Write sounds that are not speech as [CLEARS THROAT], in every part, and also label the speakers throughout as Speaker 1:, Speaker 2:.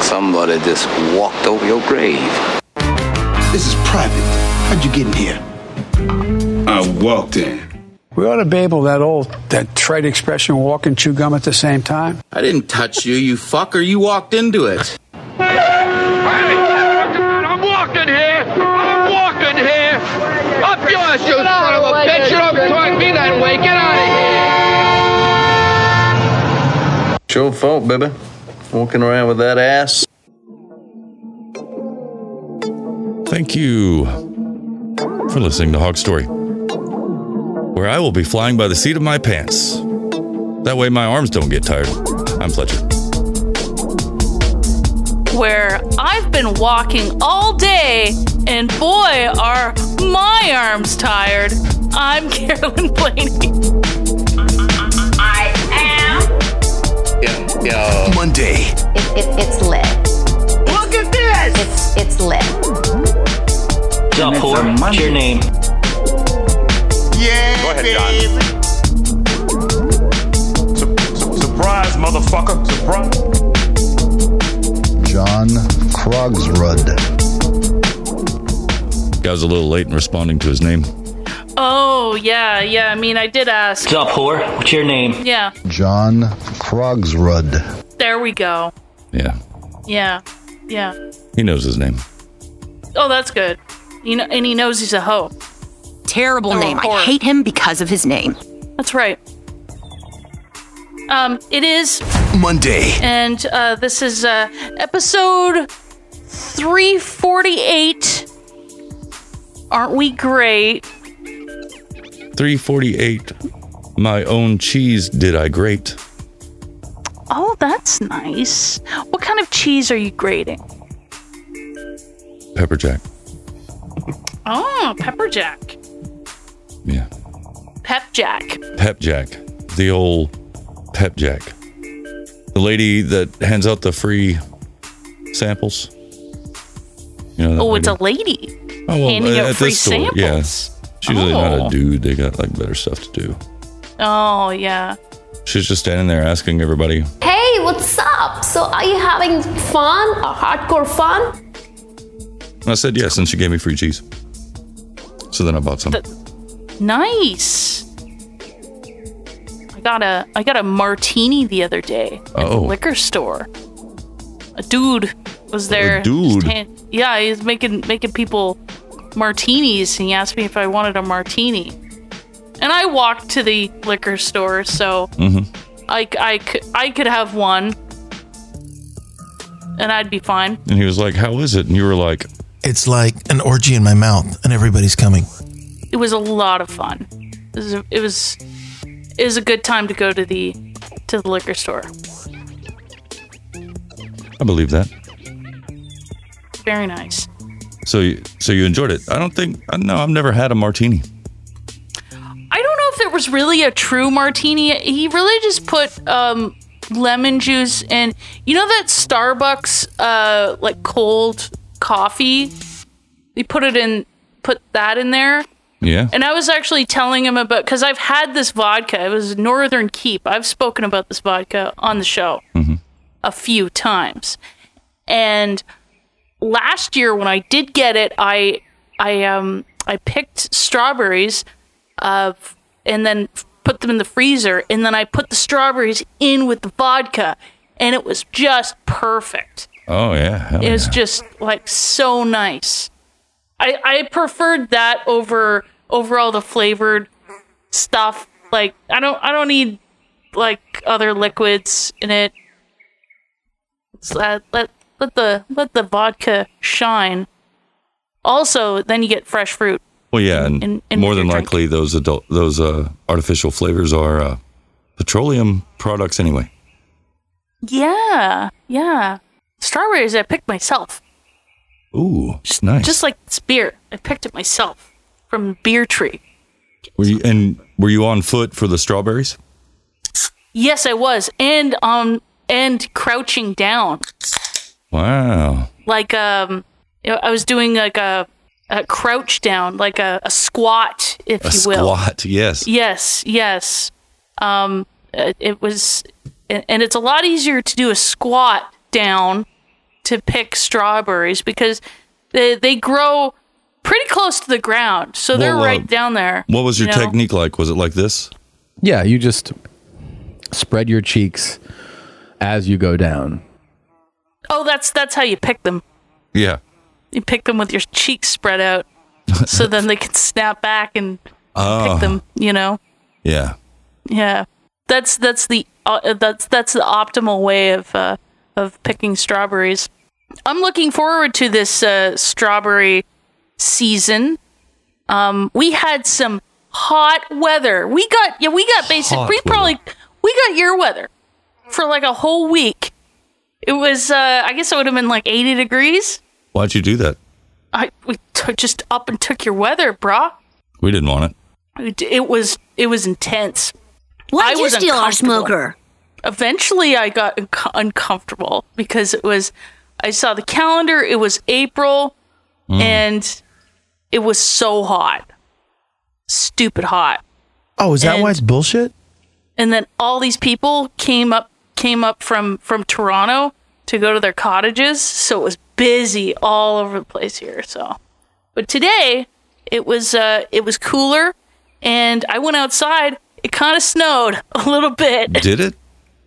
Speaker 1: Somebody just walked over your grave.
Speaker 2: This is private. How'd you get in here?
Speaker 3: I walked in.
Speaker 4: We ought to be able that old that trite expression walk and chew gum at the same time.
Speaker 5: I didn't touch you, you fucker. You walked into it.
Speaker 6: I'm walking here. I'm walking here. Up yours, you son of a bitch. You don't talk me that way. Get out of here.
Speaker 5: It's your fault, baby. Walking around with that ass.
Speaker 7: Thank you for listening to Hog Story, where I will be flying by the seat of my pants. That way, my arms don't get tired. I'm Fletcher.
Speaker 8: where I've been walking all day, and boy, are my arms tired. I'm [LAUGHS] Carolyn Blaney.
Speaker 9: I am.
Speaker 2: Monday.
Speaker 9: It, it, it's lit. Look at this. It's it's lit.
Speaker 10: your name.
Speaker 2: Yeah, Go ahead, baby. John.
Speaker 3: Surprise, motherfucker. Surprise.
Speaker 11: John Krogsrud.
Speaker 7: I was a little late in responding to his name.
Speaker 8: Oh, yeah, yeah. I mean, I did ask.
Speaker 10: up, whore? What's your name?
Speaker 8: Yeah,
Speaker 11: John Krogsrud.
Speaker 8: there we go.
Speaker 7: Yeah,
Speaker 8: Yeah, yeah.
Speaker 7: he knows his name.
Speaker 8: Oh, that's good. You know, and he knows he's a hoe.
Speaker 12: Terrible name. I
Speaker 8: horror.
Speaker 12: hate him because of his name.
Speaker 8: That's right. Um, it is,
Speaker 2: Monday.
Speaker 8: and uh, this is uh, episode 348. Aren't we great?
Speaker 7: 348. My own cheese did I grate.
Speaker 8: Oh, that's nice. What kind of cheese are you grating?
Speaker 7: Pepper Jack.
Speaker 8: Oh, pepper jack.
Speaker 7: Yeah.
Speaker 8: Pep jack.
Speaker 7: Pep Jack. The old Pep Jack. The lady that hands out the free samples. You know, that
Speaker 8: Oh, it's a
Speaker 7: lady?
Speaker 8: lady.
Speaker 7: Oh, well,
Speaker 8: handing out
Speaker 7: at
Speaker 8: free
Speaker 7: this store, yeah.
Speaker 8: samples.
Speaker 7: She's usually
Speaker 8: Oh.
Speaker 7: not a dude. They got like better stuff to do.
Speaker 8: Oh, yeah.
Speaker 7: She's just standing there asking everybody.
Speaker 9: Hey, what's up? So are you having fun? Uh, hardcore
Speaker 8: [LAUGHS]
Speaker 9: fun?
Speaker 7: And I said yes, and she gave me free cheese. So then I bought some.
Speaker 8: Th- Nice. I got a I got a martini the other day at the
Speaker 7: Oh.
Speaker 8: liquor store. A dude was there. just
Speaker 7: dude?
Speaker 8: hand- yeah, he was making making people martinis, and he asked me if I wanted a martini. And I walked to the liquor store, so
Speaker 7: Hmm. Mm-hmm.
Speaker 8: I, c- I c- I could have one, and I'd be fine.
Speaker 7: and he was like, How is it? And you were like,
Speaker 6: It's like an orgy in my mouth, and everybody's coming.
Speaker 8: it was a lot of fun. It was a, it was, it was a good time to go to the to the liquor store.
Speaker 7: I believe that.
Speaker 8: Very nice.
Speaker 7: So, you, so you enjoyed it. I don't think. I- No, I've never had a martini.
Speaker 8: I don't know if it was really a true martini. He really just put um, lemon juice and you know that Starbucks uh, like cold coffee. They put it in, put that in there.
Speaker 7: Yeah.
Speaker 8: And I was actually telling him about because I've had this vodka. It was Northern Keep. I've spoken about this vodka on the show a few times. And last year, when I did get it, I I um I picked strawberries, uh, f- and then f- put them in the freezer, and then I put the strawberries in with the vodka, and it was just perfect.
Speaker 7: oh yeah. hell
Speaker 8: It was
Speaker 7: yeah.
Speaker 8: just like so nice. I I preferred that over over all the flavored stuff. Like I don't I don't need like other liquids in it. It's, uh, let let the let the vodka shine. Also, then you get fresh fruit.
Speaker 7: well, yeah, and,
Speaker 8: in- in
Speaker 7: more
Speaker 8: your
Speaker 7: than
Speaker 8: drink.
Speaker 7: likely those adult those uh, artificial flavors are uh, petroleum products anyway.
Speaker 8: Yeah, yeah. Strawberries I picked myself,
Speaker 7: Ooh, nice.
Speaker 8: just like this beer. I picked it myself from the beer tree.
Speaker 7: were you, and were you on foot for the strawberries?
Speaker 8: Yes, I was, and um, and crouching down.
Speaker 7: Wow.
Speaker 8: like um you know, I was doing like a, a crouch down, like a, a squat, if
Speaker 7: A
Speaker 8: you will.
Speaker 7: squat. Yes.
Speaker 8: Yes, yes. Um, uh, it was, and and it's a lot easier to do a squat down to pick strawberries because they, they grow pretty close to the ground. So they're
Speaker 7: Well, uh,
Speaker 8: right down there.
Speaker 7: What was your
Speaker 8: you know?
Speaker 7: technique like? Was it like this?
Speaker 13: Yeah, you just spread your cheeks as you go down.
Speaker 8: Oh, that's that's how you pick them.
Speaker 7: Yeah.
Speaker 8: You pick them with your cheeks spread out so then they can snap back and
Speaker 7: Oh,
Speaker 8: pick them, you know.
Speaker 7: yeah.
Speaker 8: Yeah, that's that's the uh, that's that's the optimal way of uh, of picking strawberries. I'm looking forward to this uh, strawberry season. Um, we had some hot weather. We got yeah, we got basic.
Speaker 14: Hot
Speaker 8: we probably we got your weather for like a whole week. It was uh, I guess it would have been like 80 degrees.
Speaker 7: Why'd you do that?
Speaker 8: I we took just up and took your weather, brah.
Speaker 7: We didn't want
Speaker 8: [LAUGHS]
Speaker 7: it.
Speaker 8: It, it was it was intense.
Speaker 15: Why'd you steal our
Speaker 8: uncomfortable.
Speaker 15: smoker?
Speaker 8: Eventually, I got unco- uncomfortable because it was. I saw the calendar. It was April, and it was so hot, stupid hot.
Speaker 16: Oh, is that
Speaker 8: And-
Speaker 16: why it's bullshit?
Speaker 8: And then all these people came up came up from from Toronto to go to their cottages, so it was busy all over the place here. So, but today it was uh it was cooler, and I went outside. It kind of snowed [LAUGHS] a little bit.
Speaker 7: Did it?
Speaker 8: [LAUGHS]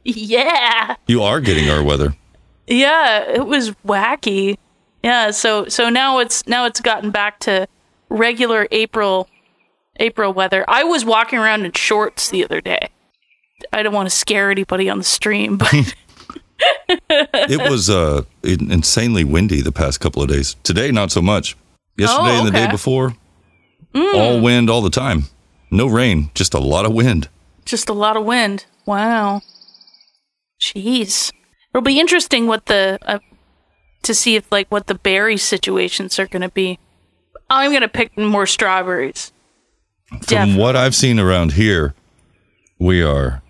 Speaker 8: Yeah.
Speaker 7: You are getting our weather.
Speaker 8: Yeah, it was wacky. Yeah, so so now it's now it's gotten back to regular April April weather. I was walking around in shorts the other day. I don't want to scare anybody on the stream, but mm,
Speaker 7: It was uh, in- insanely windy the past couple of days. Today, not so much. Yesterday
Speaker 8: Oh,
Speaker 7: and the day
Speaker 8: okay.
Speaker 7: before,
Speaker 8: Mm,
Speaker 7: all wind all the time. No rain, just a lot of wind.
Speaker 8: just a lot of wind. Wow. Jeez. It'll be interesting what the uh, to see if like what the berry situations are going to be. I'm going to pick more strawberries.
Speaker 7: From what I've seen around here, we are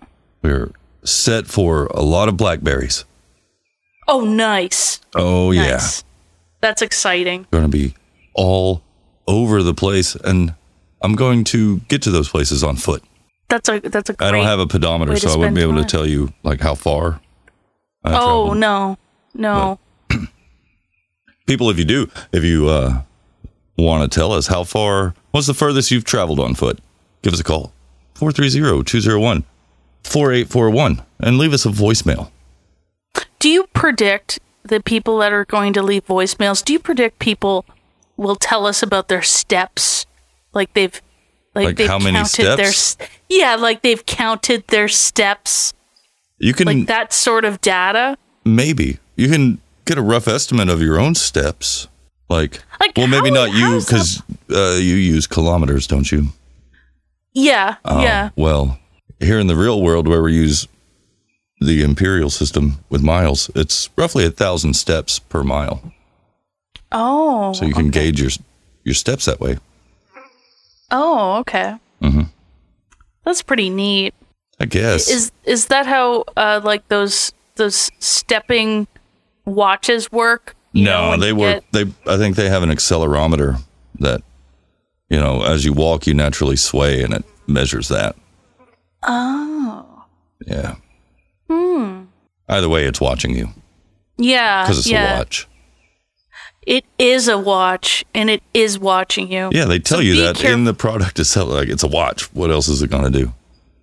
Speaker 7: we're set for a lot of blackberries.
Speaker 8: Oh, nice.
Speaker 7: Oh
Speaker 8: Nice. That's exciting.
Speaker 7: yeah, going to be all over the place, and I'm going to get to those places on foot.
Speaker 8: That's a that's a. Great
Speaker 7: I don't have a pedometer,
Speaker 8: way to
Speaker 7: so I wouldn't
Speaker 8: spend
Speaker 7: be able
Speaker 8: time.
Speaker 7: to tell you like how far. I
Speaker 8: oh
Speaker 7: traveled.
Speaker 8: no, no.
Speaker 7: people! If you do, if you uh, want to tell us how far, what's the furthest you've traveled on foot? Give us a call 430-201-4841 and leave us a voicemail.
Speaker 8: Do you predict the people that are going to leave voicemails? Do you predict people will tell us about their steps, like they've, like,
Speaker 7: Like
Speaker 8: they've
Speaker 7: how many
Speaker 8: counted their,
Speaker 7: steps?
Speaker 8: s- yeah, like they've counted their steps,
Speaker 7: You can
Speaker 8: like that sort of data.
Speaker 7: Maybe you can get a rough estimate of your own steps. Like,
Speaker 8: Like,
Speaker 7: well, maybe
Speaker 8: how-
Speaker 7: not you because uh, you use kilometers, don't you?
Speaker 8: Yeah,
Speaker 7: Oh,
Speaker 8: yeah.
Speaker 7: Well, here in the real world where we use the imperial system with miles, it's roughly a thousand steps per mile,
Speaker 8: Oh,
Speaker 7: so you can gauge your your steps that way.
Speaker 8: oh, okay.
Speaker 7: hmm
Speaker 8: That's pretty neat.
Speaker 7: I guess.
Speaker 8: Is is that how uh like those those stepping watches work?
Speaker 7: no,
Speaker 8: when
Speaker 7: they
Speaker 8: you
Speaker 7: were they. I think they have an accelerometer that you know as you walk, you naturally sway, and it measures that.
Speaker 8: Oh.
Speaker 7: Yeah.
Speaker 8: Hmm.
Speaker 7: Either way, it's watching you
Speaker 8: Yeah.
Speaker 7: because it's
Speaker 8: Uh, yeah.
Speaker 7: a watch.
Speaker 8: It is a watch, and it is watching you.
Speaker 7: Yeah, they tell
Speaker 8: So
Speaker 7: you
Speaker 8: be
Speaker 7: that
Speaker 8: caref-
Speaker 7: in the product itself. Like it's a watch. What else is it going to do?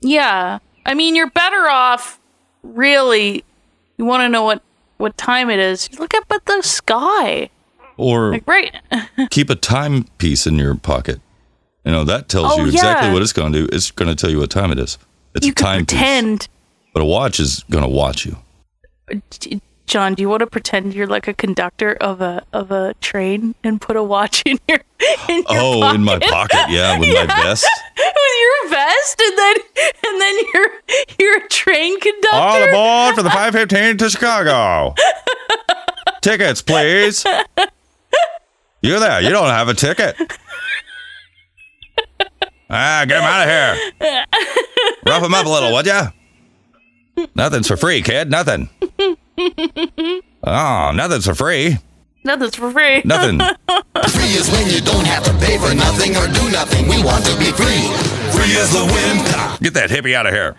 Speaker 8: yeah. I mean, you're better off. Really, you want to know what what time it is? Look up at the sky. [LAUGHS]
Speaker 7: Or
Speaker 8: Like right.
Speaker 7: keep a timepiece in your pocket. You know that tells
Speaker 8: Oh,
Speaker 7: you exactly
Speaker 8: yeah.
Speaker 7: what it's going to do. It's going to tell you what time it is. It's
Speaker 8: you
Speaker 7: a
Speaker 8: could
Speaker 7: timepiece,
Speaker 8: pretend,
Speaker 7: but a watch is going to watch you.
Speaker 8: John. Do you want to pretend you're like a conductor of a of a train and put a watch in your in your
Speaker 7: oh,
Speaker 8: pocket?
Speaker 7: in my pocket, yeah, with my vest.
Speaker 8: [LAUGHS] with your vest, and then and then you're you're a train conductor.
Speaker 7: aboard for the five fifteen to Chicago. Tickets, please. You're there. You don't have a ticket. Ah, get him out of here. Rough him up a little, would ya? Nothing's for free, kid. Nothing. Oh, nothing's for free.
Speaker 8: [LAUGHS] Nothing's for free. [LAUGHS]
Speaker 7: Nothing.
Speaker 17: Free is when you don't have to pay for nothing or do nothing. We want to be free. Free as the wind.
Speaker 7: Get that hippie out of here.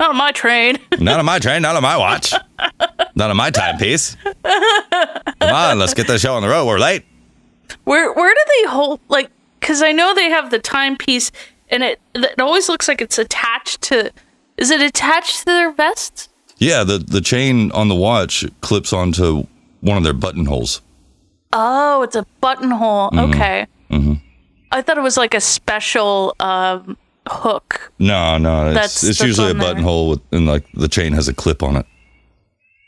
Speaker 8: Not on my train.
Speaker 7: Not on my train, not on my watch. None of my timepiece. Come on, let's get the show on the road. We're late.
Speaker 8: Where where do they hold like? Because I know they have the timepiece, and it it always looks like it's attached to. Is it attached to their vests?
Speaker 7: Yeah, the, the chain on the watch clips onto one of their buttonholes.
Speaker 8: Oh, it's a buttonhole.
Speaker 7: Mhm.
Speaker 8: Okay,
Speaker 7: Mm-hmm.
Speaker 8: I thought it was like a special um, hook.
Speaker 7: No, no, it's,
Speaker 8: That's-
Speaker 7: it's
Speaker 8: that's
Speaker 7: usually a
Speaker 8: on there.
Speaker 7: buttonhole with, and like the chain has a clip on it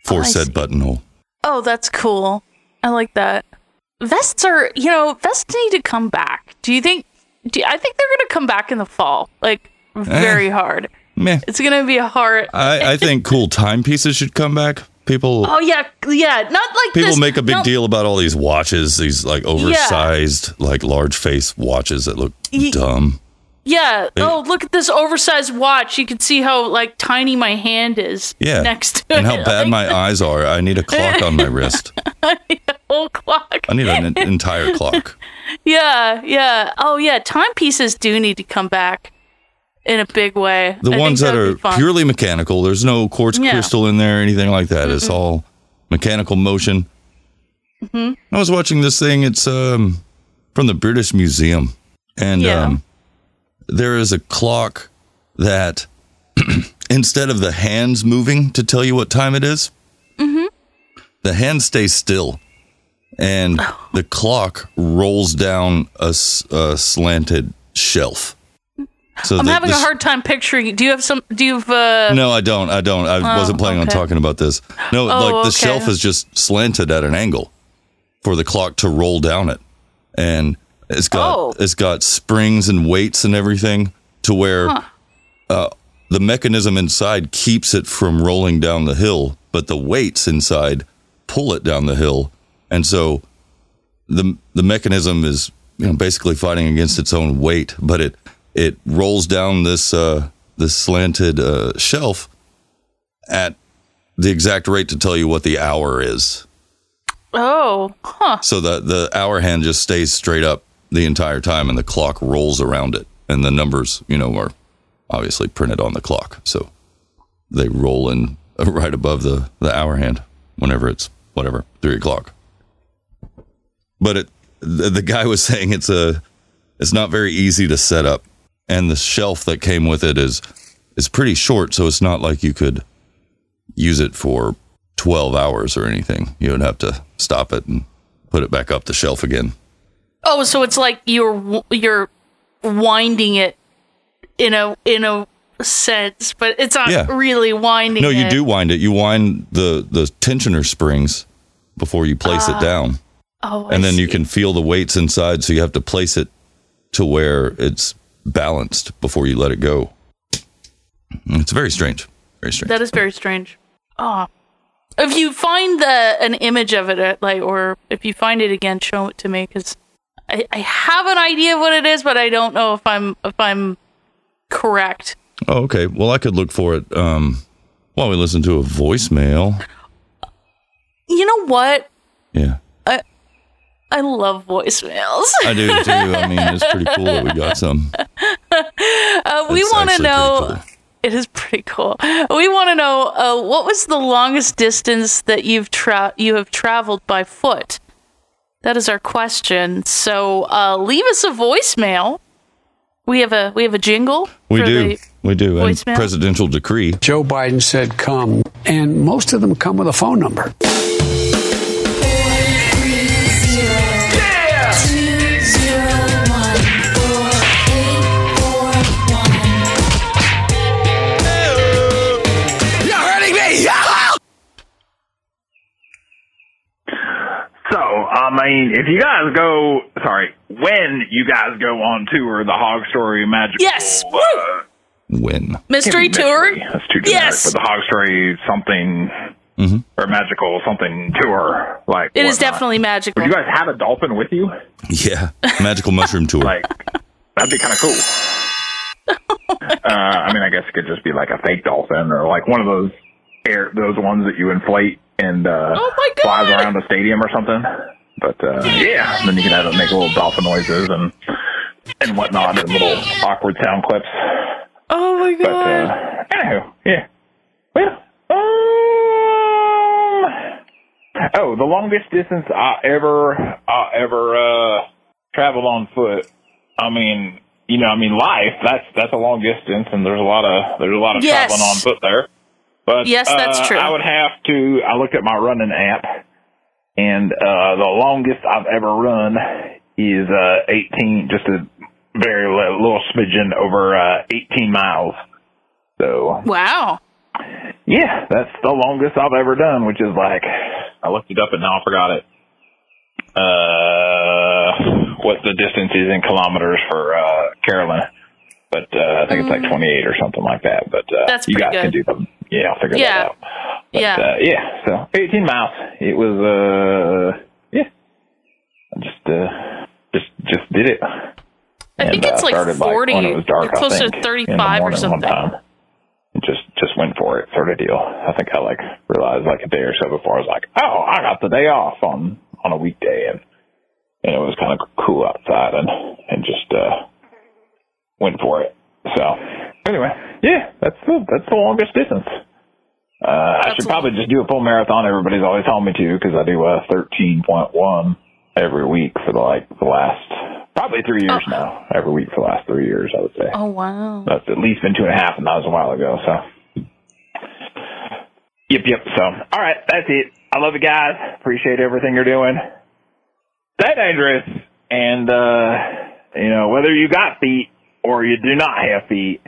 Speaker 7: for
Speaker 8: Oh, I
Speaker 7: said
Speaker 8: see.
Speaker 7: buttonhole.
Speaker 8: Oh, that's cool. I like that. Vests are, you know, vests need to come back. Do you think? Do I think they're gonna come back in the fall? Like very hard.
Speaker 7: Eh. Meh.
Speaker 8: It's gonna be a hard.
Speaker 7: I,
Speaker 8: [LAUGHS]
Speaker 7: I think cool timepieces should come back. People
Speaker 8: Oh yeah, yeah. Not like
Speaker 7: people
Speaker 8: this-
Speaker 7: make a big
Speaker 8: no,
Speaker 7: deal about all these watches, these like oversized, like large face watches that look
Speaker 8: Ye-
Speaker 7: dumb.
Speaker 8: Yeah.
Speaker 7: They-
Speaker 8: oh, look at this oversized watch. You can see how like tiny my hand is.
Speaker 7: Yeah.
Speaker 8: Next to
Speaker 7: and how
Speaker 8: it. [LAUGHS]
Speaker 7: bad my eyes are. I need a clock on my wrist.
Speaker 8: whole clock.
Speaker 7: I need
Speaker 8: [LAUGHS]
Speaker 7: an en- entire clock.
Speaker 8: Yeah, yeah. Oh yeah. Timepieces do need to come back in a big way. I
Speaker 7: The
Speaker 8: think
Speaker 7: ones that
Speaker 8: that'd
Speaker 7: are
Speaker 8: be fun.
Speaker 7: purely mechanical. There's no quartz
Speaker 8: Yeah.
Speaker 7: crystal in there, or anything like that. It's all mechanical motion.
Speaker 8: Mhm.
Speaker 7: I was watching this thing. It's um, from the British Museum, and um, there is a clock that [CLEARS THROAT] instead of the hands moving to tell you what time it is,
Speaker 8: Mm-hmm.
Speaker 7: the hands stay still, and
Speaker 8: Oh.
Speaker 7: the clock rolls down a, s- a slanted shelf. So
Speaker 8: Mm. I'm
Speaker 7: the-
Speaker 8: having
Speaker 7: the
Speaker 8: a
Speaker 7: s-
Speaker 8: hard time picturing. Do you have some? Do you have? Uh,
Speaker 7: no, I don't. I don't. I
Speaker 8: Oh,
Speaker 7: wasn't planning on
Speaker 8: okay.
Speaker 7: talking about this. No,
Speaker 8: Oh,
Speaker 7: like the
Speaker 8: okay.
Speaker 7: shelf is just slanted at an angle for the clock to roll down it, and it's got
Speaker 8: Oh.
Speaker 7: it's got springs and weights and everything to where
Speaker 8: Huh.
Speaker 7: uh, the mechanism inside keeps it from rolling down the hill, but the weights inside pull it down the hill, and so the the mechanism is you know basically fighting against its own weight, but it it rolls down this uh, this slanted uh, shelf at the exact rate to tell you what the hour is.
Speaker 8: Oh, huh.
Speaker 7: So the the hour hand just stays straight up the entire time, and the clock rolls around it, and the numbers you know are obviously printed on the clock, so they roll in [LAUGHS] right above the the hour hand whenever it's whatever three o'clock. But it the, the guy was [LAUGHS] saying it's a it's not very easy to set up, and the shelf that came with it is is pretty short, so it's not like you could use it for 12 hours or anything. You would have to stop it and put it back up the shelf again.
Speaker 8: Oh, so it's like you're w- you're winding it in a in a sense, but it's not
Speaker 7: Yeah.
Speaker 8: really winding.
Speaker 7: No, you
Speaker 8: it.
Speaker 7: do wind it. You wind the the tensioner springs before you place
Speaker 8: Ah,
Speaker 7: it down.
Speaker 8: Oh,
Speaker 7: and then you can feel the weights inside, so you have to place it to where it's balanced before you let it go. It's very strange. Very strange.
Speaker 8: that is very strange. Oh, if you find the an image of it, uh, like, or if you find it again, show it to me because I, I have an idea of what it is, but I don't know if I'm if I'm correct.
Speaker 7: Oh, okay. Well, I could look for it um, while we listen to a voicemail.
Speaker 8: [LAUGHS] You know what?
Speaker 7: Yeah.
Speaker 8: I I love voicemails.
Speaker 7: I do too. I mean, it's pretty cool that we got some.
Speaker 8: Uh, we
Speaker 7: It's
Speaker 8: want to
Speaker 7: actually
Speaker 8: know. [LAUGHS] It is pretty cool. We want to know uh, what was the longest distance that you've tra- you have traveled by foot. That is our question. So uh, leave us a voicemail. We have a we have a jingle.
Speaker 7: We
Speaker 8: for
Speaker 7: do.
Speaker 8: the-
Speaker 7: We do. And
Speaker 8: voicemail?
Speaker 7: presidential decree.
Speaker 4: Joe Biden said come, and most of them come with a phone number.
Speaker 17: You're hurting me!
Speaker 14: So, I mean, if you guys go, sorry, when you guys go on tour, the Hog Story Magic.
Speaker 8: Yes.
Speaker 14: Uh,
Speaker 7: when
Speaker 8: Mystery tour.
Speaker 14: That's too generic.
Speaker 8: Yes.
Speaker 14: But the Hog Story something
Speaker 7: Mm-hmm.
Speaker 14: or magical something tour, like
Speaker 8: It is
Speaker 14: whatnot.
Speaker 8: definitely magical.
Speaker 14: Would you guys have a dolphin with you?
Speaker 7: Yeah. Magical mushroom tour.
Speaker 14: Like that'd be kind of cool. uh, I mean, I guess it could just be like a fake dolphin or like one of those air those ones that you inflate and uh,
Speaker 8: Oh
Speaker 14: flies around a stadium or something. But uh, yeah, and then you can have it make little dolphin noises and and whatnot and little awkward sound clips. uh,
Speaker 8: Oh my god.
Speaker 14: Anywho, yeah. Well, Oh, the longest distance I ever, I ever uh, traveled on foot. I mean, you know, I mean, life. That's that's a long distance, and there's a lot of there's a lot of
Speaker 8: Yes.
Speaker 14: traveling on foot there. But
Speaker 8: Yes, that's
Speaker 14: uh,
Speaker 8: true.
Speaker 14: I would have to. I looked at my running app, and uh, the longest I've ever run is uh, 18, just a very li- little smidgen over uh, 18 miles. So
Speaker 8: Wow.
Speaker 14: yeah, that's the longest I've ever done, which is like I looked it up and now I forgot it. Uh, what the distance is in kilometers for uh, Carolyn, but uh, I think it's like 28 or something like that. But uh,
Speaker 8: Mm. That's
Speaker 14: you guys
Speaker 8: pretty
Speaker 14: can do
Speaker 8: good.
Speaker 14: them. Yeah, I'll figure that
Speaker 8: Yeah.
Speaker 14: out.
Speaker 8: yeah.
Speaker 14: Uh, yeah, so 18 miles. It was uh, yeah, I just uh, just just did it.
Speaker 8: I think it's like
Speaker 14: uh, started,
Speaker 8: 40.
Speaker 14: when it was dark,
Speaker 8: You're
Speaker 14: I
Speaker 8: close to
Speaker 14: think, in the
Speaker 8: 35 or
Speaker 14: morning one
Speaker 8: something.
Speaker 14: time. And Just just went for it, sort of deal. I think I like realized like a day or so before I was like, oh, I got the day off on on a weekday, and and it was kind of cool outside, and and just uh went for it. So anyway, yeah, that's the that's the longest distance. Uh, I should probably just do a full marathon. Everybody's always telling me to because I do uh, thirteen point one every week for the, like the last probably three years now. Every week for the last three years, I would say.
Speaker 8: Oh, wow.
Speaker 14: That's at least been two and a half, and that was a while ago. So, yep, yep. So, all right, that's it. I love you guys. Appreciate everything you're doing. Stay dangerous, and uh, you know whether you got feet or you do not have feet,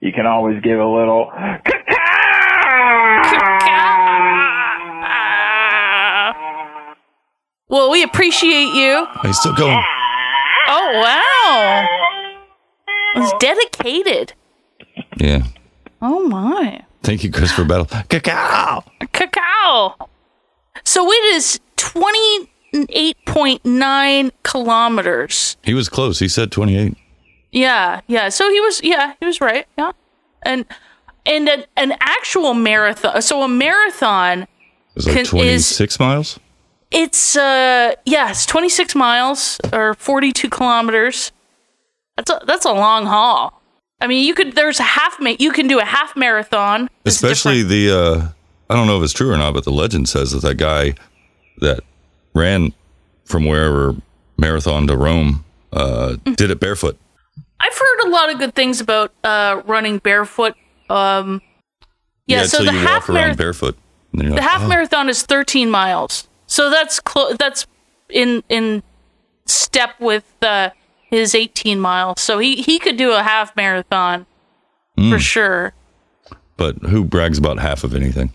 Speaker 14: you can always give a little.
Speaker 8: [LAUGHS] Well, we appreciate you.
Speaker 7: He's still going.
Speaker 8: Oh, wow. [LAUGHS] It's dedicated.
Speaker 7: Yeah.
Speaker 8: Oh, my.
Speaker 7: Thank you, Christopher Battle. Cacao.
Speaker 8: Cacao. So it is 28.9 kilometers.
Speaker 7: He was close. He said 28.
Speaker 8: Yeah, yeah. So he was, yeah, he was right. Yeah, and and an, an actual marathon. So a marathon
Speaker 7: It's like
Speaker 8: can- is
Speaker 7: 26 miles.
Speaker 8: it's uh yeah, it's twenty six miles or forty two kilometers. That's a that's a long haul. I mean, you could there's a half ma- you can do a half marathon.
Speaker 7: Especially the, uh, I don't know if it's true or not, but the legend says that that guy that ran from wherever marathon to Rome uh,
Speaker 8: Mm.
Speaker 7: did it barefoot.
Speaker 8: I've heard a lot of good things about uh running barefoot. Um, yeah, so
Speaker 7: until
Speaker 8: the
Speaker 7: you walk
Speaker 8: half marathon.
Speaker 7: around barefoot. And then you're
Speaker 8: The
Speaker 7: like,
Speaker 8: half
Speaker 7: "Oh."
Speaker 8: marathon is 13 miles, so that's clo- that's in in step with uh, his 18 miles. So he he could do a half marathon for
Speaker 7: Mm.
Speaker 8: sure.
Speaker 7: But who brags about half of anything?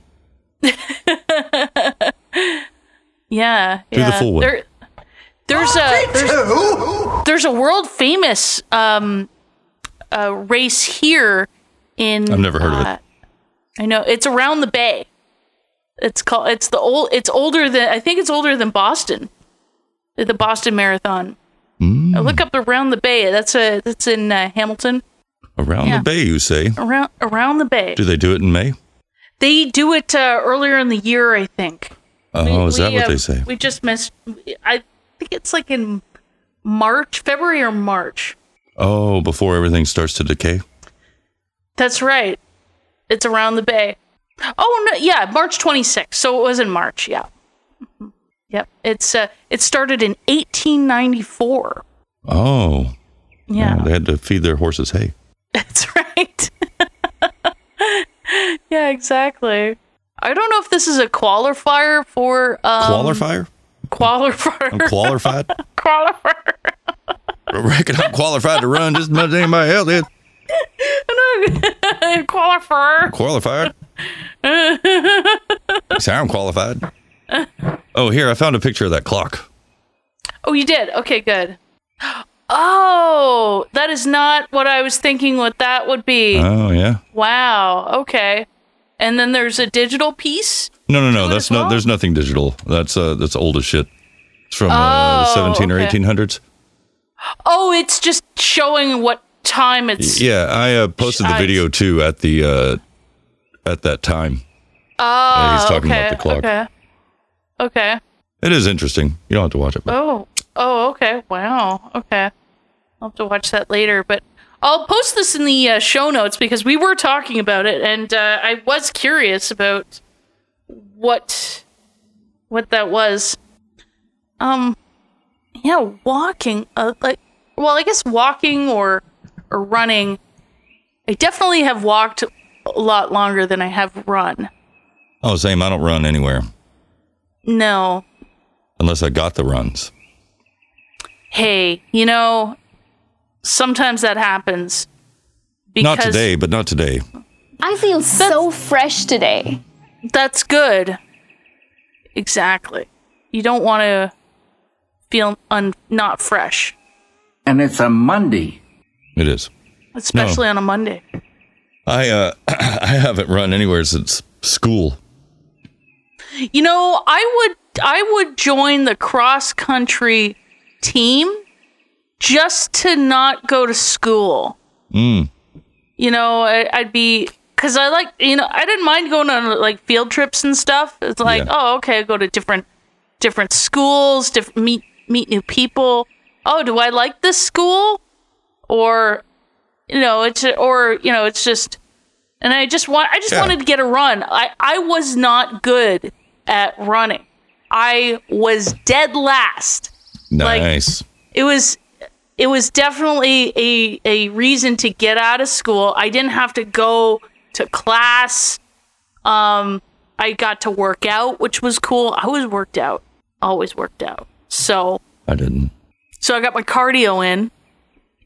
Speaker 8: Yeah,
Speaker 7: Do the
Speaker 8: yeah.
Speaker 7: full one.
Speaker 8: There- there's a there's, there's a world famous um, uh, race here in.
Speaker 7: I've never heard of it.
Speaker 8: uh, I know it's around the bay. It's called. It's the old. It's older than. I think it's older than Boston. The Boston Marathon.
Speaker 7: Mm.
Speaker 8: Uh,
Speaker 7: Hmm.
Speaker 8: Look up around the bay. That's a. That's in uh, Hamilton.
Speaker 7: Around
Speaker 8: Yeah.
Speaker 7: the bay, you say.
Speaker 8: Around around the bay.
Speaker 7: Do they do it in May?
Speaker 8: They do it uh, earlier in the year, I think.
Speaker 7: Oh, is that
Speaker 8: We,
Speaker 7: what
Speaker 8: uh,
Speaker 7: they say?
Speaker 8: We just missed. I think it's like in March, February or March.
Speaker 7: Oh, before everything starts to decay?
Speaker 8: That's right. It's around the bay. Oh no, yeah, March 26th. So it was in March. Yeah. Mhm. Yep. It's uh, it started in 1894.
Speaker 7: Oh.
Speaker 8: Yeah.
Speaker 7: They had to feed their horses hay.
Speaker 8: [LAUGHS] That's right. [LAUGHS] yeah, exactly. I don't know if this is a qualifier for um,
Speaker 7: Qualifier?
Speaker 8: Qualifier.
Speaker 7: I'm
Speaker 8: [LAUGHS]
Speaker 7: qualified.
Speaker 8: qualifier.
Speaker 7: I reckon I'm qualified to run just as much as anybody else is.
Speaker 8: [LAUGHS] qualifier.
Speaker 7: Qualified?
Speaker 8: [LAUGHS]
Speaker 7: Sound qualified. Oh, here, I found a picture of that clock.
Speaker 8: Oh, you did? Okay, good. Oh, that is not what I was thinking what that would be.
Speaker 7: Oh, yeah.
Speaker 8: wow. Okay. And then there's a digital piece.
Speaker 7: No, no, no. That's not. There's nothing digital. That's uh, that's old as shit. It's from uh, the
Speaker 8: Oh,
Speaker 7: 17 or
Speaker 8: okay.
Speaker 7: 1800s.
Speaker 8: Oh, it's just showing what time it's.
Speaker 7: Yeah, I uh, posted the
Speaker 8: I-
Speaker 7: video too at the uh, at that time.
Speaker 8: Oh,
Speaker 7: Yeah, he's talking
Speaker 8: okay.
Speaker 7: about the clock.
Speaker 8: Okay. Okay.
Speaker 7: It is interesting. You don't have to watch it.
Speaker 8: Oh. Oh, okay. Wow. Okay. I'll have to watch that later, but I'll post this in the uh, show notes because we were talking about it, and uh, I was curious about what what that was. Um, yeah, walking. Uh, like, well, I guess walking or or running. I definitely have walked a lot longer than I have run.
Speaker 7: Oh, same. I don't run anywhere
Speaker 8: No,
Speaker 7: unless I got the runs.
Speaker 8: hey, you know, sometimes that happens.
Speaker 7: not today, but not today.
Speaker 8: I feel so fresh today. That's good. Exactly. You don't want to feel un- not fresh,
Speaker 15: And it's a Monday.
Speaker 7: It is.
Speaker 8: especially on a Monday.
Speaker 7: I uh, [CLEARS THROAT] I haven't run anywhere since school.
Speaker 8: You know, I would I would join the cross country team just to not go to school.
Speaker 7: Mm.
Speaker 8: You know, I, I'd be because I like you know I didn't mind going on like field trips and stuff. It's like oh okay, go to different different schools, diff- meet meet new people. Oh, do I like this school? Or you know it's or you know it's just and I just want I just
Speaker 16: Yeah.
Speaker 8: wanted to get a run. I I was not good at running. I was dead last.
Speaker 7: Nice.
Speaker 8: It was it was definitely a a reason to get out of school. I didn't have to go to class. Um I got to work out, which was cool. I was worked out. Always worked out. So
Speaker 7: I didn't.
Speaker 8: so I got my cardio in,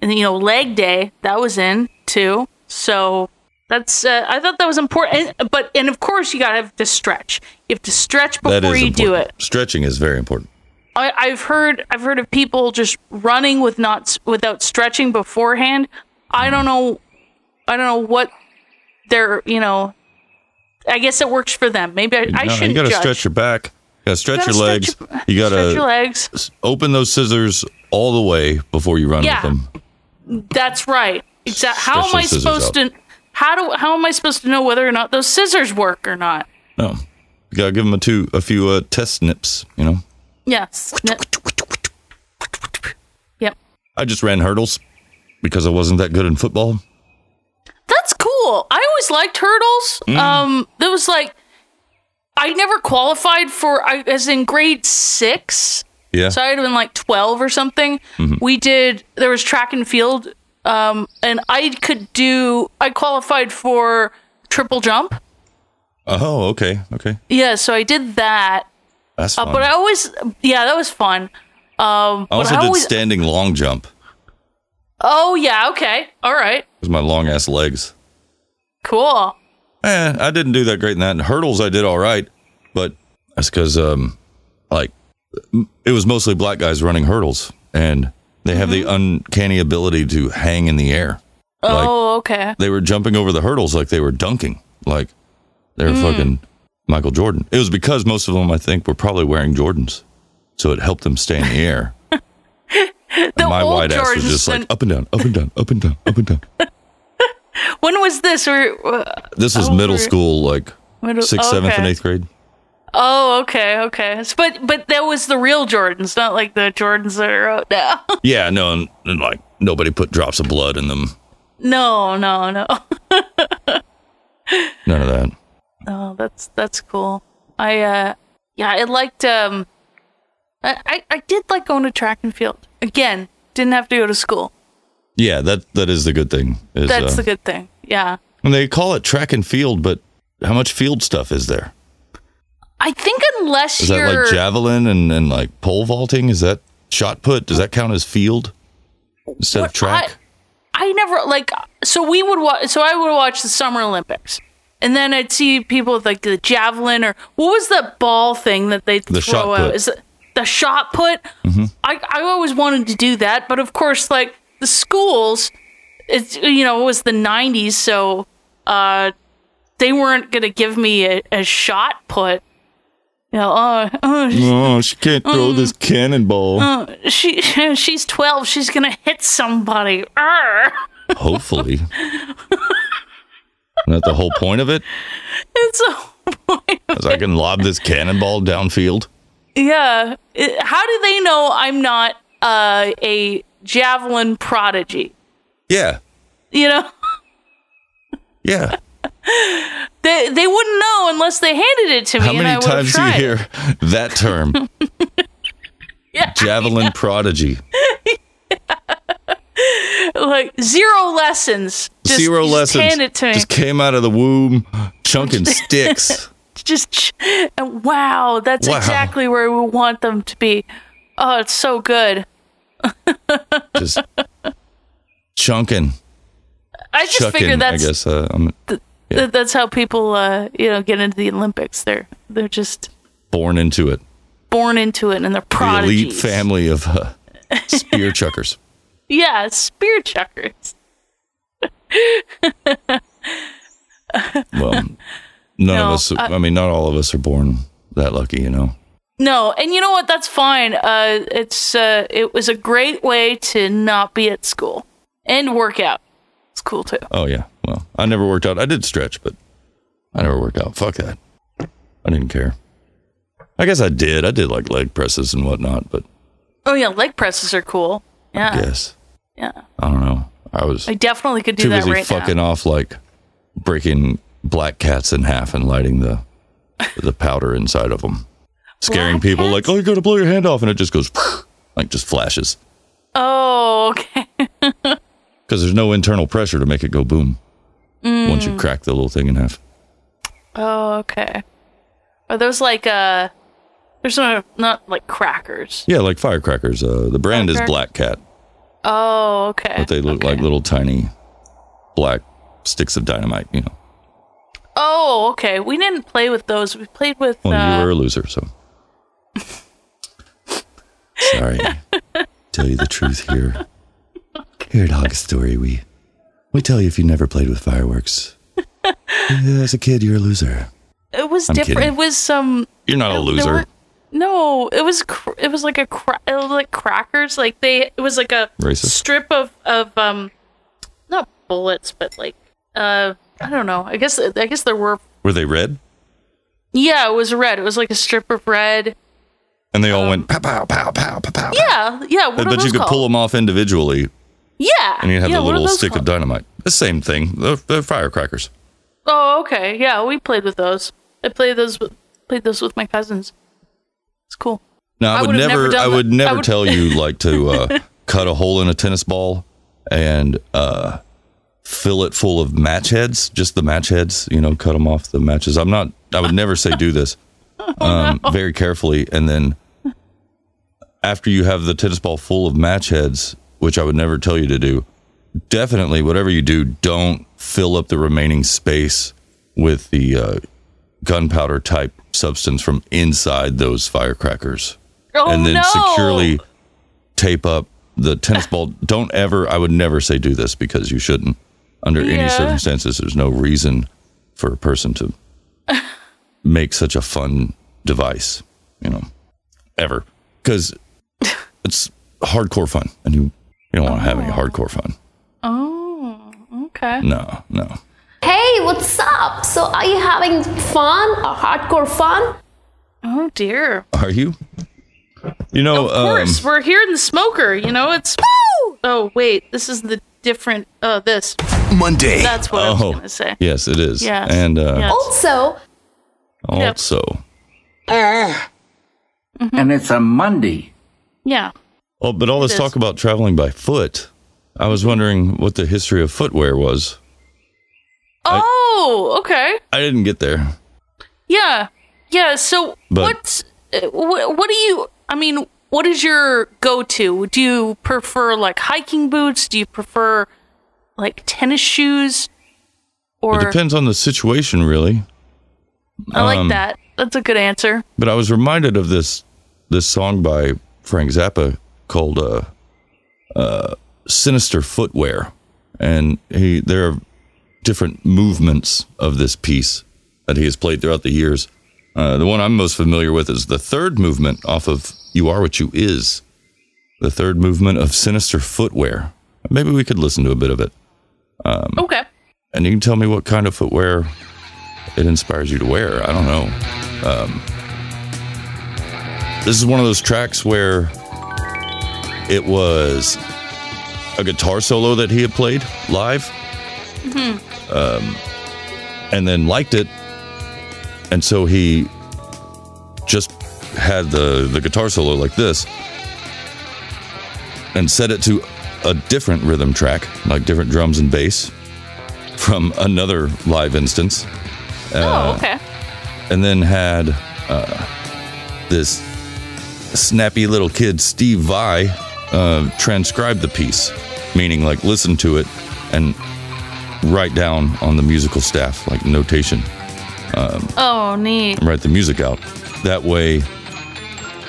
Speaker 8: and then, you know, leg day that was in too. So that's uh, I thought that was important. And, but and of course you gotta have to stretch. You have to stretch before
Speaker 7: that is
Speaker 8: you do it.
Speaker 7: important. Stretching is very important.
Speaker 8: I, I've heard I've heard of people just running with not s- without stretching beforehand. I don't know. I don't know what they're you know. I guess it works for them. Maybe I, I
Speaker 7: No,
Speaker 8: shouldn't
Speaker 7: you gotta
Speaker 8: judge.
Speaker 7: stretch your back. You gotta stretch
Speaker 8: gotta
Speaker 7: your legs.
Speaker 8: stretch your-
Speaker 7: you gotta
Speaker 8: stretch your legs.
Speaker 7: s- open those scissors all the way before you run
Speaker 8: Yeah.
Speaker 7: with them.
Speaker 8: That's right. Exactly. How am
Speaker 7: Stretch
Speaker 8: I
Speaker 7: those scissors
Speaker 8: supposed to? How do? How am I supposed to know whether or not those scissors work or not?
Speaker 7: No, you gotta give them a two, a few uh, test snips. You know,
Speaker 8: Yes.
Speaker 7: I just ran hurdles because I wasn't that good in football.
Speaker 8: That's cool. I always liked hurdles.
Speaker 7: Mm.
Speaker 8: Um, there was like, I never qualified for. I as in grade six.
Speaker 7: Yeah. Mm-hmm.
Speaker 8: So I'd have been like twelve or something. We did. There was track and field. Um, and I could do. I qualified for triple jump.
Speaker 7: Oh, okay, okay,
Speaker 8: Yeah. So I did that.
Speaker 7: that's
Speaker 8: Uh,
Speaker 7: fun.
Speaker 8: but I always. Yeah, that was fun.
Speaker 7: I
Speaker 8: Um, but
Speaker 7: also
Speaker 8: I
Speaker 7: did
Speaker 8: always.
Speaker 7: standing long jump
Speaker 8: oh yeah. Okay. All right.
Speaker 7: with my long ass legs.
Speaker 8: Cool.
Speaker 7: Eh, I didn't do that great in that. And hurdles, I did all right, but that's because, um, like, m- it was mostly black guys running hurdles, and they have
Speaker 8: Mm-hmm.
Speaker 7: the uncanny ability to hang in the air. Like,
Speaker 8: oh okay.
Speaker 7: they were jumping over the hurdles like they were dunking, like they were
Speaker 8: Mm.
Speaker 7: fucking Michael Jordan. It was because most of them, I think, were probably wearing Jordans, so it helped them stay in the
Speaker 8: [LAUGHS]
Speaker 7: air. and my
Speaker 8: old
Speaker 7: wide ass was
Speaker 8: Jordans
Speaker 7: just like
Speaker 8: and-
Speaker 7: up and down, up and down, up and down, up and down.
Speaker 8: When was this? Or uh,
Speaker 7: This was
Speaker 8: how old
Speaker 7: middle
Speaker 8: were you?
Speaker 7: school, like
Speaker 8: Middle-
Speaker 7: sixth, seventh, and
Speaker 8: okay.
Speaker 7: eighth grade.
Speaker 8: Oh, okay, okay. S- But but that was the real Jordans, not like the Jordans that are out now. [LAUGHS]
Speaker 7: Yeah, no, and, and like nobody put drops of blood in them.
Speaker 8: no, no, no. [LAUGHS]
Speaker 7: None of that.
Speaker 8: Oh, that's that's cool. I uh yeah, I liked um I, I, I did like going to track and field. Again, didn't have to go to school.
Speaker 7: Yeah, that that is the good thing. Is,
Speaker 8: that's
Speaker 7: uh,
Speaker 8: the good thing. Yeah.
Speaker 7: And they call it track and field, but how much field stuff is there?
Speaker 8: I think unless
Speaker 7: Is
Speaker 8: you're
Speaker 7: that like javelin and, and like pole vaulting? Is that shot put? Does that count as field instead of track?
Speaker 8: I never like so we would watch so I would watch the Summer Olympics. And then I'd see people with like the javelin or what was that ball thing that they
Speaker 7: The shot
Speaker 8: throw out?
Speaker 7: put. Mm-hmm.
Speaker 8: Is it the shot put? I I always wanted to do that, but of course like the schools it's you know, it was the 90s, so uh they weren't going to give me a, a shot put. You know, oh, oh,
Speaker 7: [LAUGHS] oh, she can't
Speaker 8: throw this
Speaker 7: cannonball.
Speaker 8: Mm. oh, she [LAUGHS] she's 12, she's going to hit somebody. Arr. [LAUGHS]
Speaker 7: Hopefully. Isn't that the whole point
Speaker 8: [LAUGHS]
Speaker 7: of it?
Speaker 8: It's a [LAUGHS]
Speaker 7: Is I can lob this cannonball downfield.
Speaker 8: Yeah. It- how do they know I'm not uh, a javelin prodigy?
Speaker 7: Yeah.
Speaker 8: You know?
Speaker 7: [LAUGHS] Yeah.
Speaker 8: They, they wouldn't know unless they handed it to me.
Speaker 7: How
Speaker 8: and I
Speaker 7: many
Speaker 8: would
Speaker 7: times
Speaker 8: have
Speaker 7: do you
Speaker 8: tried.
Speaker 7: hear that term?
Speaker 8: [LAUGHS]
Speaker 7: Javelin prodigy.
Speaker 8: [LAUGHS] Like zero lessons. Just,
Speaker 7: Zero
Speaker 8: just
Speaker 7: lessons.
Speaker 8: Hand it to me.
Speaker 7: Just came out of the womb,
Speaker 8: [LAUGHS]
Speaker 7: chunking sticks.
Speaker 8: just ch- and wow, that's
Speaker 7: Wow.
Speaker 8: exactly where we want them to be. Oh, it's so good.
Speaker 7: Just chunking.
Speaker 8: I just
Speaker 7: chucking,
Speaker 8: figured that's
Speaker 7: I guess. Uh, I'm
Speaker 8: th- that's how people uh, you know get into the Olympics. They're they're just
Speaker 7: born into it.
Speaker 8: born into it and they're
Speaker 7: The
Speaker 8: prodigies.
Speaker 7: elite family of uh, spear chuckers.
Speaker 8: [LAUGHS] Yeah, spear chuckers.
Speaker 7: Well, none of
Speaker 8: No, uh
Speaker 7: us,
Speaker 8: I-
Speaker 7: I mean, not all of us are born that lucky, you know.
Speaker 8: No, and you know what? That's fine. Uh, it's uh, it was a great way to not be at school and work out. It's cool too.
Speaker 7: Oh yeah. Well, I never worked out. I did stretch, but I never worked out. Fuck that. I didn't care. I guess I did. I did like leg presses and whatnot, but
Speaker 8: Oh yeah, leg presses are cool. Yeah,
Speaker 7: yes,
Speaker 8: yeah.
Speaker 7: I don't know. I was
Speaker 8: Uh. I definitely could do
Speaker 7: too
Speaker 8: that
Speaker 7: busy
Speaker 8: right
Speaker 7: fucking
Speaker 8: now.
Speaker 7: off like breaking black cats in half and lighting the the powder inside of them, scaring people like, "Oh, you're gonna blow your hand off," and it just goes [LAUGHS] like just flashes
Speaker 8: Oh, okay. [LAUGHS]
Speaker 7: because there's no internal pressure to make it go boom once you
Speaker 8: Mm.
Speaker 7: crack the little thing in half.
Speaker 8: Oh, okay. Are those like uh? There's no not like crackers.
Speaker 7: Yeah, like firecrackers. Uh, the brand is
Speaker 8: Firecracker-
Speaker 7: Black Cat.
Speaker 8: Oh, okay.
Speaker 7: but they look like little tiny black sticks of dynamite. You know,
Speaker 8: Oh, okay. We didn't play with those. We played with.
Speaker 7: well,
Speaker 8: uh,
Speaker 7: you were a loser, so
Speaker 8: [LAUGHS]
Speaker 7: sorry. tell you the truth here. Here at Hog Story, we we tell you if you never played with
Speaker 8: [LAUGHS]
Speaker 7: fireworks, as a kid you're a loser.
Speaker 8: it was
Speaker 7: I'm
Speaker 8: different.
Speaker 7: kidding.
Speaker 8: It was some.
Speaker 7: You're not a loser.
Speaker 8: No, it was cr- it was like a cra- it was like crackers. Like they it was like a
Speaker 7: Racist.
Speaker 8: strip of of um, not bullets, but like uh, I don't know. I guess I guess there were.
Speaker 7: Were they red?
Speaker 8: Yeah, it was red. It was like a strip of red.
Speaker 7: And they all went pow pow pow pow. pow.
Speaker 8: Yeah, yeah. What are
Speaker 7: But
Speaker 8: Um, those
Speaker 7: you could
Speaker 8: called?
Speaker 7: pull them off individually,
Speaker 8: Yeah,
Speaker 7: and you have
Speaker 8: yeah,
Speaker 7: the
Speaker 8: what are
Speaker 7: little
Speaker 8: those
Speaker 7: stick of dynamite. The same thing. They're, they're firecrackers.
Speaker 8: Oh, okay. Yeah, we played with those. I played those with, played those with my cousins. It's cool.
Speaker 7: No, I,
Speaker 8: I
Speaker 7: would
Speaker 8: would've
Speaker 7: never.
Speaker 8: never done
Speaker 7: I
Speaker 8: that.
Speaker 7: would never
Speaker 8: I would-
Speaker 7: tell
Speaker 8: [LAUGHS]
Speaker 7: you like to uh, cut a hole in a tennis ball and uh, fill it full of match heads. Just the match heads, you know, cut them off the matches. I'm not. I would never say do
Speaker 8: [LAUGHS]
Speaker 7: this
Speaker 8: Oh,
Speaker 7: um, very carefully. And then after you have the tennis ball full of match heads, which I would never tell you to do, definitely whatever you do, don't fill up the remaining space with the uh, gunpowder type substance from inside those firecrackers.
Speaker 8: Oh,
Speaker 7: and then
Speaker 8: no.
Speaker 7: securely tape up the tennis ball. [LAUGHS] Don't ever, I would never say do this because you shouldn't. Under any
Speaker 8: Yeah.
Speaker 7: circumstances, there's no reason for a person
Speaker 8: [LAUGHS]
Speaker 7: to make such a fun device, you know, ever. Because it's hardcore fun and you, you don't want to have any hardcore fun.
Speaker 9: Oh, okay.
Speaker 7: No, no.
Speaker 9: Hey, what's up? So, are you having fun? A hardcore fun?
Speaker 8: Oh dear.
Speaker 7: Are you? You know,
Speaker 8: Of course, we're here in the smoker. You know, it's. Oh wait, this is the different. Oh, this.
Speaker 7: Monday.
Speaker 8: That's what I was gonna say.
Speaker 7: um, Oh. Yes, it is.
Speaker 8: Yes.
Speaker 7: And uh,
Speaker 8: Yes.
Speaker 9: Also,
Speaker 15: Yep.
Speaker 7: also,
Speaker 8: Uh. Mm-hmm.
Speaker 15: And it's a Monday.
Speaker 8: Yeah.
Speaker 7: oh, but all
Speaker 8: It
Speaker 7: this
Speaker 8: is.
Speaker 7: talk about traveling by foot, I was wondering what the history of footwear was.
Speaker 8: Oh, okay.
Speaker 7: I didn't get there.
Speaker 8: Yeah, yeah. So
Speaker 7: But-
Speaker 8: what's what? What do you? I mean, what is your go-to? Do you prefer like hiking boots? Do you prefer like tennis shoes? Or
Speaker 7: it depends on the situation, really.
Speaker 8: I like
Speaker 7: Um,
Speaker 8: that. That's a good answer.
Speaker 7: But I was reminded of this this song by Frank Zappa called uh, uh, "Sinister Footwear," and he there are different movements of this piece that he has played throughout the years. Uh, the one I'm most familiar with is the third movement off of "You Are What You Is," the third movement of "Sinister Footwear." Maybe we could listen to a bit of it. Um,
Speaker 8: Okay.
Speaker 7: and you can tell me what kind of footwear it inspires you to wear. I don't know. Um, this is one of those tracks where it was
Speaker 8: Mm-hmm.
Speaker 7: a guitar solo that he had played live. Um, and then liked it. And so he just had the, the guitar solo like this and set it to a different rhythm track, like different drums and bass from another live instance. Uh,
Speaker 8: Oh, okay.
Speaker 7: And then had uh, this snappy little kid, Steve Vai, uh, transcribe the piece, meaning like listen to it and write down on the musical staff, like notation. Um,
Speaker 8: Oh, neat.
Speaker 7: write the music out. That way,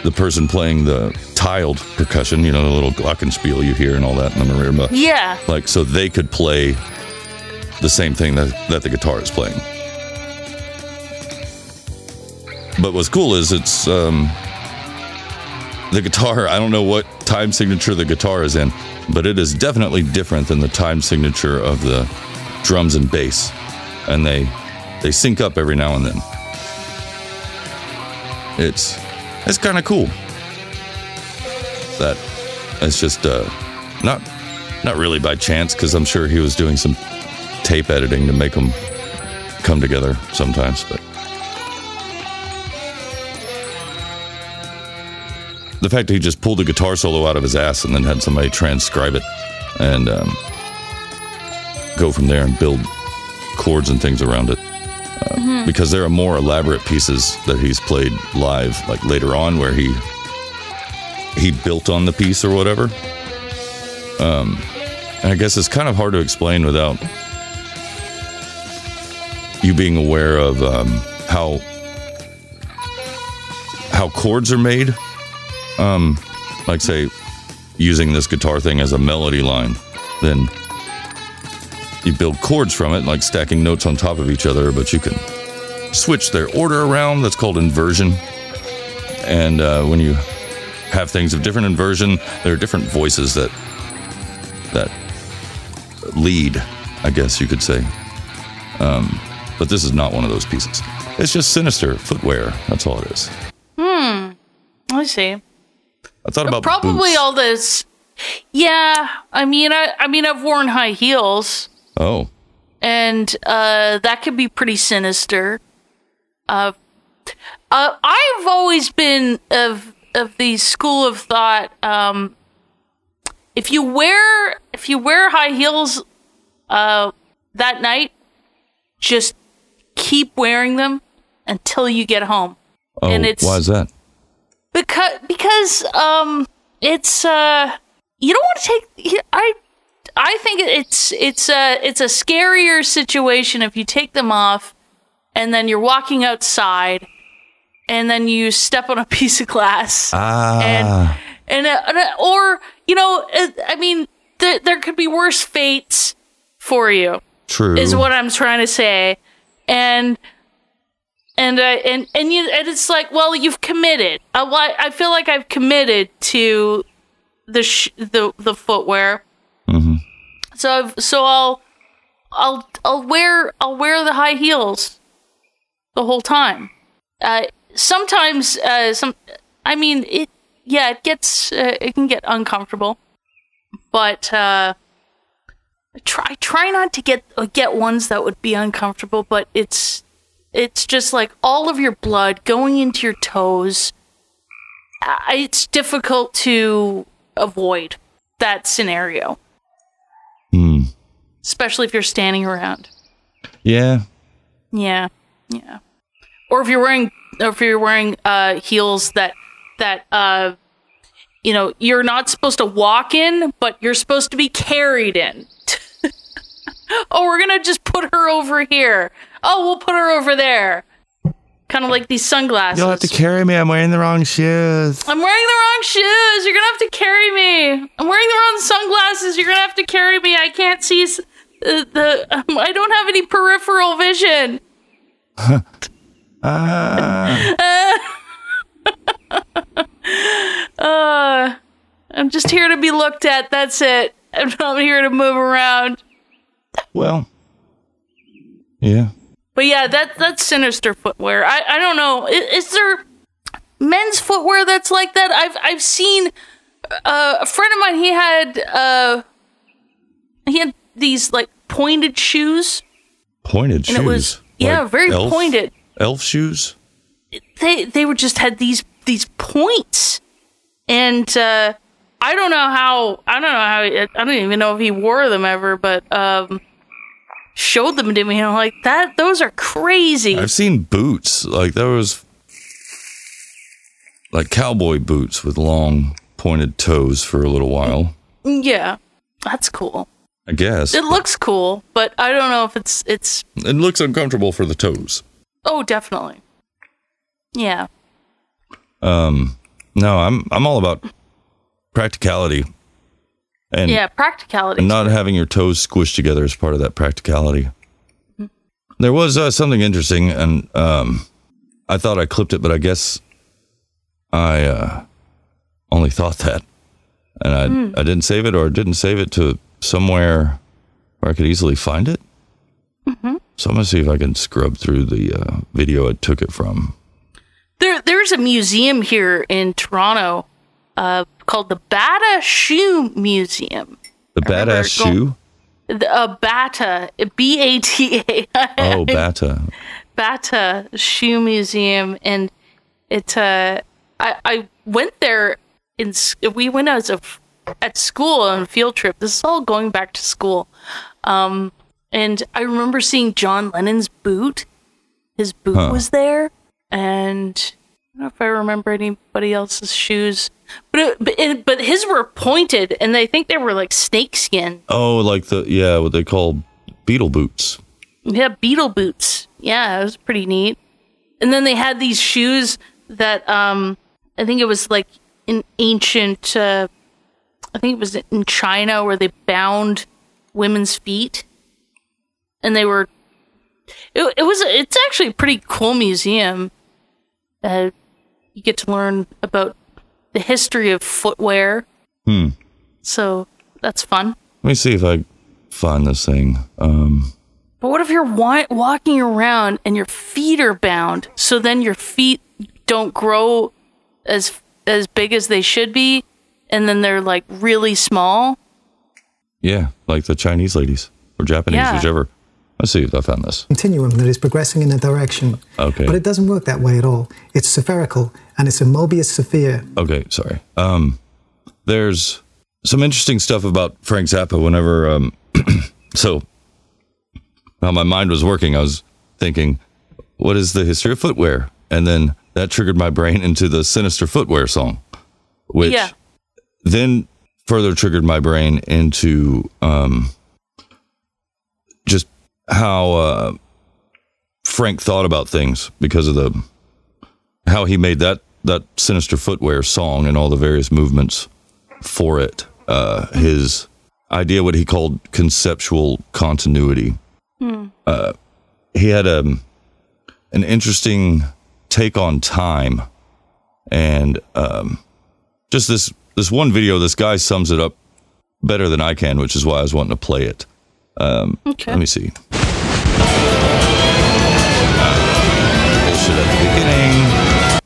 Speaker 7: the person playing the tiled percussion, you know, the little glockenspiel you hear and all that in the marimba.
Speaker 8: Yeah.
Speaker 7: Like, so they could play the same thing that, that the guitar is playing. But what's cool is it's um, the guitar, I don't know what time signature the guitar is in, but it is definitely different than the time signature of the drums and bass. And they they sync up every now and then. It's it's kind of cool. That it's just uh, not not really by chance because I'm sure he was doing some tape editing to make them come together sometimes. But the fact that he just pulled a guitar solo out of his ass and then had somebody transcribe it and um, go from there and build chords and things around it. Uh,
Speaker 16: Mhm.
Speaker 7: Because there are more elaborate pieces that he's played live, like later on, where he he built on the piece or whatever. Um, and I guess it's kind of hard to explain without you being aware of um, how how chords are made. Um, like say using this guitar thing as a melody line, then you build chords from it, like stacking notes on top of each other. But you can switch their order around. That's called inversion. And uh, when you have things of different inversion, there are different voices that that lead, I guess you could say. Um, but this is not one of those pieces. It's just sinister footwear. That's all it is.
Speaker 8: Hmm. I see.
Speaker 7: I thought about
Speaker 8: Probably
Speaker 7: boots.
Speaker 8: all this. Yeah. I mean, I, I mean, I've worn high heels,
Speaker 7: Oh,
Speaker 8: and uh, that could be pretty sinister. Uh, uh, I've always been of of the school of thought. Um, if you wear if you wear high heels, uh, that night, just keep wearing them until you get home.
Speaker 7: oh,
Speaker 8: and it's
Speaker 7: why is that?
Speaker 8: because because um it's uh you don't want to take i i think it's it's a it's a scarier situation if you take them off and then you're walking outside and then you step on a [LAUGHS] piece of glass
Speaker 7: Ah,
Speaker 8: and, uh, and, uh, or you know uh, i mean th- there could be worse fates for you
Speaker 7: True.
Speaker 8: is what i'm trying to say and and uh, and and you and it's like well you've committed I, li- I feel like i've committed to the sh- the the footwear so I've, so i'll i'll i'll wear i'll wear the high heels the whole time uh sometimes uh some i mean it yeah it gets uh, it can get uncomfortable but uh try try not to get uh, get ones that would be uncomfortable but it's it's just like all of your blood going into your toes Uh, it's difficult to avoid that scenario
Speaker 7: Hmm.
Speaker 8: especially if you're standing around
Speaker 7: yeah.
Speaker 8: yeah yeah or if you're wearing or if you're wearing uh heels that that uh you know you're not supposed to walk in but you're supposed to be carried in [LAUGHS] oh we're gonna just put her over here oh we'll put her over there kind of like these sunglasses
Speaker 7: You'll have to carry me. I'm wearing the wrong shoes.
Speaker 8: I'm wearing the wrong shoes. You're gonna have to carry me. I'm wearing the wrong sunglasses. You're gonna have to carry me. I can't see s- uh, the. Um, I don't have any peripheral vision.
Speaker 7: Ah. [LAUGHS]
Speaker 8: [LAUGHS] Uh, I'm just here to be looked at. That's it. I'm not here to move around.
Speaker 7: Well, yeah.
Speaker 8: But yeah, that that's sinister footwear. I I don't know. Is, is there men's footwear that's like that? I've I've seen uh, a friend of mine. He had uh he had these like pointed shoes.
Speaker 7: Pointed
Speaker 8: And
Speaker 7: shoes.
Speaker 8: it was yeah,
Speaker 7: Like
Speaker 8: very
Speaker 7: elf-
Speaker 8: pointed.
Speaker 7: Elf shoes.
Speaker 8: They they were just had these these points, and uh, I don't know how I don't know how I don't even know if he wore them ever, but um, showed them to me, and I'm like that. Those are crazy.
Speaker 7: I've seen boots like there was like cowboy boots with long pointed toes for a little while.
Speaker 8: yeah, that's cool.
Speaker 7: I guess
Speaker 8: It looks cool, but I don't know if it's it's
Speaker 7: it looks uncomfortable for the toes.
Speaker 8: oh definitely. Yeah.
Speaker 7: Um, no, I'm I'm all about practicality and
Speaker 8: yeah, practicality.
Speaker 7: and not having your toes squished together is part of that practicality. There was uh, something interesting, and um, I thought I clipped it, but I guess I uh, only thought that, and I
Speaker 16: Hmm.
Speaker 7: I didn't save it or didn't save it to somewhere where I could easily find it. So I'm gonna see if I can scrub through the uh, video I took it from.
Speaker 8: There, there's a museum here in Toronto uh, called the Bata Shoe Museum.
Speaker 7: The badass shoe.
Speaker 8: The, uh, Bata, B A T A.
Speaker 7: Oh, Bata.
Speaker 8: Bata Shoe Museum, and it. Uh, I I went there in s- we went as a f- at school on a field trip. This is all going back to school, um, and I remember seeing John Lennon's boot. His boot
Speaker 7: Huh.
Speaker 8: was there, and I don't know if I remember anybody else's shoes, but it, but, it, but his were pointed, and I think they were like snakeskin.
Speaker 7: Oh, like the yeah, what they call beetle boots.
Speaker 8: Yeah, beetle boots. Yeah, it was pretty neat. And then they had these shoes that um I think it was like an ancient uh I think it was in China where they bound women's feet. And they were it, it was it's actually a pretty cool museum. Uh you get to learn about the history of footwear.
Speaker 7: Hmm.
Speaker 8: So that's fun.
Speaker 7: Let me see if I find this thing. Um,
Speaker 8: But what if you're wa- walking around and your feet are bound? So then your feet don't grow as as big as they should be, and then they're like really small.
Speaker 7: yeah, like the Chinese ladies or Japanese,
Speaker 8: Yeah.
Speaker 7: whichever. Let's see if I found this.
Speaker 18: continuum that is progressing in a direction.
Speaker 7: Okay.
Speaker 18: But it doesn't work that way at all. It's spherical and it's a Mobius sphere.
Speaker 7: Okay, sorry. Um, there's some interesting stuff about Frank Zappa. Whenever, um, [CLEARS THROAT] so how my mind was working, I was thinking, what is the history of footwear? And then that triggered my brain [LAUGHS] into the Sinister Footwear song, which
Speaker 8: yeah,
Speaker 7: then further triggered my brain into um, just how uh, Frank thought about things because of the how he made that that sinister footwear song and all the various movements for it. Uh, his idea, what he called conceptual continuity.
Speaker 16: Hmm.
Speaker 7: Uh, he had a an interesting take on time and um, just this this one video this guy sums it up better than i can which is why i was wanting to play it um,
Speaker 8: Okay.
Speaker 7: let me see Uh, bullshit at the beginning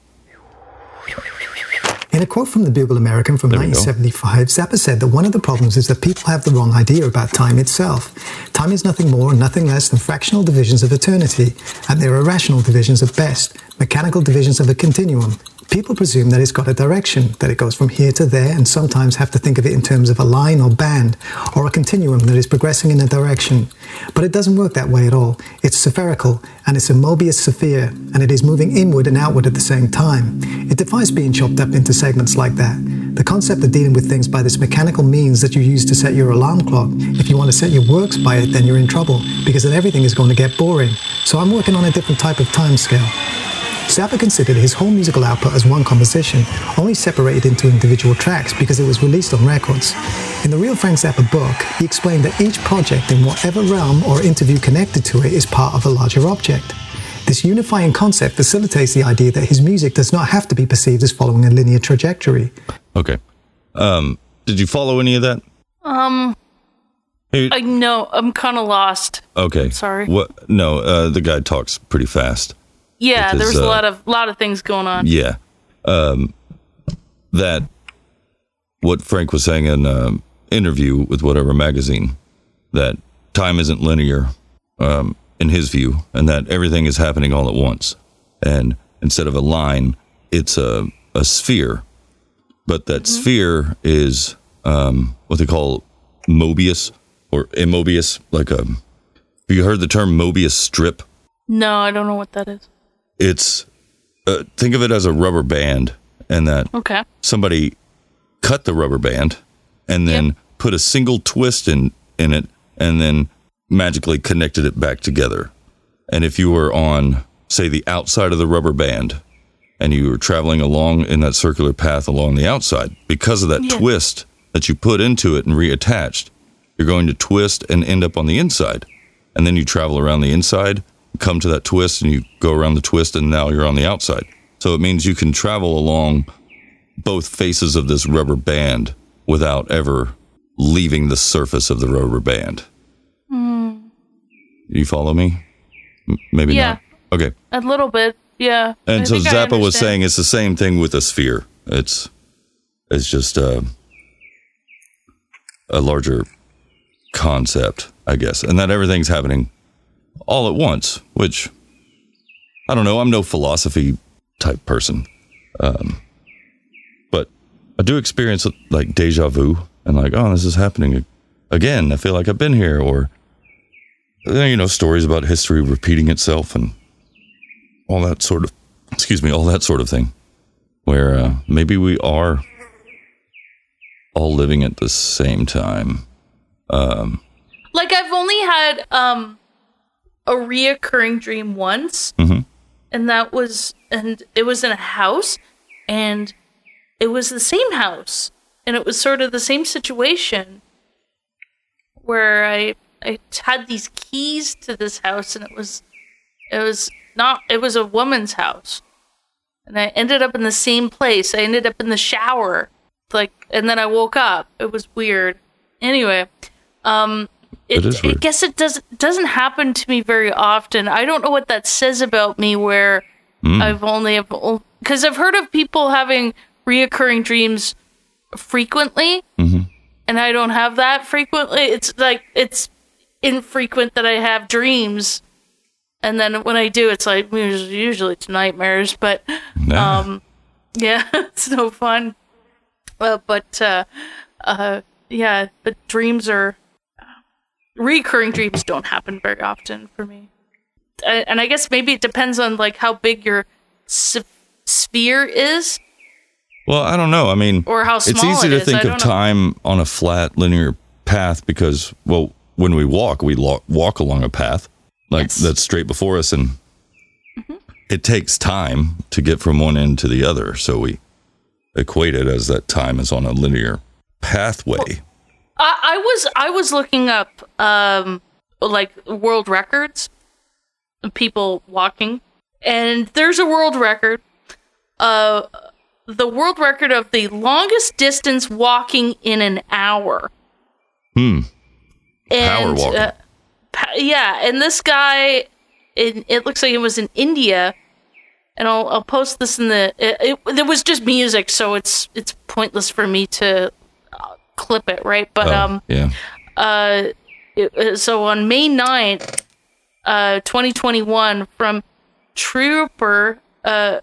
Speaker 18: In a quote from the Bugle American from 1975, Zappa said that one of the problems is that people have the wrong idea about time itself. Time is nothing more and nothing less than fractional divisions of eternity, and they're irrational divisions at best, mechanical divisions of a continuum. People presume that it's got a direction, that it goes from here to there, and sometimes have to think of it in terms of a line or band, or a continuum that is progressing in a direction. But it doesn't work that way at all. It's spherical, and it's a Mobius sphere, and it is moving inward and outward at the same time. It defies being chopped up into segments like that. The concept of dealing with things by this mechanical means that you use to set your alarm clock, if you want to set your works by it, then you're in trouble, because then everything is going to get boring. So I'm working on a different type of time scale. Zappa considered his whole musical output as one composition, only separated into individual tracks because it was released on records. In the Real Frank Zappa book, he explained that each project in whatever realm or interview connected to it is part of a larger object. This unifying concept facilitates the idea that his music does not have to be perceived as following a linear trajectory.
Speaker 7: okay um, did you follow any of that
Speaker 8: um,
Speaker 7: Hey,
Speaker 8: I know I'm kind of lost.
Speaker 7: okay
Speaker 8: sorry.
Speaker 7: what no uh, the guy talks pretty fast
Speaker 8: Yeah,
Speaker 7: Because,
Speaker 8: there was a
Speaker 7: uh,
Speaker 8: lot of lot of things going on.
Speaker 7: Yeah. Um, that, what Frank was saying in an interview with whatever magazine, that time isn't linear. Um, in his view, and that everything is happening all at once. And instead of a line, it's a, a sphere. But that sphere is um, what they call Mobius or immobius. Like a, have you heard the term Mobius strip?
Speaker 8: No, I don't know what that is.
Speaker 7: It's, uh, think of it as a rubber band, and that
Speaker 8: Okay.
Speaker 7: somebody cut the rubber band and then put a single twist in in it and then magically connected it back together. And if you were on say the outside of the rubber band and you were traveling along in that circular path along the outside because of that
Speaker 16: Yeah.
Speaker 7: twist that you put into it and reattached, you're going to twist and end up on the inside. And then you travel around the inside, come to that twist and you go around the twist and now you're on the outside. So it means you can travel along both faces of this rubber band without ever leaving the surface of the rubber band.
Speaker 8: Mm,
Speaker 7: You follow me? M- Maybe
Speaker 8: Yeah.
Speaker 7: not. Okay.
Speaker 8: a little bit. Yeah. I
Speaker 7: And so
Speaker 8: think I
Speaker 7: Zappa was
Speaker 8: understand.
Speaker 7: saying it's the same thing with a sphere. It's it's just a a larger concept, I guess, and that everything's happening all at once. Which I don't know. I'm no philosophy type person, um, but I do experience like deja vu and like, oh, this is happening again. I feel like I've been here, or you know, stories about history repeating itself and all that sort of excuse me all that sort of thing where uh, maybe we are all living at the same time um
Speaker 8: Like I've only had um a reoccurring dream once,
Speaker 7: mhm.
Speaker 8: and that was and it was in a house, and it was the same house, and it was sort of the same situation where I I had these keys to this house, and it was it was not it was a woman's house, and I ended up in the same place. I ended up in the shower, like, and then I woke up. It was weird. Anyway, um,
Speaker 7: It
Speaker 8: it,
Speaker 7: is
Speaker 8: I
Speaker 7: weird.
Speaker 8: guess it does doesn't happen to me very often. I don't know what that says about me. Where
Speaker 7: Mm.
Speaker 8: I've only because I've heard of people having reoccurring dreams frequently, and I don't have that frequently. It's like it's infrequent that I have dreams, and then when I do, it's like us- usually it's nightmares. But
Speaker 7: Nah.
Speaker 8: um, yeah, [LAUGHS] it's no fun. Uh, but uh, uh, yeah, but dreams are recurring dreams don't happen very often for me, I, and I guess maybe it depends on like how big your s- sphere is.
Speaker 7: well i don't know i mean
Speaker 8: Or how
Speaker 7: it's
Speaker 8: small
Speaker 7: easy
Speaker 8: it
Speaker 7: to
Speaker 8: is, I
Speaker 7: think of
Speaker 8: don't know.
Speaker 7: time on a flat linear path because well when we walk we lo- walk along a path like that's straight before us and
Speaker 8: Mm-hmm.
Speaker 7: it takes time to get from one end to the other so we equate it as that time is on a linear pathway
Speaker 8: I, I was I was looking up um like world records, of people walking, and there's a world record. Uh, the world record of the longest distance walking in an hour.
Speaker 7: hmm
Speaker 8: And,
Speaker 7: walking.
Speaker 8: uh, pa- yeah, and this guy, it, it looks like it was in India, and I'll, I'll post this in the. It, it, there was just music, so it's it's pointless for me to uh, clip it, right? But
Speaker 7: Oh,
Speaker 8: um,
Speaker 7: yeah
Speaker 8: uh, it, uh, so on May 9th, uh, 2021, from Trooper, uh,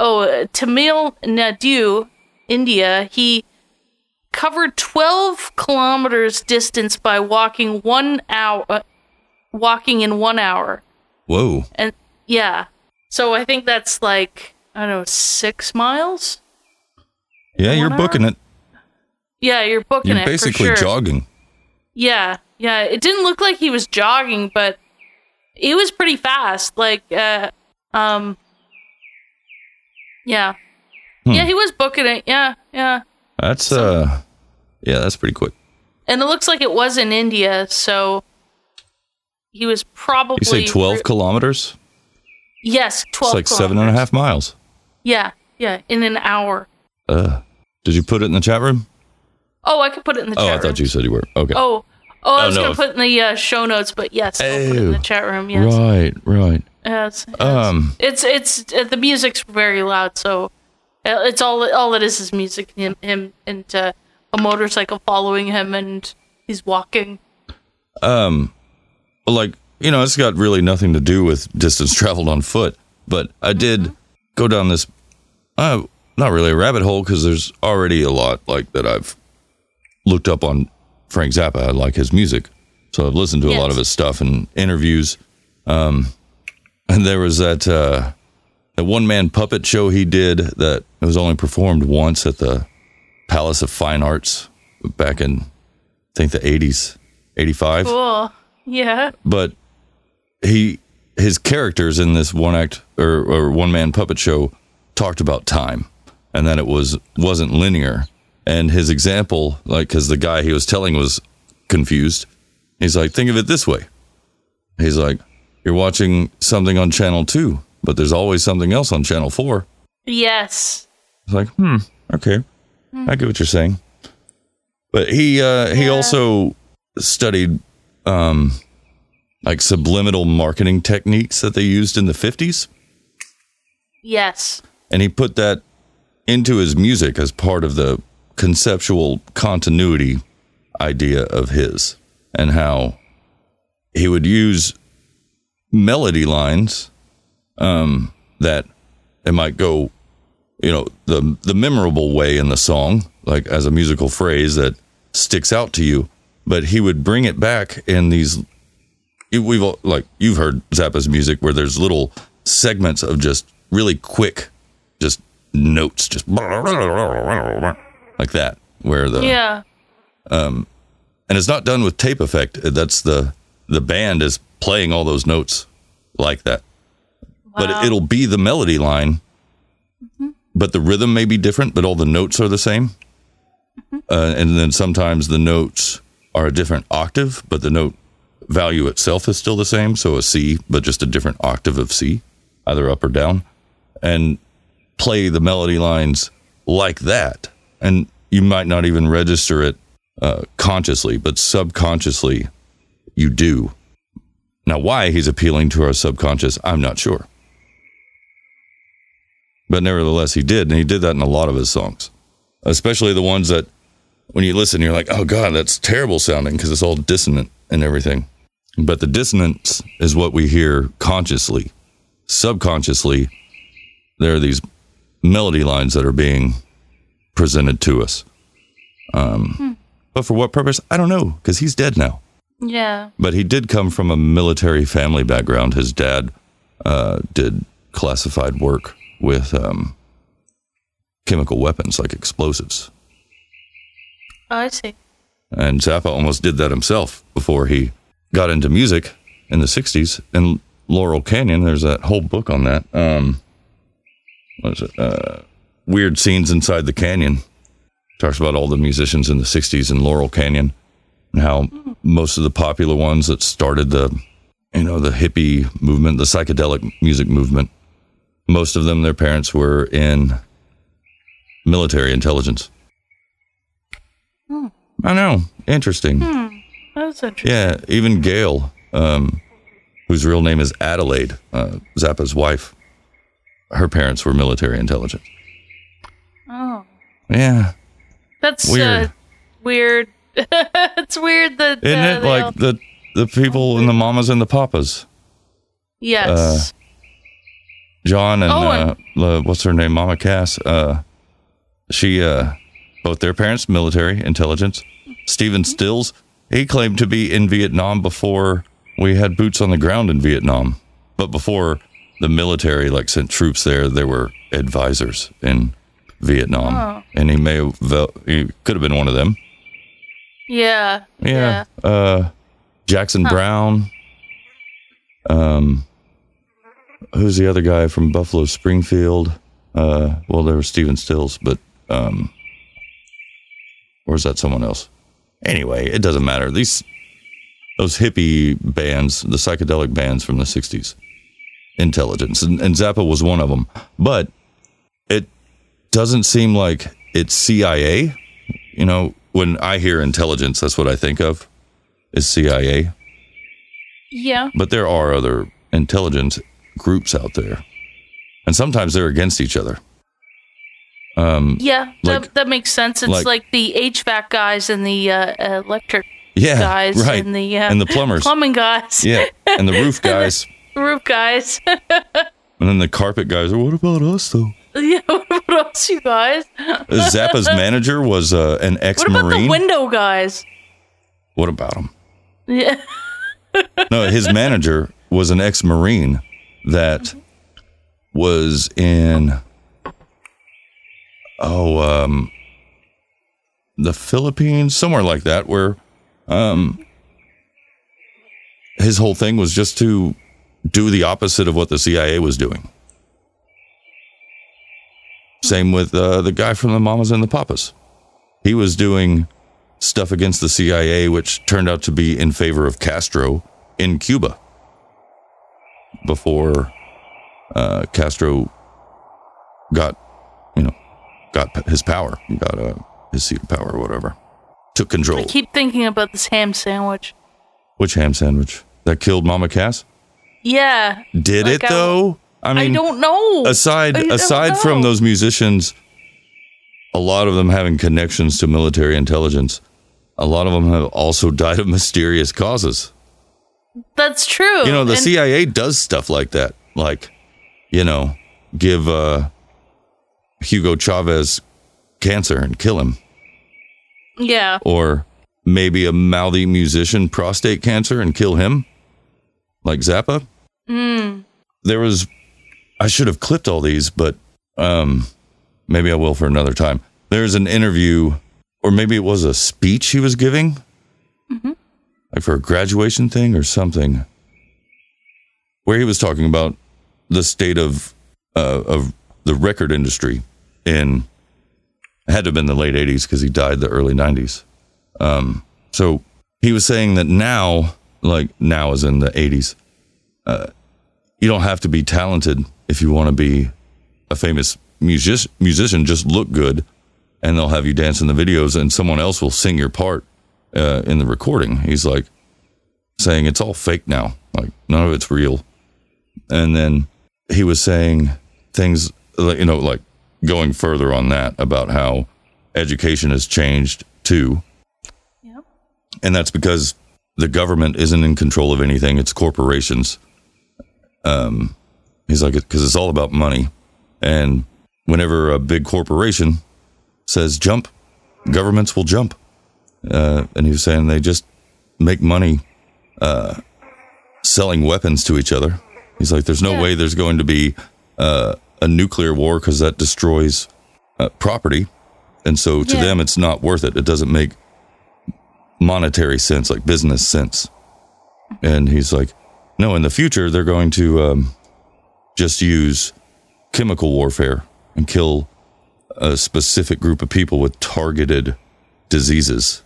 Speaker 8: oh, uh, Tamil Nadu, India, he covered 12 kilometers distance by walking one hour, uh, walking in one hour.
Speaker 7: whoa
Speaker 8: And yeah, so I think that's like, I don't know, six miles?
Speaker 7: yeah you're
Speaker 8: hour?
Speaker 7: booking it
Speaker 8: Yeah, you're booking
Speaker 7: You're
Speaker 8: it. for
Speaker 7: basically
Speaker 8: sure.
Speaker 7: jogging.
Speaker 8: Yeah, yeah. It didn't look like he was jogging, but it was pretty fast. Like, uh, um, yeah,
Speaker 7: Hmm.
Speaker 8: yeah. He was booking it. Yeah, yeah.
Speaker 7: That's uh, yeah, that's pretty quick.
Speaker 8: And it looks like it was in India, so he was probably
Speaker 7: You say twelve kilometers?
Speaker 8: Yes,
Speaker 7: It's
Speaker 8: twelve.
Speaker 7: like seven and a
Speaker 8: kilometers.
Speaker 7: half miles.
Speaker 8: Yeah, yeah. In an hour.
Speaker 7: Uh, did you put it in the chat room?
Speaker 8: Oh, I could put it in the
Speaker 7: oh,
Speaker 8: chat
Speaker 7: I thought you said you were. Okay.
Speaker 8: room. Oh, oh. I
Speaker 7: Oh,
Speaker 8: was
Speaker 7: no.
Speaker 8: gonna put it in the uh, show notes, but yes, I'll put it in the
Speaker 7: Oh,
Speaker 8: chat room. Yes.
Speaker 7: Right, right.
Speaker 8: Yes. yes.
Speaker 7: Um,
Speaker 8: It's it's uh, the music's very loud, so uh, it's all all it is is music. Him, him and uh, a motorcycle following him, and he's walking.
Speaker 7: um, like you know, it's got really nothing to do with distance [LAUGHS] traveled on foot, but I did go down this, uh, not really a rabbit hole because there's already a lot like that I've looked up on Frank Zappa. I like his music. So I've listened to a lot of his stuff and interviews. Um, and there was that, uh, that one man puppet show he did that it was only performed once at the Palace of Fine Arts back in, I think, the 80s, 85
Speaker 8: Cool. Yeah.
Speaker 7: but he his characters in this one act or, or one man puppet show talked about time and that it was wasn't linear and his example like because the guy he was telling was confused he's like think of it this way he's like you're watching something on channel 2 but there's always something else on channel 4
Speaker 8: Yes.
Speaker 7: it's like hmm okay I get what you're saying. But he uh, he also studied um, like subliminal marketing techniques that they used in the 50s,
Speaker 8: Yes.
Speaker 7: and he put that into his music as part of the conceptual continuity idea of his, and how he would use melody lines um, that it might go you know the the memorable way in the song like as a musical phrase that sticks out to you but he would bring it back in these you- we've all, like you've heard Zappa's music where there's little segments of just really quick just notes just like that where the
Speaker 8: yeah.
Speaker 7: um, and it's not done with tape effect. That's the the band is playing all those notes like that, but it'll be the melody line. But the rhythm may be different, but all the notes are the same. Uh, and then sometimes the notes are a different octave, but the note value itself is still the same. So a C, but just a different octave of C, either up or down, and play the melody lines like that. And you might not even register it uh, consciously, but subconsciously you do. Now, why he's appealing to our subconscious, I'm not sure. But nevertheless, he did. And he did that in a lot of his songs, especially the ones that when you listen, you're like, oh God, that's terrible sounding because it's all dissonant and everything. But the dissonance is what we hear consciously. Subconsciously, there are these melody lines that are being presented to us. Um, But for what purpose? I don't know because he's dead now.
Speaker 8: Yeah.
Speaker 7: But he did come from a military family background. His dad uh, did classified work with um, chemical weapons like explosives.
Speaker 8: Oh, I see.
Speaker 7: And Zappa almost did that himself before he got into music in the 60s. In Laurel Canyon, there's that whole book on that. Um, what is it? Uh, Weird Scenes Inside the Canyon. Talks about all the musicians in the 60s in Laurel Canyon and how most of the popular ones that started the, you know, the hippie movement, the psychedelic music movement, most of them, their parents were in military intelligence.
Speaker 8: Hmm.
Speaker 7: I know. Interesting.
Speaker 8: Hmm. That's interesting.
Speaker 7: Yeah, even Gail, um, whose real name is Adelaide, uh, Zappa's wife, her parents were military intelligence.
Speaker 8: Oh.
Speaker 7: Yeah,
Speaker 8: That's
Speaker 7: Weird.
Speaker 8: Uh, weird. [LAUGHS] it's weird that.
Speaker 7: [LAUGHS] isn't
Speaker 8: uh,
Speaker 7: it
Speaker 8: they all-
Speaker 7: like the the people and the mamas and the papas?
Speaker 8: Yes.
Speaker 7: Uh, John and
Speaker 8: Oh,
Speaker 7: uh, uh, what's her name, Mama Cass. Uh, she, uh, both their parents, military intelligence. Stephen
Speaker 8: Mm-hmm.
Speaker 7: Stills, he claimed to be in Vietnam before we had boots on the ground in Vietnam, but before the military like sent troops there, there were advisors in Vietnam,
Speaker 8: Oh.
Speaker 7: and he may have, he could have been one of them.
Speaker 8: yeah.
Speaker 7: Yeah. Uh, Jackson
Speaker 8: Huh.
Speaker 7: Brown. Um, who's the other guy from Buffalo Springfield? Uh, well, there was Steven Stills, but um, or is that someone else? Anyway, it doesn't matter. These those hippie bands, the psychedelic bands from the '60s, intelligence, and, and Zappa was one of them. But it doesn't seem like it's CIA. You know, when I hear intelligence, that's what I think of is CIA.
Speaker 8: Yeah.
Speaker 7: But there are other intelligence groups out there, and sometimes they're against each other. Um,
Speaker 8: Yeah.
Speaker 7: Like-
Speaker 8: that, that makes sense. It's
Speaker 7: like-
Speaker 8: like, the HVAC guys and the uh, electric
Speaker 7: Yeah,
Speaker 8: guys
Speaker 7: right.
Speaker 8: and the uh,
Speaker 7: And the plumbers.
Speaker 8: plumbing guys,
Speaker 7: Yeah, and the roof guys,
Speaker 8: [LAUGHS] roof guys. [LAUGHS]
Speaker 7: and then the carpet guys. What about us though?
Speaker 8: yeah, [LAUGHS] what else, you guys? [LAUGHS]
Speaker 7: Zappa's manager was uh, an
Speaker 8: What about the
Speaker 7: ex-marine.
Speaker 8: window guys?
Speaker 7: what about him?
Speaker 8: Yeah, [LAUGHS]
Speaker 7: No, his manager was an ex-marine that was in oh um the Philippines, somewhere like that, where um his whole thing was just to do the opposite of what the CIA was doing. Same with uh, the guy from the Mamas and the Papas. He was doing stuff against the CIA, which turned out to be in favor of Castro in Cuba before uh, Castro got, you know, got p- his power, got uh, his seat of power or whatever, took
Speaker 8: I
Speaker 7: control.
Speaker 8: keep thinking about this ham sandwich.
Speaker 7: Which ham sandwich that killed Mama Cass?
Speaker 8: Yeah,
Speaker 7: Did
Speaker 8: Like, um,
Speaker 7: it
Speaker 8: I-
Speaker 7: though? I mean,
Speaker 8: don't know.
Speaker 7: Aside,
Speaker 8: I don't
Speaker 7: aside from
Speaker 8: know.
Speaker 7: those musicians, a lot of them having connections to military intelligence, a lot of them have also [LAUGHS] died of mysterious causes.
Speaker 8: that's true.
Speaker 7: You know, the
Speaker 8: And-
Speaker 7: CIA does stuff like that. Like, you know, give uh, Hugo Chavez cancer and kill him,
Speaker 8: Yeah,
Speaker 7: or maybe a mouthy musician prostate cancer and kill him, like Zappa.
Speaker 8: mm.
Speaker 7: there was I should have clipped all these, but um maybe I will for another time. There's an interview or maybe it was a speech he was giving. Like for a graduation thing or something. Where he was talking about the state of uh, of the record industry in it had to have been the late 80s because he died the early 90s. Um, so he was saying that now, like now is in the 80s, uh, you don't have to be talented if you want to be a famous music- musician. Just look good, and they'll have you dance in the videos, and someone else will sing your part uh, in the recording. He's like saying it's all fake now, like none of it's real. And then he was saying things, like, you know, like going further on that about how education has changed too. And that's because the government isn't in control of anything, it's corporations um, he's like, because it's all about money. And whenever a big corporation says jump, governments will jump. Uh, and he was saying they just make money uh, selling weapons to each other. He's like, there's no way there's going to be uh, a nuclear war because that destroys uh, property. And so to them, it's not worth it. It doesn't make monetary sense, like business sense. And he's like, no, in the future, they're going to um, just use chemical warfare and kill a specific group of people with targeted diseases.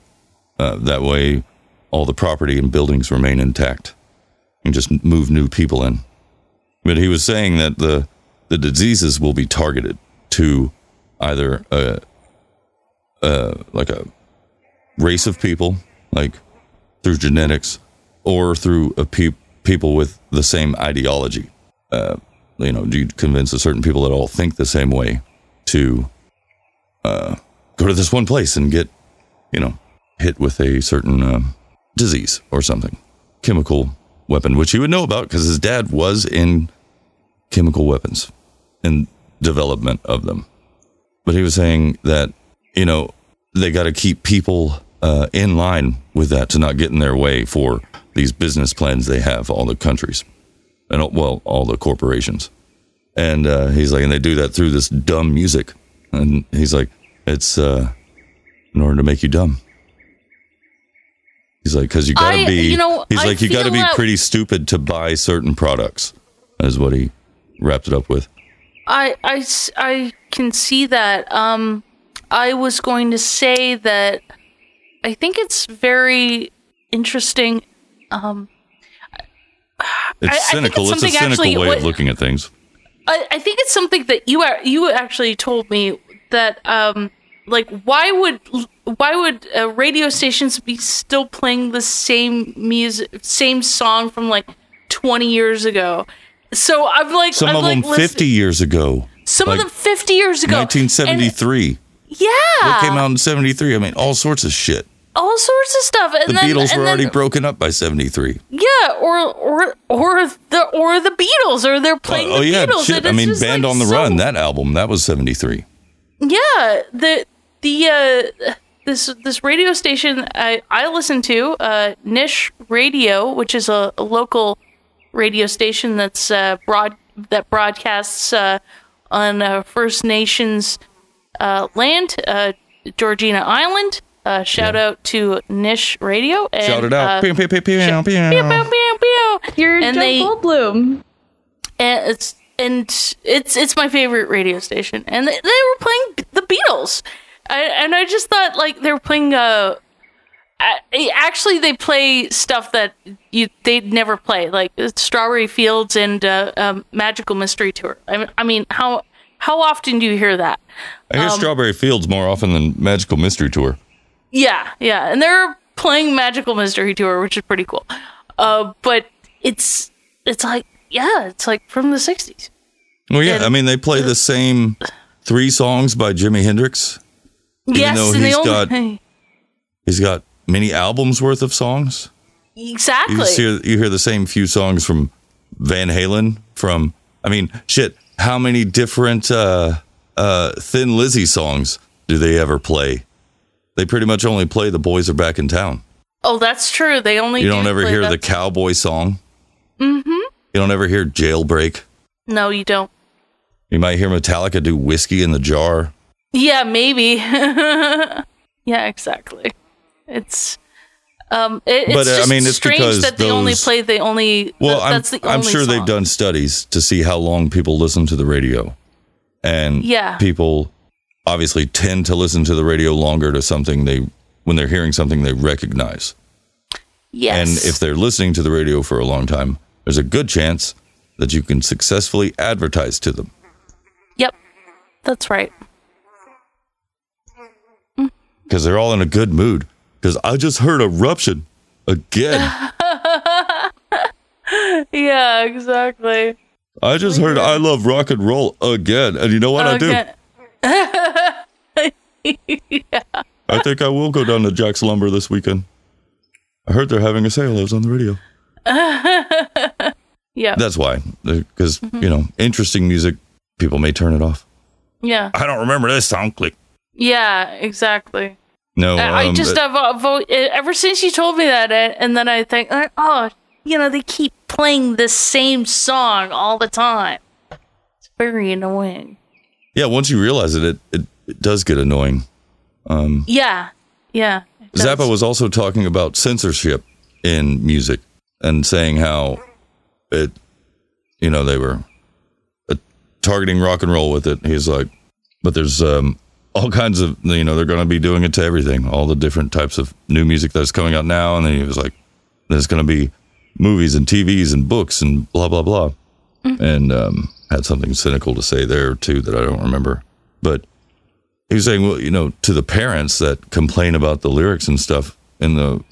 Speaker 7: Uh, that way, all the property and buildings remain intact and just move new people in. But he was saying that the, the diseases will be targeted to either a, a, like a race of people, like through genetics or through a pe- people with the same ideology. Uh, you know, do you convince a certain people that all think the same way to uh, go to this one place and get, you know, hit with a certain um disease or something, chemical weapon, which he would know about because his dad was in chemical weapons and development of them. But he was saying that, you know, they got to keep people uh, in line with that to not get in their way for these business plans they have, all the countries and, all- well, all the corporations. And uh, he's like, and they do that through this dumb music. And he's like, it's uh, in order to make you dumb. He's like, because you got
Speaker 8: I-
Speaker 7: to be,
Speaker 8: you know,
Speaker 7: he's
Speaker 8: I
Speaker 7: like, you got to
Speaker 8: feel
Speaker 7: be
Speaker 8: that-
Speaker 7: pretty stupid to buy certain products, is what he wrapped it up with.
Speaker 8: I, I s- I can see that. Um, I was going to say that I think it's very interesting. Um, I- I think
Speaker 7: It's
Speaker 8: it's
Speaker 7: cynical. it's a
Speaker 8: something
Speaker 7: cynical
Speaker 8: actually-
Speaker 7: way
Speaker 8: what-
Speaker 7: of looking at things.
Speaker 8: I, I think it's something that you are, you actually told me that um like why would why would uh, radio stations be still playing the same music same song from like 20 years ago so i'm like
Speaker 7: Some
Speaker 8: I'm
Speaker 7: of
Speaker 8: like
Speaker 7: them 50 years ago.
Speaker 8: some
Speaker 7: like
Speaker 8: of them 50 years ago And-
Speaker 7: 1973.
Speaker 8: yeah
Speaker 7: What came out in 73? I mean, all sorts of shit.
Speaker 8: all sorts of stuff. And
Speaker 7: the
Speaker 8: then,
Speaker 7: Beatles
Speaker 8: and
Speaker 7: were
Speaker 8: then-
Speaker 7: already broken up by 73.
Speaker 8: Yeah, or or or the or the Beatles, or they're playing
Speaker 7: oh,
Speaker 8: the
Speaker 7: yeah.
Speaker 8: Beatles.
Speaker 7: shit.
Speaker 8: and
Speaker 7: I
Speaker 8: it's
Speaker 7: mean,
Speaker 8: just
Speaker 7: Band
Speaker 8: like
Speaker 7: on the
Speaker 8: so-
Speaker 7: Run, that album, that was 73.
Speaker 8: Yeah, the the uh, this this radio station I I listen to, uh, Nish Radio, which is a, a local radio station that's uh, broad that broadcasts uh, on uh, First Nations uh, land, uh, Georgina Island. Uh, shout out to Nish Radio. And,
Speaker 7: Shout it out.
Speaker 8: uh,
Speaker 7: Pew, pew, pew, pew,
Speaker 8: shout-
Speaker 7: pew.
Speaker 8: pew, pew.
Speaker 16: You're
Speaker 8: And
Speaker 16: Jeff
Speaker 8: they-
Speaker 16: Goldblum.
Speaker 8: and it's and it's it's my favorite radio station and they, they were playing the beatles I, and i just thought like they were playing uh a- actually they play stuff that you they'd never play like strawberry fields and uh, um, magical mystery tour I mean, I mean how how often do you hear that
Speaker 7: I
Speaker 8: Um,
Speaker 7: hear Strawberry Fields more often than Magical Mystery Tour.
Speaker 8: yeah, yeah, and they're playing Magical Mystery Tour, which is pretty cool. Uh, but it's it's like yeah, it's like from the '60s.
Speaker 7: Well, yeah. I mean, they play the same three songs by Jimi Hendrix. Even
Speaker 8: yes,
Speaker 7: though
Speaker 8: and they
Speaker 7: he's
Speaker 8: only
Speaker 7: got he's got many albums worth of songs.
Speaker 8: [LAUGHS] exactly.
Speaker 7: You just hear you hear the same few songs from Van Halen. From I mean, shit. How many different uh, uh, Thin Lizzy songs do they ever play? They pretty much only play "The Boys Are Back in Town."
Speaker 8: oh, that's true. They only
Speaker 7: you don't ever hear the cowboy song.
Speaker 8: Mm-hmm.
Speaker 7: You don't ever hear "Jailbreak."
Speaker 8: No, you don't.
Speaker 7: You might hear Metallica do "Whiskey in the Jar."
Speaker 8: Yeah, maybe. [LAUGHS] yeah, exactly. It's um, it, it's
Speaker 7: But, uh,
Speaker 8: just
Speaker 7: I mean, it's
Speaker 8: strange
Speaker 7: because
Speaker 8: that they only
Speaker 7: those-
Speaker 8: play the only.
Speaker 7: Well,
Speaker 8: that-
Speaker 7: I'm,
Speaker 8: that's the
Speaker 7: I'm
Speaker 8: only
Speaker 7: sure
Speaker 8: song.
Speaker 7: they've done studies to see how long people listen to the radio. And
Speaker 8: Yeah.
Speaker 7: people obviously tend to listen to the radio longer to something they, when they're hearing something they recognize.
Speaker 8: Yes.
Speaker 7: And if they're listening to the radio for a long time, there's a good chance that you can successfully advertise to them.
Speaker 8: Yep, that's right.
Speaker 7: because they're all in a good mood. Because I just heard eruption
Speaker 8: [GASPS]
Speaker 7: again.
Speaker 8: [LAUGHS] yeah, exactly.
Speaker 7: I
Speaker 8: Oh
Speaker 7: just heard I love rock and roll again. And you know what I
Speaker 8: [LAUGHS]
Speaker 7: do? I think I will go down to Jack's Lumber this weekend. I heard they're having a sale. I was on the radio.
Speaker 8: do? yeah.
Speaker 7: That's why. Because,
Speaker 8: Mm-hmm.
Speaker 7: you know, interesting music, people may turn it off.
Speaker 8: yeah.
Speaker 7: I don't remember this song. Click.
Speaker 8: Yeah, exactly.
Speaker 7: No,
Speaker 8: I, I
Speaker 7: um,
Speaker 8: just
Speaker 7: uh,
Speaker 8: have uh, vo- ever since you told me that, and, and then I think, like, oh, you know, they keep playing the same song all the time. It's very annoying.
Speaker 7: yeah, once you realize it, it, it, it does get annoying. Um,
Speaker 8: Yeah, yeah,
Speaker 7: Zappa was also talking about censorship in music and saying how it, you know, they were uh, targeting rock and roll with it. He's like, but there's um, all kinds of, you know, they're going to be doing it to everything, all the different types of new music that's coming out now. And then he was like, there's going to be movies and TVs and books and blah, blah, blah. And um, had something cynical to say there too that I don't remember. But he was saying, well, you know, to the parents that complain about the lyrics and stuff in the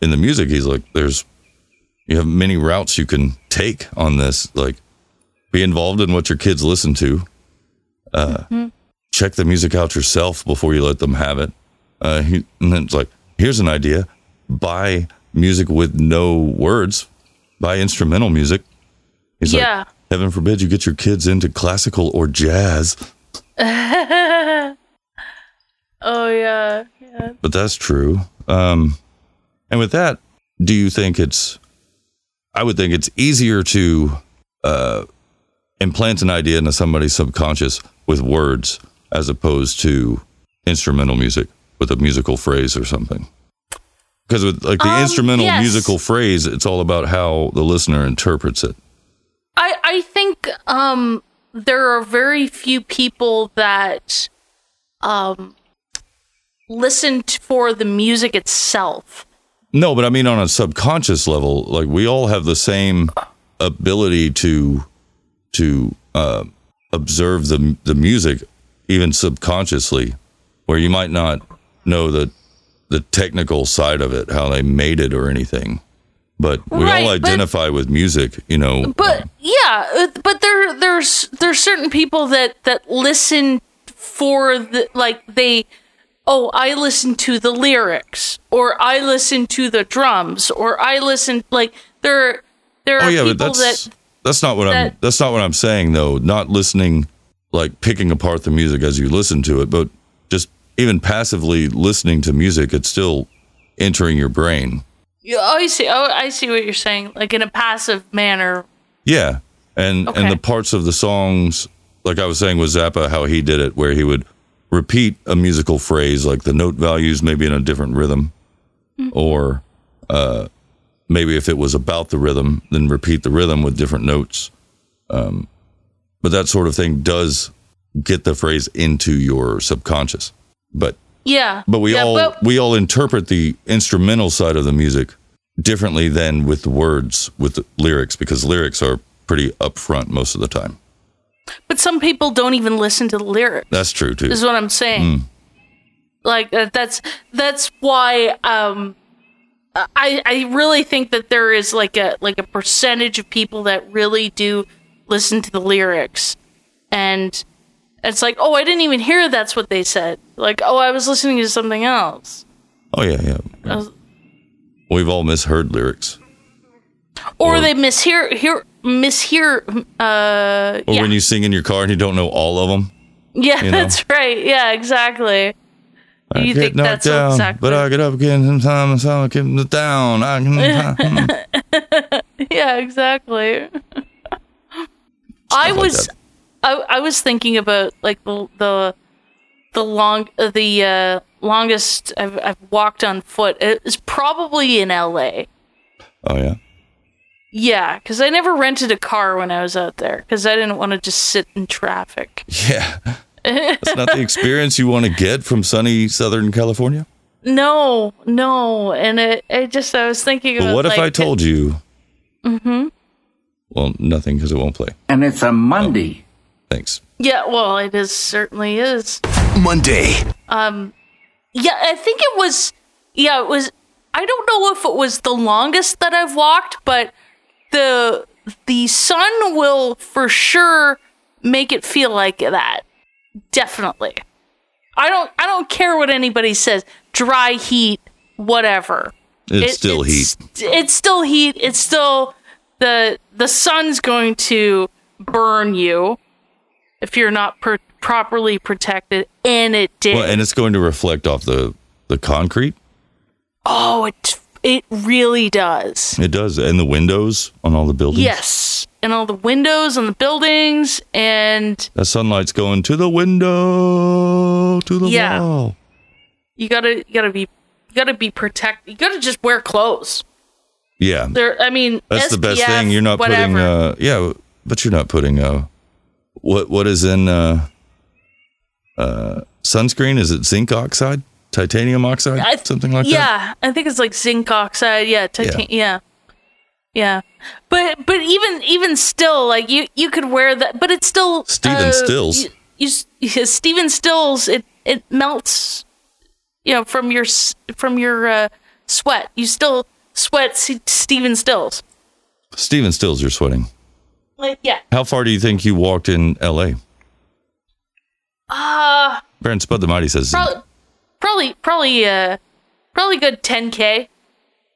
Speaker 7: in the music, he's like, there's you have many routes you can take on this. Like, be involved in what your kids listen to. Uh, Check the music out yourself before you let them have it. Uh, he, and then it's like, here's an idea: buy music with no words, buy instrumental music. He's
Speaker 8: Yeah.
Speaker 7: like, heaven forbid you get your kids into classical or jazz.
Speaker 8: [LAUGHS] oh yeah, yeah.
Speaker 7: but that's true. Um, and with that, do you think it's? I would think it's easier to uh, implant an idea into somebody's subconscious with words as opposed to instrumental music with a musical phrase or something. Because with like the
Speaker 8: Um,
Speaker 7: instrumental
Speaker 8: yes.
Speaker 7: musical phrase, it's all about how the listener interprets it.
Speaker 8: I I think um there are very few people that um listen t- for the music itself.
Speaker 7: No, but I mean on a subconscious level, like we all have the same ability to to uh, observe the the music, even subconsciously, where you might not know the the technical side of it, how they made it or anything. But we
Speaker 8: Right,
Speaker 7: all
Speaker 8: but-
Speaker 7: identify with music, you know.
Speaker 8: But yeah, uh, but there there's there's certain people that that listen for the like they oh, I listen to the lyrics, or I listen to the drums, or I listen like there. There are
Speaker 7: oh yeah, but
Speaker 8: people
Speaker 7: that's
Speaker 8: that
Speaker 7: that's not what I'm
Speaker 8: that-
Speaker 7: that's not what I'm saying though. Not listening, like picking apart the music as you listen to it, but just even passively listening to music, it's still entering your brain.
Speaker 8: Yeah, oh, I see. Oh, I see what you're saying. Like in a passive manner.
Speaker 7: Yeah, and
Speaker 8: Okay.
Speaker 7: and the parts of the songs, like I was saying with Zappa, how he did it, where he would repeat a musical phrase, like the note values, maybe in a different rhythm, or uh, maybe if it was about the rhythm, then repeat the rhythm with different notes. Um, but that sort of thing does get the phrase into your subconscious. But
Speaker 8: Yeah.
Speaker 7: but we
Speaker 8: Yeah,
Speaker 7: all we all interpret the instrumental side of the music differently than with the words with the lyrics because lyrics are pretty upfront most of the time.
Speaker 8: but some people don't even listen to the lyrics.
Speaker 7: That's true too.
Speaker 8: Is what I'm saying.
Speaker 7: Mm.
Speaker 8: Like uh, that's that's why um, I I really think that there is like a like a percentage of people that really do listen to the lyrics, and it's like oh I didn't even hear that's what they said. Like oh I was listening to something else.
Speaker 7: Oh yeah, yeah.
Speaker 8: I was-
Speaker 7: We've all misheard lyrics.
Speaker 8: or, they mishear hear mishear. Uh, [LAUGHS]
Speaker 7: Or
Speaker 8: yeah,
Speaker 7: when you sing in your car and you don't know all of them.
Speaker 8: yeah,
Speaker 7: you know.
Speaker 8: that's right. Yeah, exactly.
Speaker 7: I
Speaker 8: You
Speaker 7: get
Speaker 8: think
Speaker 7: knocked
Speaker 8: that's
Speaker 7: down,
Speaker 8: exactly?
Speaker 7: but I get up again sometimes. I get down. I can,
Speaker 8: [LAUGHS] yeah, exactly. I
Speaker 7: like
Speaker 8: was,
Speaker 7: that.
Speaker 8: I, I was thinking about like the the, the long uh, the uh, longest I've, I've walked on foot. It's probably in L.A.
Speaker 7: oh yeah.
Speaker 8: Yeah, because I never rented a car when I was out there because I didn't want to just sit in traffic.
Speaker 7: [LAUGHS] Yeah, that's not
Speaker 8: [LAUGHS]
Speaker 7: the experience you want to get from sunny Southern California.
Speaker 8: no, no, and it, it just I was thinking.
Speaker 7: But
Speaker 8: about,
Speaker 7: what if
Speaker 8: like,
Speaker 7: I told you?
Speaker 8: Mm-hmm.
Speaker 7: Well, nothing because it won't play.
Speaker 15: And it's a Monday.
Speaker 7: Thanks.
Speaker 8: Yeah, well, it is certainly is.
Speaker 17: Monday.
Speaker 8: Um, yeah, I think it was. Yeah, it was. I don't know if it was the longest that I've walked, but the the sun will for sure make it feel like that. Definitely. I don't. I don't care what anybody says. Dry heat, whatever.
Speaker 7: Oh, It's still heat.
Speaker 8: It's still heat. It's still the the sun's going to burn you if you're not pr properly protected, and it did.
Speaker 7: Well, and it's going to reflect off the the concrete.
Speaker 8: oh, it it really does.
Speaker 7: It does, and the windows on all the buildings.
Speaker 8: Yes, and all the windows on the buildings, and
Speaker 7: That sunlight's going to the window, to the
Speaker 8: Yeah.
Speaker 7: wall.
Speaker 8: you gotta you gotta be you gotta be protected. You gotta just wear clothes.
Speaker 7: Yeah,
Speaker 8: There, I mean,
Speaker 7: that's the best
Speaker 8: SPF,
Speaker 7: thing. You're not
Speaker 8: whatever.
Speaker 7: putting. Uh, yeah, but you're not putting. Uh, what what is in uh, uh, sunscreen? Is it zinc oxide, titanium oxide,
Speaker 8: I-
Speaker 7: something like that?
Speaker 8: yeah, I think it's like zinc oxide. Yeah, titan- yeah. yeah, But but even even still, like you you could wear that, but it's still uh,
Speaker 7: Stephen Stills.
Speaker 8: You, you s- [LAUGHS] yeah, Stephen Stills. It it melts, you know, from your s- from your uh, sweat. You still sweat S- Stephen Stills.
Speaker 7: Steven Stills, you're sweating.
Speaker 8: Like yeah.
Speaker 7: How far do you think you walked in L.A.?
Speaker 8: Uh
Speaker 7: Baron Spud the Mighty says zinc.
Speaker 8: probably probably probably uh probably good 10k.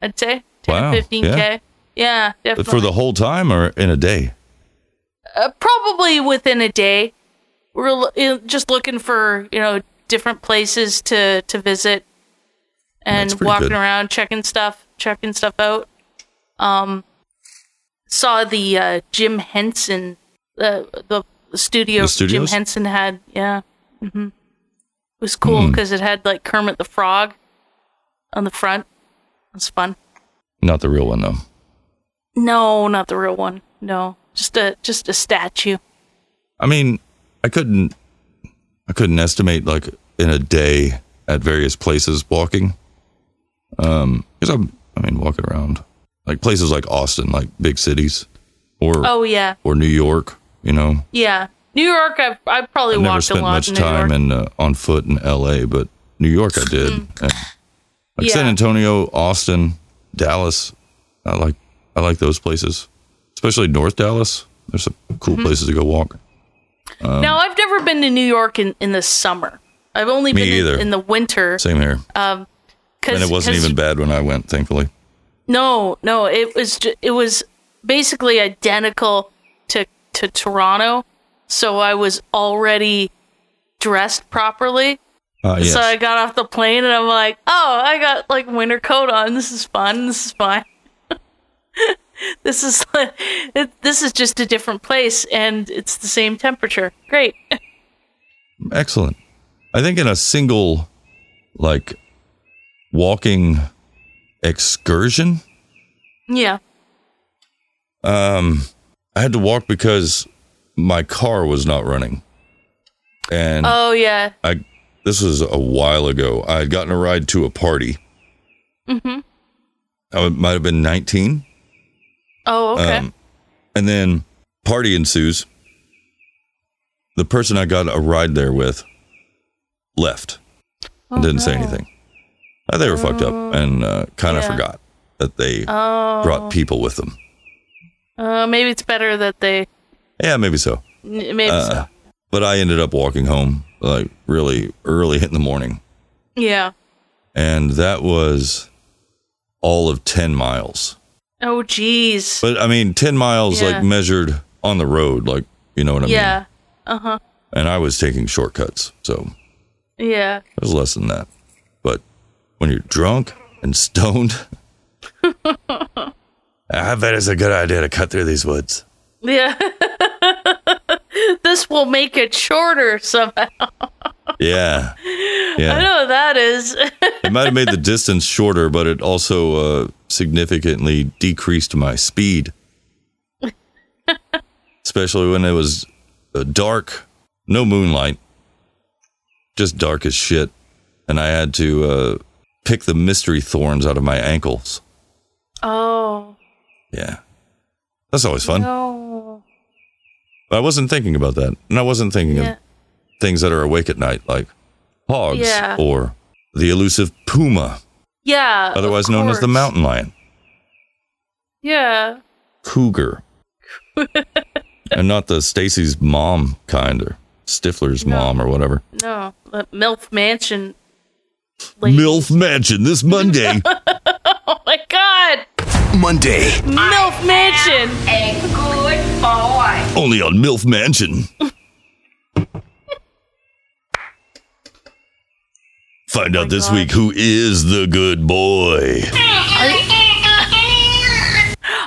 Speaker 8: I'd say 10
Speaker 7: Wow,
Speaker 8: 15k.
Speaker 7: yeah.
Speaker 8: Yeah, definitely.
Speaker 7: But for the whole time or in a day?
Speaker 8: uh, probably within a day. We're l- uh, just looking for you know different places to to visit and
Speaker 16: That's pretty
Speaker 8: walking
Speaker 16: good.
Speaker 8: around, checking stuff, checking stuff out. Um, saw the uh, Jim Henson the the studio
Speaker 16: The
Speaker 8: Jim
Speaker 16: studios?
Speaker 8: Henson had. Yeah, hmm it was cool
Speaker 16: Hmm.
Speaker 8: because it had like Kermit the Frog on the front. It was fun.
Speaker 7: Not the real one though.
Speaker 8: No, not the real one. No, just a just a statue.
Speaker 7: I mean, I couldn't I couldn't estimate like in a day at various places walking. Um because I'm I mean walking around like places like Austin, like big cities or
Speaker 8: Oh yeah.
Speaker 7: or New York, you know.
Speaker 8: Yeah, New York. I've I probably
Speaker 7: I never
Speaker 8: walked a
Speaker 7: spent
Speaker 8: lot
Speaker 7: much
Speaker 8: in New
Speaker 7: time
Speaker 8: York.
Speaker 7: in uh, on foot in LA, but New York I
Speaker 8: [LAUGHS]
Speaker 7: did. And, like San
Speaker 8: Yeah.
Speaker 7: Antonio, Austin, Dallas. I like I like those places. Especially North Dallas. There's some cool
Speaker 8: Mhm.
Speaker 7: places to go walk. Um,
Speaker 8: now I've never been to New York in in the summer. I've only
Speaker 7: Me
Speaker 8: been
Speaker 7: either.
Speaker 8: In, in the winter.
Speaker 7: Same here.
Speaker 8: Um, cause,
Speaker 7: and it wasn't
Speaker 8: 'cause-
Speaker 7: even bad when I went, thankfully.
Speaker 8: No, no, it was ju- it was basically identical to to Toronto. So I was already dressed properly.
Speaker 7: Uh, yes.
Speaker 8: So I got off the plane and I'm like, oh, I got like winter coat on. This is fun. This is fine. [LAUGHS] this is [LAUGHS] it, this is just a different place and it's the same temperature. Great.
Speaker 7: Excellent. I think in a single, like, walking excursion,
Speaker 8: yeah.
Speaker 7: um, I had to walk because my car was not running. And
Speaker 8: oh yeah.
Speaker 7: I, this was a while ago. I had gotten a ride to a party.
Speaker 8: Mm-hmm.
Speaker 7: I might have been 19.
Speaker 8: Oh okay.
Speaker 7: Um, and then party ensues. The person I got a ride there with left.
Speaker 8: Oh,
Speaker 7: and didn't say anything. Uh, they were fucked up and uh, kind of
Speaker 8: yeah.
Speaker 7: forgot that they
Speaker 8: Oh.
Speaker 7: brought people with them.
Speaker 8: uh, maybe it's better that they
Speaker 7: Yeah, maybe so.
Speaker 8: n- maybe
Speaker 7: Uh,
Speaker 8: so.
Speaker 7: But I ended up walking home like really early in the morning.
Speaker 8: Yeah.
Speaker 7: And that was all of 10 miles.
Speaker 8: Oh geez.
Speaker 7: But I mean, 10 miles
Speaker 8: Yeah.
Speaker 7: like measured on the road, like, you know what I mean?
Speaker 8: yeah. Uh huh.
Speaker 7: And I was taking shortcuts. So
Speaker 8: Yeah.
Speaker 7: It was less than that. But when you're drunk and stoned, [LAUGHS] I bet it's a good idea to cut through these woods.
Speaker 8: Yeah. [LAUGHS] this will make it shorter somehow.
Speaker 7: [LAUGHS] Yeah.
Speaker 8: I
Speaker 7: Yeah.
Speaker 8: know what that is. [LAUGHS]
Speaker 7: It might have made the distance shorter, but it also uh, significantly decreased my [LAUGHS] speed. Especially when it was uh, dark, no moonlight, just dark as shit. And I had to uh, pick the mystery thorns out of my ankles.
Speaker 8: oh.
Speaker 7: Yeah. That's always fun.
Speaker 8: No.
Speaker 7: But I wasn't thinking about that. And I wasn't thinking
Speaker 8: Yeah.
Speaker 7: of things that are awake at night, like hogs
Speaker 8: Yeah.
Speaker 7: or the elusive puma,
Speaker 8: Yeah. of
Speaker 7: otherwise known as the
Speaker 8: course.
Speaker 7: mountain lion,
Speaker 8: Yeah. [LAUGHS]
Speaker 7: cougar. and not the Stacy's mom kind or Stifler's mom or whatever.
Speaker 8: No. The MILF Mansion.
Speaker 7: MILF Mansion this Monday.
Speaker 8: [LAUGHS] Oh my God.
Speaker 7: Monday.
Speaker 8: MILF Mansion. A good boy.
Speaker 7: Only on MILF
Speaker 8: [LAUGHS]
Speaker 7: Mansion.
Speaker 8: Oh
Speaker 7: Find out this week who is the good boy.
Speaker 8: [LAUGHS]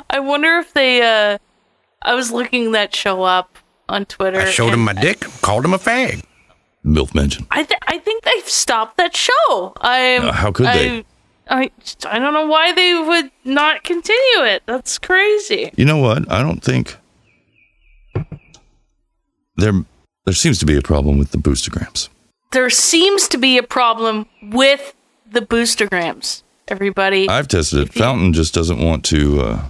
Speaker 8: I wonder if they. uh I was looking that show up on Twitter.
Speaker 16: I showed him
Speaker 8: and
Speaker 16: my dick, called him a fag.
Speaker 7: MILF Mansion.
Speaker 8: I th- I think they've stopped that show. I
Speaker 7: Uh, how could
Speaker 8: I,
Speaker 7: they?
Speaker 8: I I don't know why they would not continue it. That's crazy.
Speaker 7: You know what? I don't think there there seems to be a problem with the boostergrams.
Speaker 8: There seems to be a problem with the boostergrams. Everybody,
Speaker 7: I've tested it. Fountain just doesn't want to uh,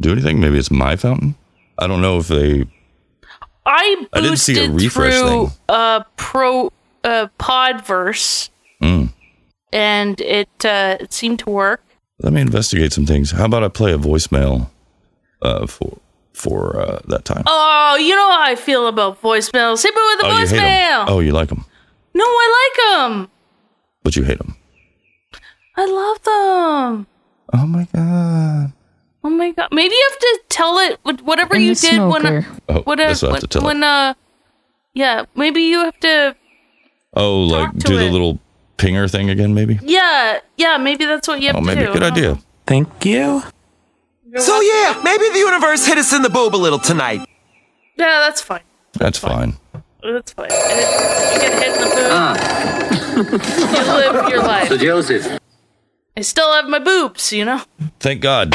Speaker 7: do anything. Maybe it's my fountain. I don't know if they.
Speaker 8: I
Speaker 7: I didn't see
Speaker 8: boosted
Speaker 7: a refresh
Speaker 8: through
Speaker 7: thing.
Speaker 8: uh pro uh Podverse
Speaker 7: Mm.
Speaker 8: and it uh it seemed to work.
Speaker 7: Let me investigate some things. How about I play a voicemail uh, for for uh, that time?
Speaker 8: Oh, you know how I feel about voicemails. Hit me with a
Speaker 7: you hate 'em.
Speaker 8: voicemail.
Speaker 7: Oh, you like them,
Speaker 8: No, I like them.
Speaker 7: but you hate them.
Speaker 8: I love them.
Speaker 7: Oh my god.
Speaker 8: Oh my god! Maybe you have to tell it wh- whatever
Speaker 7: I'm
Speaker 8: you
Speaker 7: a
Speaker 8: did when. I-
Speaker 7: smoker. Oh,
Speaker 8: when,
Speaker 7: that's what I have to tell it.
Speaker 8: when uh, yeah, maybe you have to.
Speaker 7: Oh, like do the little pinger thing again, maybe.
Speaker 8: Yeah, yeah, maybe that's what you have
Speaker 7: Oh,
Speaker 8: to
Speaker 7: maybe
Speaker 8: do.
Speaker 7: good idea.
Speaker 19: Thank you. So Oh, yeah, maybe the universe hit us in the boob a little tonight.
Speaker 8: Yeah, that's fine.
Speaker 7: That's fine.
Speaker 8: That's fine. And if you get hit in the boob. you live your life.
Speaker 19: So Joseph.
Speaker 8: I still have my boobs, you know.
Speaker 7: Thank God.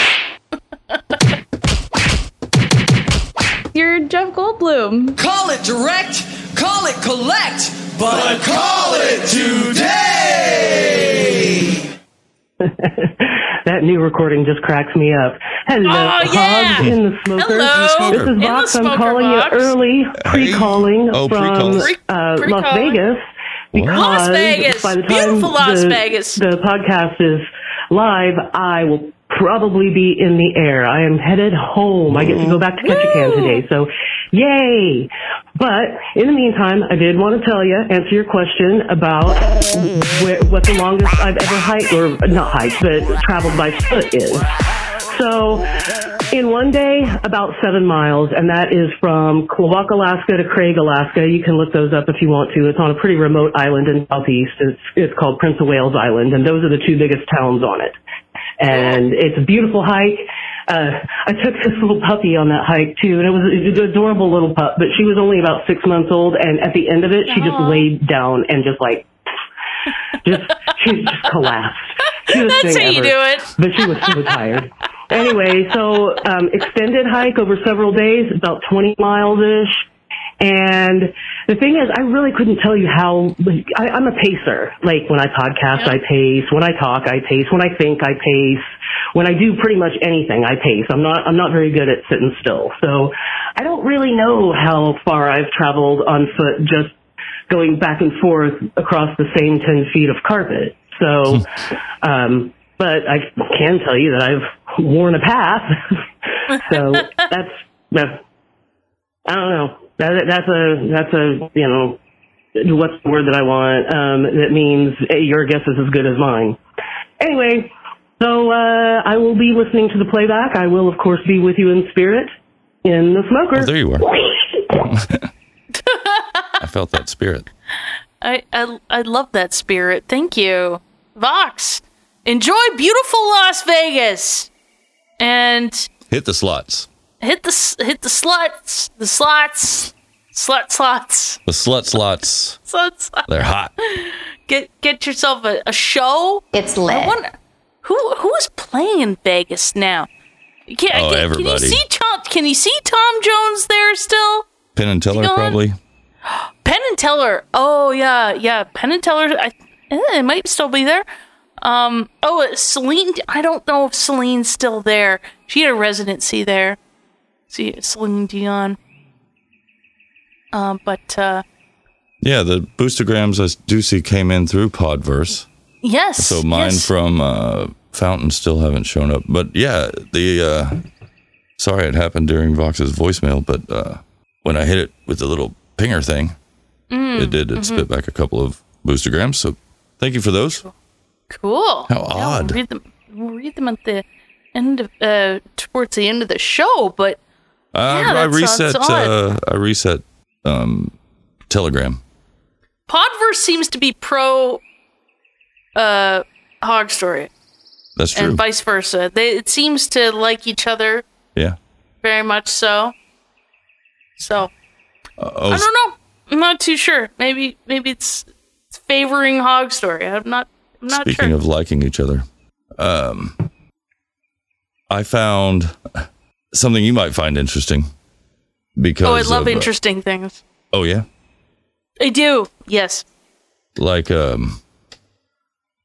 Speaker 20: You're Jeff Goldblum.
Speaker 17: Call it direct, call it collect, but call it today!
Speaker 21: That new recording just cracks me up. Hello,
Speaker 17: Oh, yeah!
Speaker 21: Hogs in the smoker.
Speaker 17: Hello.
Speaker 21: This
Speaker 17: In
Speaker 21: is
Speaker 17: the
Speaker 21: Vox. I'm
Speaker 17: smoker
Speaker 21: calling
Speaker 17: box.
Speaker 21: you early, pre-calling
Speaker 17: Oh,
Speaker 21: from
Speaker 17: pre-calls. Pre-
Speaker 21: uh,
Speaker 17: pre-calling.
Speaker 21: Las Vegas. Because
Speaker 17: Las Vegas.
Speaker 21: By the time
Speaker 17: Beautiful Las
Speaker 21: the,
Speaker 17: Vegas.
Speaker 21: the podcast is live, I will probably be in the air. I am headed home. I get to go back to Ketchikan today, so Yay! But in the meantime, I did want to tell you, answer your question about where, what the longest I've ever hiked, or not hiked, but traveled by foot is. So, in one day, about seven miles, and that is from Klamauk, Alaska to Craig, Alaska. You can look those up if you want to. It's on a pretty remote island in southeast. It's, it's called Prince of Wales Island, and those are the two biggest towns on it. And it's a beautiful hike. Uh, I took this little puppy on that hike too, and it was an adorable little pup, but she was only about six months old, and at the end of it, she just laid down and just like, just, she just collapsed. Cutest
Speaker 8: That's
Speaker 21: thing
Speaker 8: how you
Speaker 21: ever.
Speaker 8: do it.
Speaker 21: But she was so
Speaker 4: [LAUGHS]
Speaker 21: tired. Anyway, so um, extended hike over several days, about 20 miles ish. And the thing is, I really couldn't tell you how. Like, I, I'm a pacer. Like when I podcast, I pace. When I talk, I pace. When I think, I pace. When I do pretty much anything, I pace. I'm not. I'm not very good at sitting still. So I don't really know how far I've traveled on foot, just going back and forth across the same 10 feet of carpet.
Speaker 7: [LAUGHS]
Speaker 21: So, um, but I can tell you that I've worn a path. [LAUGHS] so that's, that's, I don't know. That, that's a, that's a, you know, what's the word that I want? Um, that means eh, your guess is as good as mine. Anyway, so, uh, I will be listening to the playback. I will, of course, be with you in spirit in the smoker.
Speaker 7: there you are. I felt that spirit.
Speaker 8: I, I I love that spirit. Thank you, Vox. Enjoy beautiful Las Vegas, and
Speaker 7: Hit the slots.
Speaker 8: hit the s- hit the sluts, the slots, slut slots,
Speaker 7: The slut slots.
Speaker 8: slut slots.
Speaker 7: They're hot.
Speaker 8: Get get yourself a, a show. It's
Speaker 7: lit.
Speaker 8: I wonder, who who's playing Vegas now? Can,
Speaker 7: Oh,
Speaker 8: can,
Speaker 7: everybody.
Speaker 8: Can you see Tom? Can you see Tom Jones there still?
Speaker 7: Penn and Teller,
Speaker 8: Gone.
Speaker 7: probably.
Speaker 8: Penn and Teller. Oh yeah, yeah. Penn and Teller. I eh, it might still be there. Um. Oh, it's Celine. I don't know if Celine's still there. She had a residency there. See, Celine Dion. Um. But uh,
Speaker 7: Yeah, the boostergrams I do see came in through Podverse.
Speaker 8: yes.
Speaker 7: So mine
Speaker 8: yes.
Speaker 7: from uh, Fountain still haven't shown up. But yeah, the uh, sorry it happened during Vox's voicemail, but uh, when I hit it with the little pinger thing,
Speaker 8: Mm,
Speaker 7: it did it
Speaker 8: mhm.
Speaker 7: spit back a couple of boostergrams. So thank you for those.
Speaker 8: Cool.
Speaker 7: How
Speaker 8: Yeah, we'll
Speaker 7: odd.
Speaker 8: read them. We'll read them at the end of uh towards the end of the show. But
Speaker 7: Uh,
Speaker 8: Yeah,
Speaker 7: I
Speaker 8: that sounds
Speaker 7: reset.
Speaker 8: odd.
Speaker 7: Uh, I reset um, Telegram.
Speaker 8: Podverse seems to be pro. Uh, Hog Story.
Speaker 7: That's true.
Speaker 8: and vice versa. They, it seems to like each other
Speaker 7: yeah.
Speaker 8: very much so. So
Speaker 7: Uh,
Speaker 8: I don't know. Oh, I'm not too sure. Maybe maybe it's, it's favoring Hog Story. I'm not. I'm not
Speaker 7: Speaking
Speaker 8: sure.
Speaker 7: of liking each other, um, I found something you might find interesting because
Speaker 8: oh, I
Speaker 7: of,
Speaker 8: love
Speaker 7: uh,
Speaker 8: interesting things.
Speaker 7: oh yeah,
Speaker 8: I do. Yes.
Speaker 7: like um,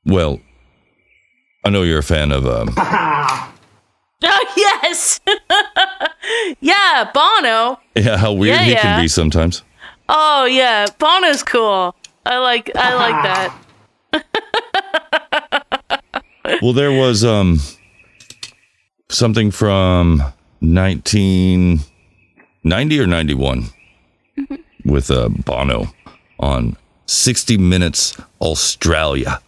Speaker 7: well, I know you're a fan of um, [LAUGHS]
Speaker 8: [LAUGHS] Oh, yes. yeah, Bono.
Speaker 7: yeah, how weird
Speaker 8: Yeah,
Speaker 7: he
Speaker 8: yeah.
Speaker 7: can be sometimes.
Speaker 8: Oh yeah, Bono's cool. I like. I like that.
Speaker 7: well, there was um something from 1990 or 91
Speaker 8: Mm-hmm.
Speaker 7: with uh, Bono on 60 Minutes Australia.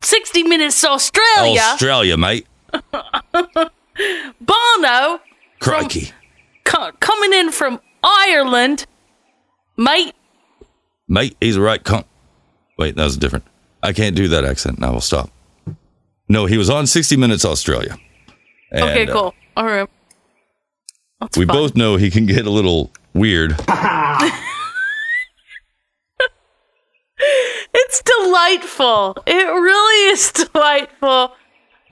Speaker 8: Sixty Minutes Australia.
Speaker 7: Australia, mate.
Speaker 8: Bono
Speaker 7: Crikey.
Speaker 8: co- coming in from Ireland, mate.
Speaker 7: mate, he's a right cunt. Wait, that was different. I can't do that accent. Now we'll stop. No, he was on 60 Minutes Australia. And,
Speaker 8: okay,
Speaker 7: uh,
Speaker 8: cool. All right.
Speaker 7: we both know he can get a little weird.
Speaker 8: It's delightful. It really is [LAUGHS] delightful.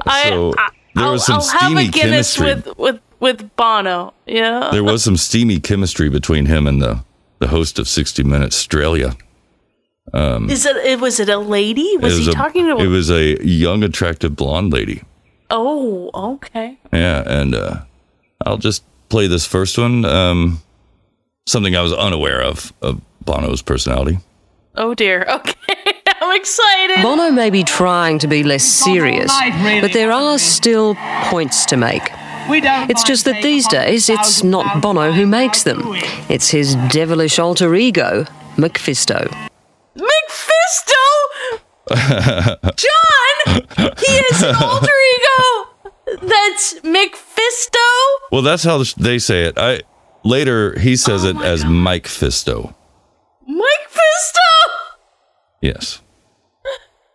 Speaker 8: I,
Speaker 7: So,
Speaker 8: I
Speaker 7: there
Speaker 8: I'll,
Speaker 7: was some
Speaker 8: I'll have a
Speaker 7: steamy
Speaker 8: Guinness
Speaker 7: chemistry.
Speaker 8: with with with Bono. Yeah.
Speaker 7: There was some steamy chemistry between him and the, the host of 60 Minutes Australia. Um,
Speaker 8: Is it, it was it a lady?
Speaker 7: it
Speaker 8: [LAUGHS] Was he
Speaker 7: a-
Speaker 8: talking to? a-
Speaker 7: It was a young, attractive blonde lady.
Speaker 8: oh, okay.
Speaker 7: Yeah, and uh, I'll just play this first one. Um, something I was unaware of of Bono's personality. [LAUGHS]
Speaker 8: Oh dear. [LAUGHS] Okay. I'm excited.
Speaker 16: Bono may be trying to be less serious, but there are still points to make. It's just that these days it's not Bono who makes them, it's his devilish alter ego, McFisto.
Speaker 8: McFisto! John! He
Speaker 7: [LAUGHS]
Speaker 8: is an alter ego that's McFisto?
Speaker 7: Well, that's how they say it. I later he says
Speaker 8: Oh
Speaker 7: it as Mike Fisto.
Speaker 8: Mike Fisto!
Speaker 7: Yes.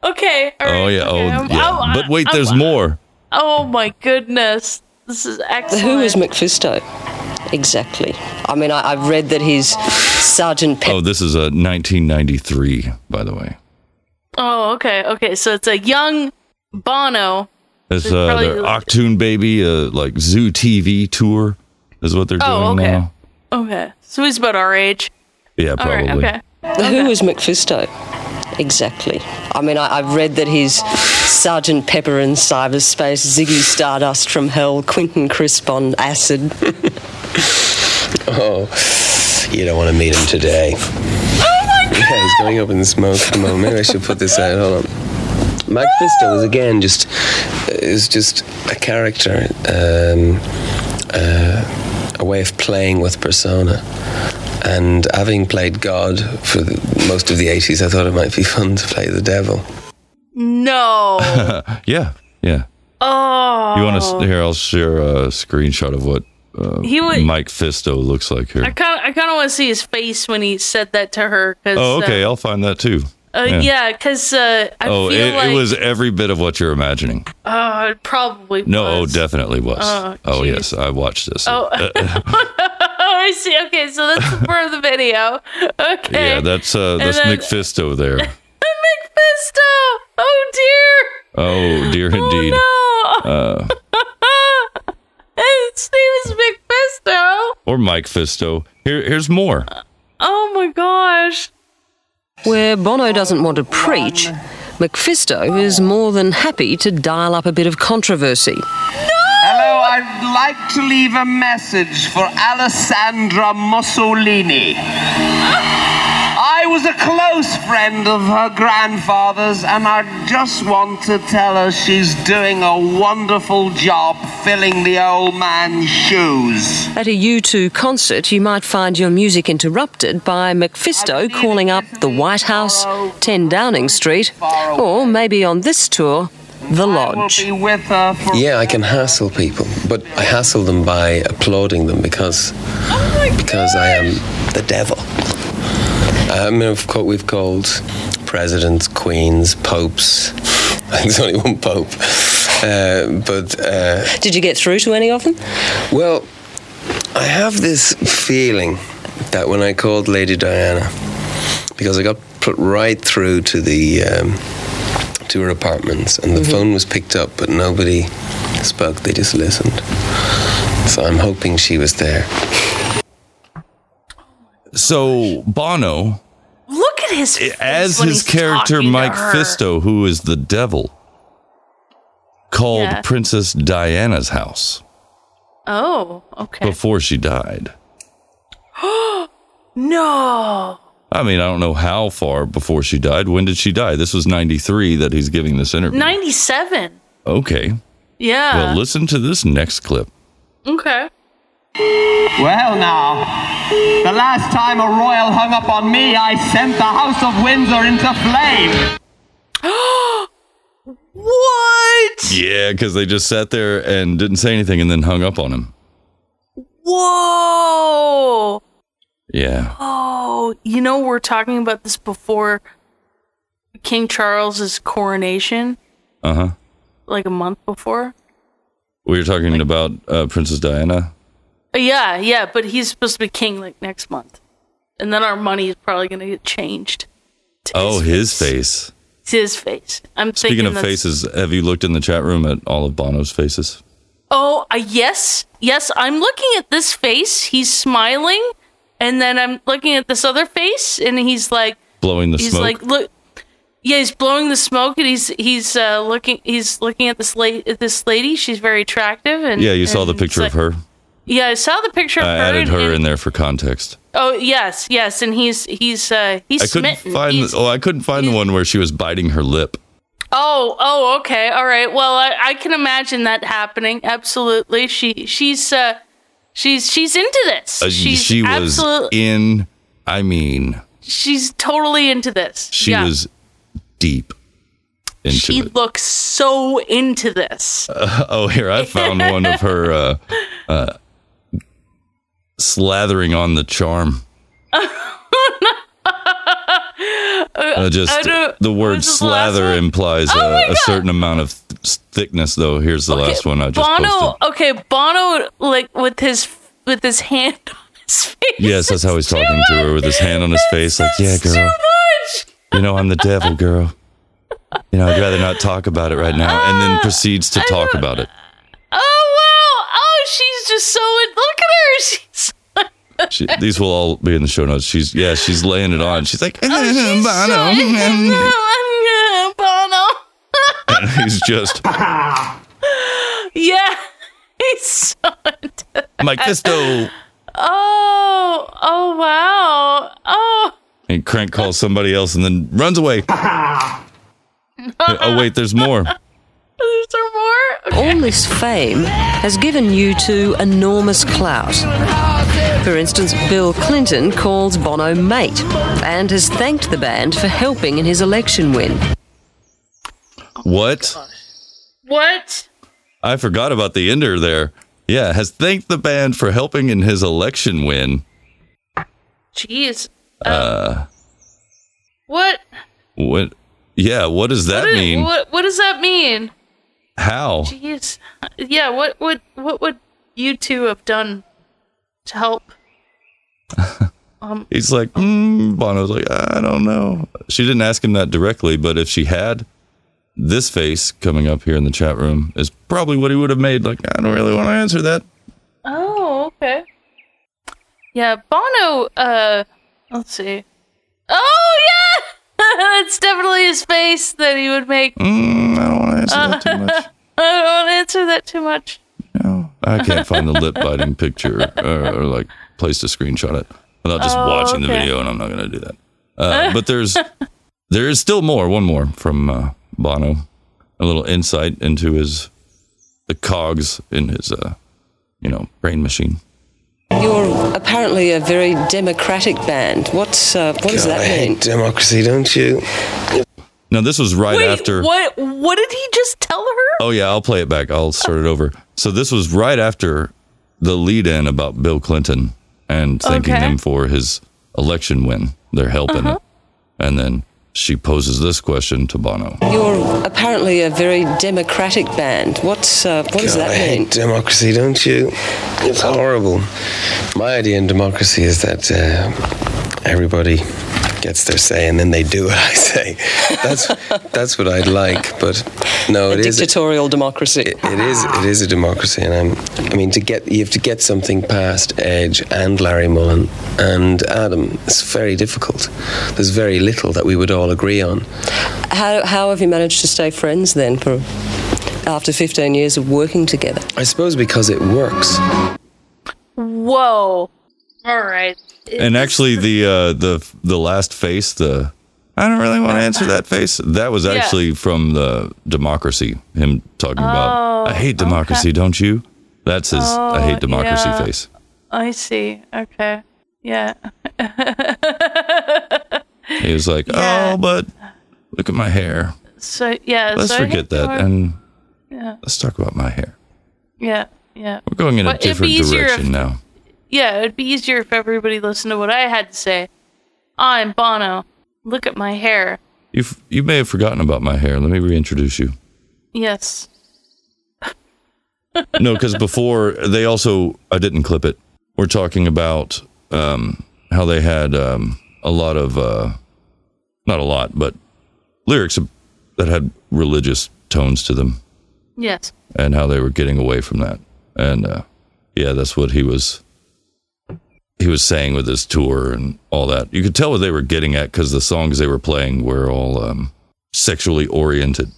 Speaker 8: Okay, all right.
Speaker 7: oh yeah.
Speaker 8: okay,
Speaker 7: Oh
Speaker 8: I'm-
Speaker 7: yeah.
Speaker 8: I'm-
Speaker 7: but wait,
Speaker 8: I'm-
Speaker 7: there's more.
Speaker 8: [LAUGHS] Oh my goodness. This is excellent.
Speaker 16: Who is McFisto? Exactly. I mean, I, I've read that he's Sergeant Pepper.
Speaker 7: Oh, this is a 1993, by the way.
Speaker 8: Oh, okay, okay. So it's a young Bono.
Speaker 7: It's
Speaker 8: It's
Speaker 7: uh,
Speaker 8: probably
Speaker 7: their
Speaker 8: like-
Speaker 7: Octoon Baby, uh, like Zoo TV tour is what they're
Speaker 8: Oh,
Speaker 7: doing
Speaker 8: okay.
Speaker 7: now.
Speaker 8: Okay. So he's about our age.
Speaker 7: Yeah,
Speaker 8: All right,
Speaker 7: probably.
Speaker 8: okay.
Speaker 16: Who is McFisto? Exactly. I mean, I, I've read that he's Sergeant Pepper in cyberspace, Ziggy Stardust from Hell, Quentin Crisp on acid.
Speaker 8: [LAUGHS]
Speaker 22: Oh, you don't want to meet him today. Oh my god! Yeah, he's going up in smoke at the moment. I should put this out. Hold on. Mike Fisto is again just is just a character, um, uh, a way of playing with persona. And having played God for the, most of the 80s, I thought it might be fun to play the devil.
Speaker 7: [LAUGHS]
Speaker 8: No.
Speaker 7: yeah, yeah.
Speaker 8: Oh.
Speaker 7: You want to here? I'll share a screenshot of what uh,
Speaker 8: He would-
Speaker 7: Mike Fisto looks like here.
Speaker 8: I kind of I kind of want to see his face when he said that to her. Cause,
Speaker 7: Oh,
Speaker 8: uh,
Speaker 7: okay. I'll find that too.
Speaker 8: Uh, yeah, because uh, I
Speaker 7: oh,
Speaker 8: feel
Speaker 7: it,
Speaker 8: like
Speaker 7: it was every bit of what you're imagining.
Speaker 8: Oh, it probably.
Speaker 7: No, oh,
Speaker 8: was.
Speaker 7: definitely was.
Speaker 8: Oh,
Speaker 7: Oh, yes, I watched this. [LAUGHS]
Speaker 8: Oh.
Speaker 7: Uh,
Speaker 8: [LAUGHS] I see. Okay, so that's the part of the video. [LAUGHS] Okay.
Speaker 7: yeah, that's uh,
Speaker 8: And
Speaker 7: that's
Speaker 8: then-
Speaker 7: Nick
Speaker 8: [LAUGHS]
Speaker 7: Fisto there.
Speaker 8: McFisto. Oh dear. [LAUGHS]
Speaker 7: Oh dear, indeed.
Speaker 8: Oh no.
Speaker 7: Uh,
Speaker 8: His name is McFisto.
Speaker 7: or Mike Fisto. Here, here's more.
Speaker 8: Oh my gosh.
Speaker 16: Where Bono doesn't want to preach, McFisto is more than happy to dial up a bit of controversy.
Speaker 23: Hello, I'd like to leave a message for Alessandra Mussolini. I was a close friend of her grandfather's, and I just want to tell her she's doing a wonderful job filling the old man's shoes.
Speaker 16: At a U2 concert, you might find your music interrupted by McFisto calling up the White House, 10 Downing Street, or maybe on this tour, The Lodge.
Speaker 23: With her for
Speaker 22: Yeah, I can hassle people, but I hassle them by applauding them because because I am the devil. I mean, of course, we've called presidents, queens, popes. [LAUGHS] There's only one pope, uh, but uh,
Speaker 16: Did you get through to any of them?
Speaker 22: well, I have this feeling that when I called Lady Diana, because I got put right through to the um, to her apartments, and the phone was picked up, but nobody spoke. They just listened. So I'm hoping she was there.
Speaker 8: Oh
Speaker 7: So Bono,
Speaker 8: Look at his face
Speaker 7: as
Speaker 8: when
Speaker 7: his
Speaker 8: he's
Speaker 7: character
Speaker 8: talking to
Speaker 7: Mike
Speaker 8: her.
Speaker 7: Fisto, who is the devil, called
Speaker 8: Yeah.
Speaker 7: Princess Diana's house
Speaker 8: Oh, okay.
Speaker 7: before she died.
Speaker 8: [GASPS] no.
Speaker 7: I mean, I don't know how far before she died. When did she die? This was 93 that he's giving this interview.
Speaker 8: 97.
Speaker 7: Okay.
Speaker 8: Yeah.
Speaker 7: Well, listen to this next clip.
Speaker 8: Okay.
Speaker 23: Well, now, the last time a royal hung up on me, I sent the House of Windsor into flame.
Speaker 8: [GASPS] what?
Speaker 7: Yeah, because they just sat there and didn't say anything and then hung up on him.
Speaker 8: Whoa.
Speaker 7: Yeah.
Speaker 8: Oh, you know, we're talking about this before King Charles's coronation,
Speaker 7: Uh huh.
Speaker 8: like a month before.
Speaker 7: We were talking about uh, Princess Diana.
Speaker 8: Uh, Yeah, yeah, but he's supposed to be king like next month. And then our money is probably going to get changed
Speaker 7: Oh, his face.
Speaker 8: It's his face. I'm
Speaker 7: Speaking
Speaker 8: thinking
Speaker 7: of
Speaker 8: that's-
Speaker 7: faces, have you looked in the chat room at all of Bono's faces?
Speaker 8: Oh, uh, yes. Yes, I'm looking at this face. He's smiling. And then I'm looking at this other face and he's like
Speaker 7: Blowing the
Speaker 8: he's
Speaker 7: smoke.
Speaker 8: like look Yeah, he's blowing the smoke and he's he's uh, looking he's looking at this lady this lady. She's very attractive and
Speaker 7: yeah, you saw the
Speaker 8: and
Speaker 7: picture
Speaker 8: it's
Speaker 7: of her.
Speaker 8: like- Yeah, I saw the picture of
Speaker 7: I
Speaker 8: her.
Speaker 7: added
Speaker 8: and-
Speaker 7: her
Speaker 8: and-
Speaker 7: in there for context.
Speaker 8: Oh, yes, yes, and he's he's uh he's
Speaker 7: I couldn't
Speaker 8: smitten.
Speaker 7: find.
Speaker 8: He's-
Speaker 7: oh, I couldn't find the one where she was biting her lip.
Speaker 8: Oh, oh, okay, all right. Well, I, I can imagine that happening. Absolutely, she she's uh, she's she's into this.
Speaker 7: Uh,
Speaker 8: she's
Speaker 7: she was
Speaker 8: absolute-
Speaker 7: in. I mean,
Speaker 8: she's totally into this.
Speaker 7: she
Speaker 8: Yeah.
Speaker 7: was deep into
Speaker 8: She
Speaker 7: it. [LAUGHS]
Speaker 8: looks so into this.
Speaker 7: Uh, oh, here I found one of her uh, uh, slathering on the charm. Uh, just the word slather implies
Speaker 8: Oh my
Speaker 7: a, a certain amount of th- thickness, though. Here's the last one I just
Speaker 8: Bono,
Speaker 7: posted.
Speaker 8: okay, Bono, like with his with his hand [LAUGHS] on his face.
Speaker 7: Yes, that's how he's talking to her with his hand on his face, like, "Yeah,
Speaker 8: Too
Speaker 7: girl,
Speaker 8: much.
Speaker 7: you know I'm the devil, girl. You know I'd rather not talk about it right now." And
Speaker 8: Ah,
Speaker 7: then proceeds to talk about it.
Speaker 8: Oh wow! Oh, she's just so. in- Look at her. She's. [LAUGHS]
Speaker 7: She, these will all be in the show notes. She's yeah, she's laying it on. She's like, [LAUGHS]
Speaker 8: Oh, she's so into Bono.
Speaker 7: and he's just
Speaker 8: Yeah, [LAUGHS] he's so into
Speaker 7: Mike
Speaker 8: that.
Speaker 7: Fisto.
Speaker 8: [LAUGHS] Oh, oh wow! Oh,
Speaker 7: And Crank calls somebody else and then runs away.
Speaker 8: Uh-huh.
Speaker 7: oh wait, there's more.
Speaker 16: All this fame has given you two enormous clout. For instance, Bill Clinton calls Bono mate and has thanked the band for helping in his election win.
Speaker 7: What?
Speaker 8: what?
Speaker 7: I forgot about the ender there. Yeah, has thanked the band for helping in his election win.
Speaker 8: Jeez,
Speaker 7: Uh,
Speaker 8: what?
Speaker 7: what? Yeah, what does that
Speaker 8: what,
Speaker 7: mean? Oh.
Speaker 8: What, what does that mean?
Speaker 7: How?
Speaker 8: Jeez, yeah. What would what would you two have done to help?
Speaker 7: [LAUGHS]
Speaker 8: Um,
Speaker 7: He's like, mm, Bono's like, I don't know. She didn't ask him that directly, but if she had, this face coming up here in the chat room is probably what he would have made. Like, I don't really want to answer that.
Speaker 8: Oh, okay. Yeah, Bono. Uh, let's see. Oh yeah, [LAUGHS] that's definitely his face that he would make.
Speaker 7: Mm, I don't want to answer
Speaker 8: Uh,
Speaker 7: that too much.
Speaker 8: [LAUGHS] I don't want to answer that too much.
Speaker 7: I can't find the lip biting picture or, or like place to screenshot it without just
Speaker 8: Oh,
Speaker 7: watching the
Speaker 8: okay.
Speaker 7: video, and I'm not going to do that. Uh, but there's there is still more. One more from uh, Bono, a little insight into his the cogs in his uh, you know brain machine.
Speaker 16: You're apparently a very democratic band. What's, uh, what does
Speaker 7: God, I
Speaker 16: that
Speaker 7: hate
Speaker 16: mean?
Speaker 22: democracy, don't you?
Speaker 7: Now this was right
Speaker 8: Wait,
Speaker 7: after.
Speaker 8: what? What did he just tell her?
Speaker 7: Oh yeah, I'll play it back. I'll start it over. So this was right after the lead in about Bill Clinton and thanking
Speaker 8: Okay. Uh-huh.
Speaker 7: him for his election win. They're helping. And then she poses this question to Bono.
Speaker 16: You're apparently a very democratic band. What's, uh, what does
Speaker 22: God, I
Speaker 16: that mean?
Speaker 22: hate democracy, don't you? It's horrible. My idea in democracy is that uh, everybody gets their say and then they do what I say.
Speaker 16: [LAUGHS]
Speaker 22: That's that's what I'd like, but no, it is
Speaker 16: dictatorial democracy.
Speaker 22: it is it is a democracy, and I'm. I mean, to get you have to get something past Edge and Larry Mullen and Adam. It's very difficult. There's very little that we would all agree on.
Speaker 16: How, how have you managed to stay friends then for after 15 years of working together?
Speaker 22: I suppose because it works.
Speaker 8: Whoa! All right.
Speaker 7: And actually, the uh, the the last face, the I don't really want to answer that face. That was
Speaker 8: Yeah.
Speaker 7: actually from the democracy. Him talking about
Speaker 8: Oh,
Speaker 7: I hate democracy, don't you? That's his I
Speaker 8: Oh,
Speaker 7: hate democracy
Speaker 8: yeah.
Speaker 7: face.
Speaker 8: I see. Okay. Yeah.
Speaker 7: He was like, oh, but look at my hair.
Speaker 8: So yeah.
Speaker 7: Let's
Speaker 8: so I
Speaker 7: forget
Speaker 8: hate
Speaker 7: that
Speaker 8: demo-
Speaker 7: and
Speaker 8: yeah.
Speaker 7: let's talk about my hair.
Speaker 8: Yeah. Yeah.
Speaker 7: We're going in a
Speaker 8: But it'd be
Speaker 7: different
Speaker 8: easier if-
Speaker 7: direction now.
Speaker 8: Yeah, it'd be easier if everybody listened to what I had to say. I'm Bono. Look at my hair.
Speaker 7: You f- you may have forgotten about my hair. Let me reintroduce
Speaker 8: [LAUGHS]
Speaker 7: you.
Speaker 8: Yes.
Speaker 7: No,
Speaker 8: [LAUGHS]
Speaker 7: because before they also I didn't clip it. We're talking about um, how they had um, a lot of uh, not a lot, but lyrics that had religious tones to them,
Speaker 8: Yes.
Speaker 7: and how they were getting away from that. And uh, yeah, that's what he was he was saying with his tour and all that. You could tell what they were getting at because the songs they were playing were all um, sexually oriented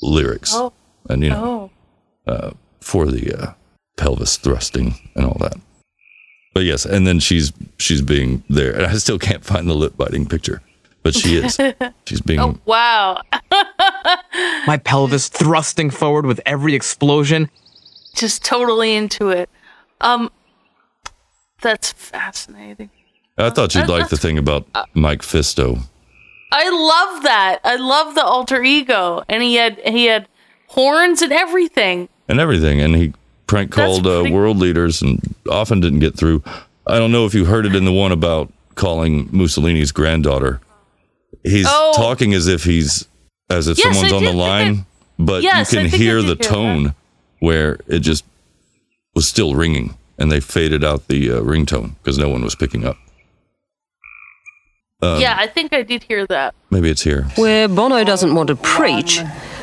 Speaker 7: lyrics,
Speaker 8: Oh.
Speaker 7: and you know uh, for the uh, pelvis thrusting and all that. But yes, and then she's she's being there, and I
Speaker 8: [LAUGHS]
Speaker 7: still can't find the lip biting picture, but she is. She's being
Speaker 8: oh wow.
Speaker 1: my pelvis thrusting forward with every explosion.
Speaker 8: Just totally into it. Um, that's fascinating.
Speaker 7: I thought you'd like the thing about Mike Fisto.
Speaker 8: I love that. I love the alter ego, and he had he had horns and everything.
Speaker 7: and everything. And he prank called uh, world leaders and often didn't get through. I don't know if you heard it in the one about calling Mussolini's granddaughter. He's
Speaker 8: Oh.
Speaker 7: talking as if he's as if
Speaker 8: Yes,
Speaker 7: someone's
Speaker 8: I
Speaker 7: on
Speaker 8: did
Speaker 7: the
Speaker 8: think
Speaker 7: line, but
Speaker 8: Yes,
Speaker 7: you
Speaker 8: I
Speaker 7: can
Speaker 8: think I
Speaker 7: hear
Speaker 8: did
Speaker 7: the
Speaker 8: hear that.
Speaker 7: tone where it just was still ringing, and they faded out the uh, ringtone because no one was picking up. Um,
Speaker 8: yeah, I think I did hear that.
Speaker 7: maybe it's here.
Speaker 16: Where Bono doesn't want to preach,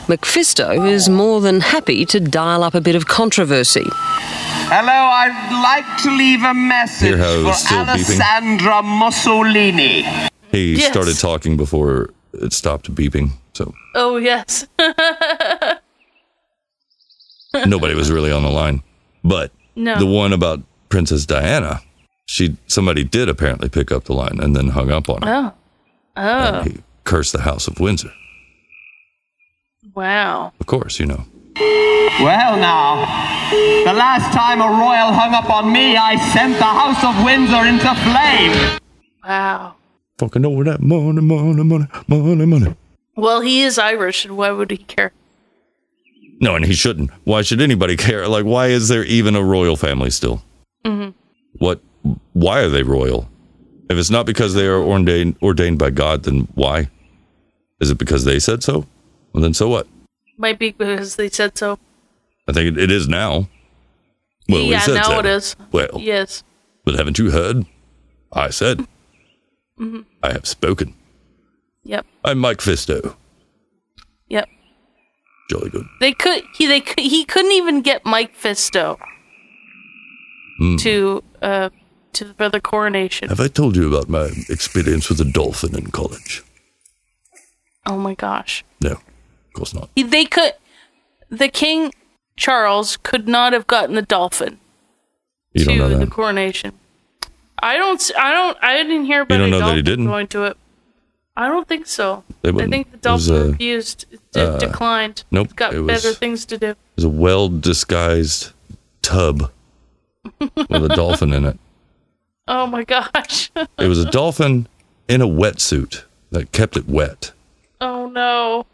Speaker 16: McFisto is more than happy to dial up a bit of controversy.
Speaker 23: Hello, I'd like to leave a message
Speaker 7: Hear how it
Speaker 23: for
Speaker 7: was still beeping?
Speaker 23: Alessandra Mussolini.
Speaker 7: He
Speaker 23: Yes.
Speaker 7: started talking before it stopped beeping, so
Speaker 8: Oh yes. [LAUGHS]
Speaker 7: nobody was really on the line. But
Speaker 8: No.
Speaker 7: the one about Princess Diana, she somebody did apparently pick up the line and then hung up on her.
Speaker 8: oh. Oh.
Speaker 7: Curse the House of Windsor,
Speaker 8: Wow.
Speaker 7: of course, you know.
Speaker 23: Well, now, the last time a royal hung up on me, I sent the House of Windsor into flame.
Speaker 8: Wow.
Speaker 7: Fucking over that money, money, money, money, money.
Speaker 8: Well, he is Irish, and why would he care?
Speaker 7: No, and he shouldn't. Why should anybody [LAUGHS] care? Like, why is there even a royal family still? Mm-hmm.
Speaker 8: hmm
Speaker 7: What? Why are they royal? If it's not because they are ordained ordained by God, then why? Is it because they said so? Well, then so what?
Speaker 8: Might be because they said so.
Speaker 7: I think it, it is now. Well, we
Speaker 8: yeah,
Speaker 7: said
Speaker 8: now
Speaker 7: so.
Speaker 8: it is.
Speaker 7: Well,
Speaker 8: Yes.
Speaker 7: But haven't you heard? I said,
Speaker 8: hmm
Speaker 7: I have spoken.
Speaker 8: Yep.
Speaker 7: I'm Mike Fisto.
Speaker 8: Yep.
Speaker 7: Jolly good.
Speaker 8: They could. He. They. Could, he couldn't even get Mike Fisto
Speaker 7: Hmm.
Speaker 8: to. Uh. To for the coronation.
Speaker 7: Have I told you about my experience with a dolphin in college?
Speaker 8: Oh my gosh.
Speaker 7: No, of course not.
Speaker 8: He, they could. The King Charles could not have gotten the dolphin
Speaker 7: You don't know
Speaker 8: to the
Speaker 7: that.
Speaker 8: coronation. I don't. s- I don't. I didn't hear about
Speaker 7: You don't
Speaker 8: a
Speaker 7: know that he
Speaker 8: dolphin
Speaker 7: didn't?
Speaker 8: going to it. I don't think so.
Speaker 7: They
Speaker 8: I
Speaker 7: wouldn't.
Speaker 8: think the
Speaker 7: It was,
Speaker 8: dolphin
Speaker 7: uh,
Speaker 8: refused. It de-
Speaker 7: uh,
Speaker 8: declined.
Speaker 7: nope,
Speaker 8: It's got
Speaker 7: it was-
Speaker 8: better things
Speaker 7: [LAUGHS]
Speaker 8: to do.
Speaker 7: It was a well disguised tub with a dolphin in it.
Speaker 8: [LAUGHS] Oh my gosh.
Speaker 7: It was a dolphin in a wetsuit that kept it wet.
Speaker 8: [LAUGHS] oh no.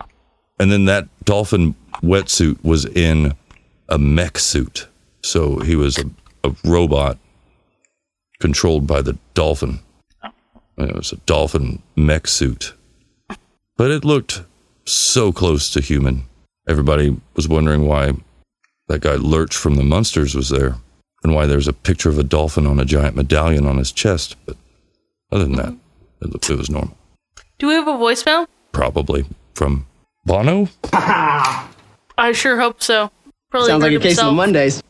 Speaker 7: And then that dolphin wetsuit was in a mech suit. So he was a, a robot controlled by the dolphin. And it was a dolphin mech suit. But it looked so close to human. Everybody was wondering why that guy Lurch from the Munsters was there and why there's a picture of a dolphin on a giant medallion on his chest. But other than that, it, looked, it was normal.
Speaker 8: Do we have a voicemail?
Speaker 7: Probably from Bono?
Speaker 8: I sure hope so. Probably
Speaker 3: Sounds like a
Speaker 8: heard
Speaker 3: case of the
Speaker 7: [LAUGHS]
Speaker 8: himself. [LAUGHS]
Speaker 3: Mondays.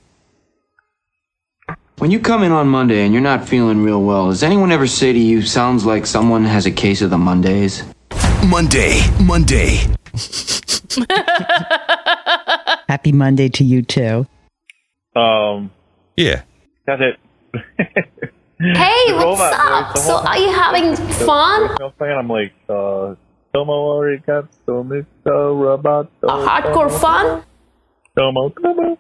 Speaker 5: When you come in on Monday and you're not feeling real well, does anyone ever say to you, sounds like someone has a case of the Mondays?
Speaker 17: Monday, Monday.
Speaker 24: Happy Monday to you too.
Speaker 25: Um.
Speaker 7: Yeah.
Speaker 25: That's
Speaker 14: [LAUGHS]
Speaker 25: it.
Speaker 9: Hey,
Speaker 25: The
Speaker 9: what's
Speaker 25: robot
Speaker 9: up?
Speaker 25: voice, the
Speaker 9: So,
Speaker 25: whole-
Speaker 9: are you having
Speaker 25: the
Speaker 9: fun?
Speaker 25: voicemail thing, I'm like, uh, Tomo arigato, Mr. Robot. A
Speaker 9: Hardcore fun?
Speaker 25: Tomo, Tomo.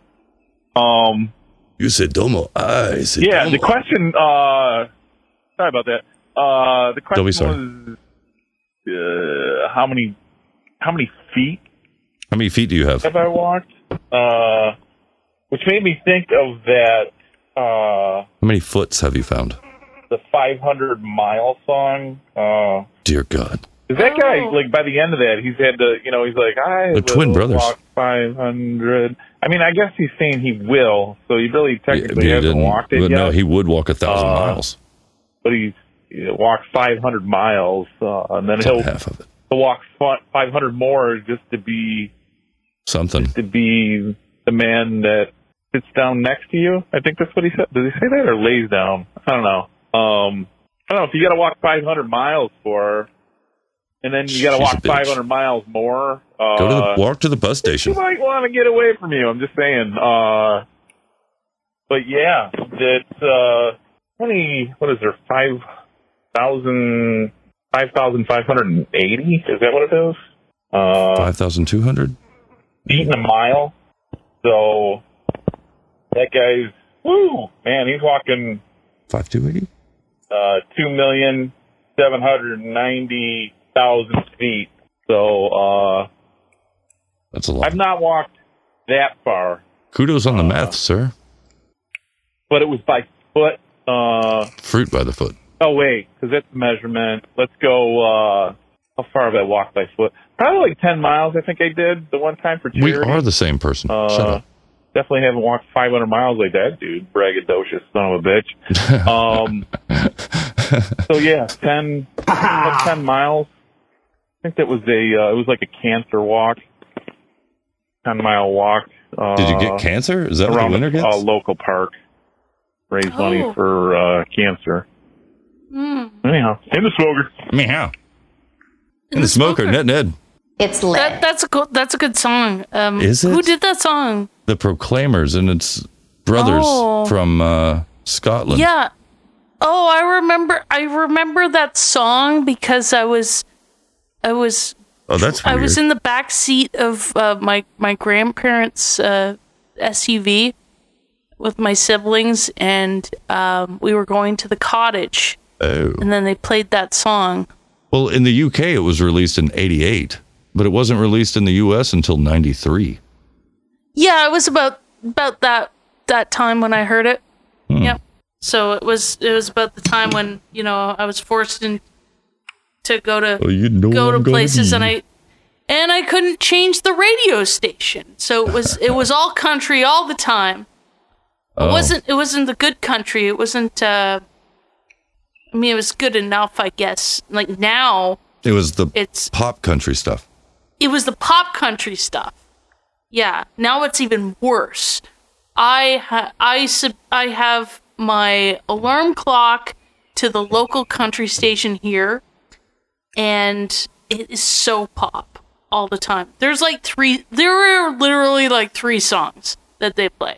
Speaker 25: Um.
Speaker 7: You said Domo. I said
Speaker 25: Yeah,
Speaker 7: Domo.
Speaker 25: the question, uh, sorry about that. Uh, the question
Speaker 7: Don't be sorry.
Speaker 25: was, uh, how many, how many feet
Speaker 7: How many feet do you have?
Speaker 25: have I walked? Uh, which made me think of that, uh,
Speaker 7: How many foots have you found?
Speaker 25: the 500 mile song. Uh,
Speaker 7: Dear God.
Speaker 25: Is that guy like by the end of that he's had to you know he's like
Speaker 7: They're
Speaker 25: I will
Speaker 7: twin brothers.
Speaker 25: walk five hundred. I mean I guess he's saying he will, so he really
Speaker 7: But
Speaker 25: technically
Speaker 7: he
Speaker 25: hasn't
Speaker 7: didn't-
Speaker 25: walked it
Speaker 7: but
Speaker 25: yet.
Speaker 7: No, he would walk a thousand
Speaker 25: Uh,
Speaker 7: miles.
Speaker 25: but he's he walked five hundred miles, uh, and then
Speaker 7: It's
Speaker 25: he'll
Speaker 7: like half of it.
Speaker 25: he'll walk five hundred more just to be
Speaker 7: Something.
Speaker 25: to be the man that sits down next to you. I think that's what he said. Did he say that or lays down? I don't know. Um, I don't know if you got to walk 500 miles for, and then you
Speaker 7: She's
Speaker 25: got to
Speaker 7: a
Speaker 25: walk
Speaker 7: bitch.
Speaker 25: 500 miles more. Uh,
Speaker 7: Go to the walk to the bus station.
Speaker 25: You might want to get away from you. I'm just saying. Uh, but yeah, that uh, 20. What is there? Five thousand. Five thousand five hundred and eighty. Is that what it is? Uh,
Speaker 7: 5,200?
Speaker 25: beating a mile. So that guy's woo man, he's walking
Speaker 7: 5,280?
Speaker 25: uh two million seven hundred and ninety thousand feet. So uh
Speaker 7: That's a lot.
Speaker 25: I've not walked that far,
Speaker 7: Kudos
Speaker 25: Uh,
Speaker 7: on the math, sir.
Speaker 25: but it was by foot. Uh
Speaker 7: Fruit by the foot.
Speaker 25: oh wait, because that's the measurement. Let's go uh how far have I walked by foot? Probably like ten miles I think I did the one time for
Speaker 7: We
Speaker 25: charity.
Speaker 7: are the same person. Shut
Speaker 25: Uh,
Speaker 7: up.
Speaker 25: definitely haven't walked 500 miles like that, dude. Braggadocious son of a
Speaker 7: [LAUGHS]
Speaker 25: bitch. Um, so yeah, 10, about 10 miles. I think that was a, uh, it was like a cancer walk, 10 mile walk. Uh,
Speaker 7: Did you get cancer? Is that what the
Speaker 25: around
Speaker 7: winner
Speaker 25: a,
Speaker 7: gets?
Speaker 25: a local park. Raise
Speaker 8: Oh.
Speaker 25: money for uh, cancer.
Speaker 8: Hmm.
Speaker 25: Anyhow, in the smoker.
Speaker 7: Anyhow. And the smoker, Ned Ned.
Speaker 9: It's
Speaker 8: lit. That, that's a cool, that's a good song. Um,
Speaker 7: Is it?
Speaker 8: Who did that song?
Speaker 7: The Proclaimers and its brothers
Speaker 8: Oh.
Speaker 7: from uh, Scotland.
Speaker 8: Yeah. Oh, I remember. I remember that song because I was, I was,
Speaker 7: Oh, that's
Speaker 8: I
Speaker 7: weird.
Speaker 8: was in the back seat of uh, my my grandparents' uh, SUV with my siblings, and um, we were going to the cottage,
Speaker 7: oh.
Speaker 8: and then they played that song.
Speaker 7: Well, in the UK, it was released in 88, but it wasn't released in the US until 93.
Speaker 8: Yeah, it was about about that that time when I heard it.
Speaker 7: Hmm.
Speaker 8: Yep. So it was it was about the time when you know I was forced in to go to
Speaker 7: Oh, you know
Speaker 8: go
Speaker 7: I'm
Speaker 8: to
Speaker 7: gonna
Speaker 8: places
Speaker 7: be.
Speaker 8: and I and I couldn't change the radio station. So it was it was all country all the time. It
Speaker 7: Oh.
Speaker 8: wasn't it wasn't the good country. It wasn't. uh I mean, it was good enough, I guess. Like now,
Speaker 7: It was the
Speaker 8: It's-
Speaker 7: pop country stuff.
Speaker 8: it was the pop country stuff. Yeah, now it's even worse. I ha- I sub- I have my alarm clock to the local country station here, and it is so pop all the time. There's like three. There are literally like three songs that they play.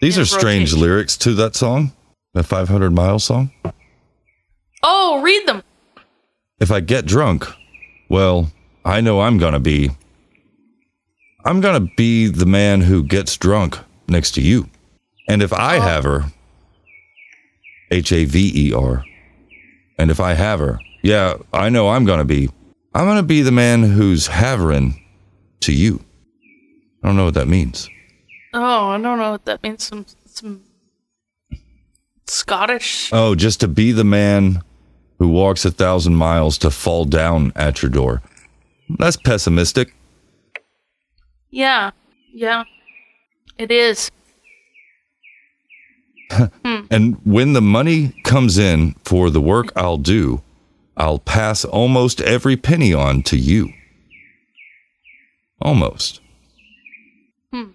Speaker 7: These are strange lyrics to that song, the 500 Mile song.
Speaker 8: Oh, read them.
Speaker 7: If I get drunk, well, I know I'm going to be. I'm going to be the man who gets drunk next to you. And if
Speaker 8: Oh.
Speaker 7: I have her, H A V E R. And if I have her, yeah, I know I'm going to be. I'm going to be the man who's havering to you. I don't know what that means.
Speaker 8: Oh, I don't know what that means. Some some Scottish.
Speaker 7: Oh, just to be the man who walks a thousand miles to fall down at your door. That's pessimistic.
Speaker 8: Yeah, yeah, it is.
Speaker 7: [LAUGHS] And when the money comes in for the work I'll do, I'll pass almost every penny on to you. Almost.
Speaker 8: Hmm.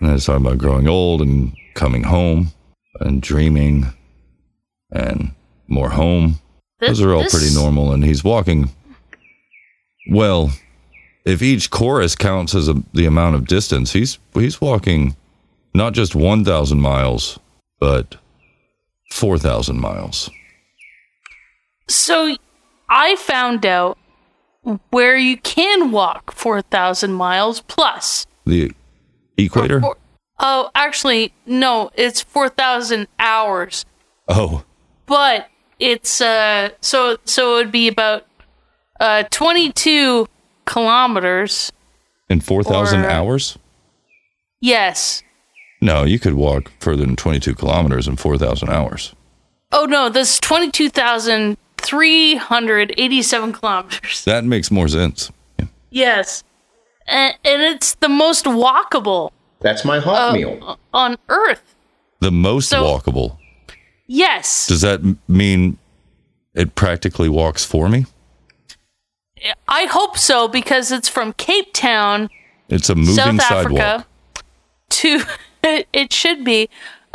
Speaker 7: And it's talking about growing old and coming home and dreaming and more home.
Speaker 8: Thi-
Speaker 7: Those are all
Speaker 8: this-
Speaker 7: pretty normal. And he's walking. Well, if each chorus counts as a, the amount of distance, he's he's walking not just one thousand miles, but four thousand miles.
Speaker 8: So I found out where you can walk 4,000 miles plus.
Speaker 7: The equator.
Speaker 8: Oh, actually, no, it's 4,000 hours,
Speaker 7: Oh,
Speaker 8: but it's uh so so it would be about uh 22 kilometers.
Speaker 7: in four thousand
Speaker 8: Or-
Speaker 7: hours?
Speaker 8: Yes.
Speaker 7: No, you could walk further than twenty-two kilometers in four thousand hours.
Speaker 8: Oh no, that's 22,387 kilometers.
Speaker 7: That makes more sense.
Speaker 8: Yes. And, and it's the most walkable
Speaker 7: That's my
Speaker 8: uh, on earth.
Speaker 7: The most
Speaker 8: So-
Speaker 7: walkable.
Speaker 8: Yes.
Speaker 7: Does that m- mean it practically walks for me?
Speaker 8: I hope so because it's from Cape Town,
Speaker 7: It's a moving
Speaker 8: South
Speaker 7: sidewalk.
Speaker 8: Africa, to [LAUGHS] it should be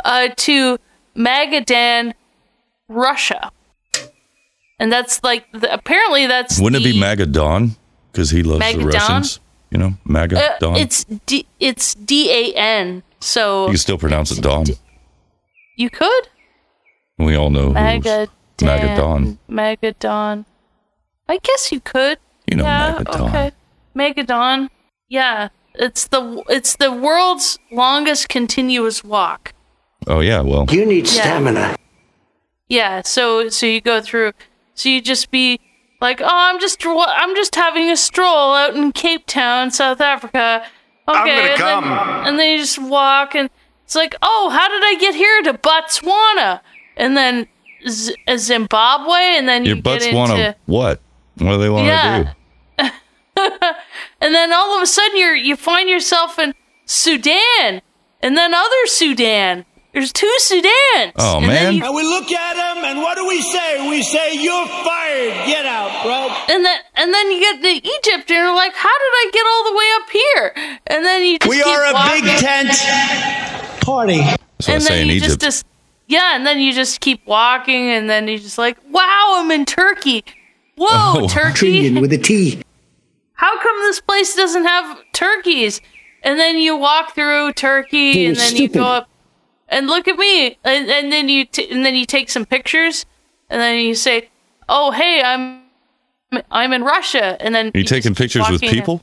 Speaker 8: uh, to Magadan, Russia, and that's like the, apparently that's
Speaker 7: Wouldn't it be
Speaker 8: the-
Speaker 7: Magadon? Because he loves the
Speaker 8: Magadan?
Speaker 7: Russians. You know,
Speaker 8: uh,
Speaker 7: Magadon.
Speaker 8: it's D, it's D A N. So
Speaker 7: you can still pronounce it Don.
Speaker 8: you could
Speaker 7: We all know who's
Speaker 8: Magadan,
Speaker 7: Magadan.
Speaker 8: Magadan. I guess you could.
Speaker 7: You know,
Speaker 8: yeah,
Speaker 7: Megaton.
Speaker 8: okay. Megadon. Yeah, it's the it's the world's longest continuous walk.
Speaker 7: Oh yeah, well.
Speaker 8: You need Yeah. stamina. Yeah, so so you go through, so you just be like, oh, I'm just dro- I'm just having a stroll out in Cape Town, South Africa. Okay,
Speaker 6: I'm gonna
Speaker 8: and
Speaker 6: come.
Speaker 8: Then, and then you just walk, and it's like, oh, how did I get here to Botswana? And then Z- Zimbabwe, and then
Speaker 7: Your
Speaker 8: you
Speaker 7: butts
Speaker 8: get
Speaker 7: want to
Speaker 8: into
Speaker 7: what? What do they want to
Speaker 8: Yeah.
Speaker 7: do?
Speaker 8: and then all of a sudden you're you find yourself in Sudan, and then other Sudan. There's two Sudans.
Speaker 7: Oh,
Speaker 8: and then
Speaker 7: man.
Speaker 8: you-
Speaker 6: And we look at him, and what do we say? We say, You're fired. Get out, bro.
Speaker 8: and then and then you get to Egypt, and you're like, how did I get all the way up here? And then you just
Speaker 6: We
Speaker 8: keep
Speaker 6: are a big
Speaker 8: walking.
Speaker 6: tent party.
Speaker 7: That's what I
Speaker 8: and
Speaker 7: say
Speaker 8: then
Speaker 7: in
Speaker 8: you
Speaker 7: Egypt.
Speaker 8: just, just yeah, and then you just keep walking, and then you just like, wow, I'm in Turkey.
Speaker 7: [LAUGHS]
Speaker 8: Whoa,
Speaker 6: Oh.
Speaker 8: Turkey!
Speaker 6: with a T.
Speaker 8: How come this place doesn't have turkeys? And then you walk through Turkey,
Speaker 6: They were
Speaker 8: and then
Speaker 6: stupid.
Speaker 8: you go up and look at me, and, and then you t- and then you take some pictures, and then you say, "Oh, hey, I'm I'm in Russia," and then
Speaker 7: Are you taking
Speaker 8: just
Speaker 7: pictures
Speaker 8: walk
Speaker 7: with
Speaker 8: in.
Speaker 7: people?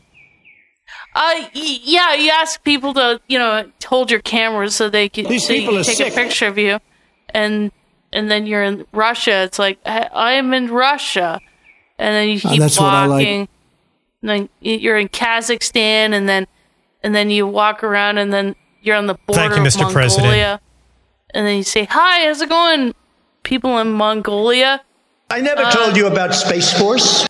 Speaker 8: Uh, y- yeah, you ask people to, you know, hold your camera so they can,
Speaker 6: These
Speaker 8: so you
Speaker 6: people
Speaker 8: can
Speaker 6: are
Speaker 8: take
Speaker 6: sick.
Speaker 8: a picture of you, and and then you're in Russia. It's like I, I'm in Russia, and then you
Speaker 6: Ah,
Speaker 8: keep
Speaker 6: that's what I like.
Speaker 8: walking. And then y- you're in Kazakhstan, and then and then you walk around, and then you're on the border
Speaker 2: Thank you,
Speaker 8: of
Speaker 2: Mr.
Speaker 8: Mongolia,
Speaker 2: President.
Speaker 8: and then you say, "Hi, how's it going, people in Mongolia?" Uh,
Speaker 6: I never told you about Space Force.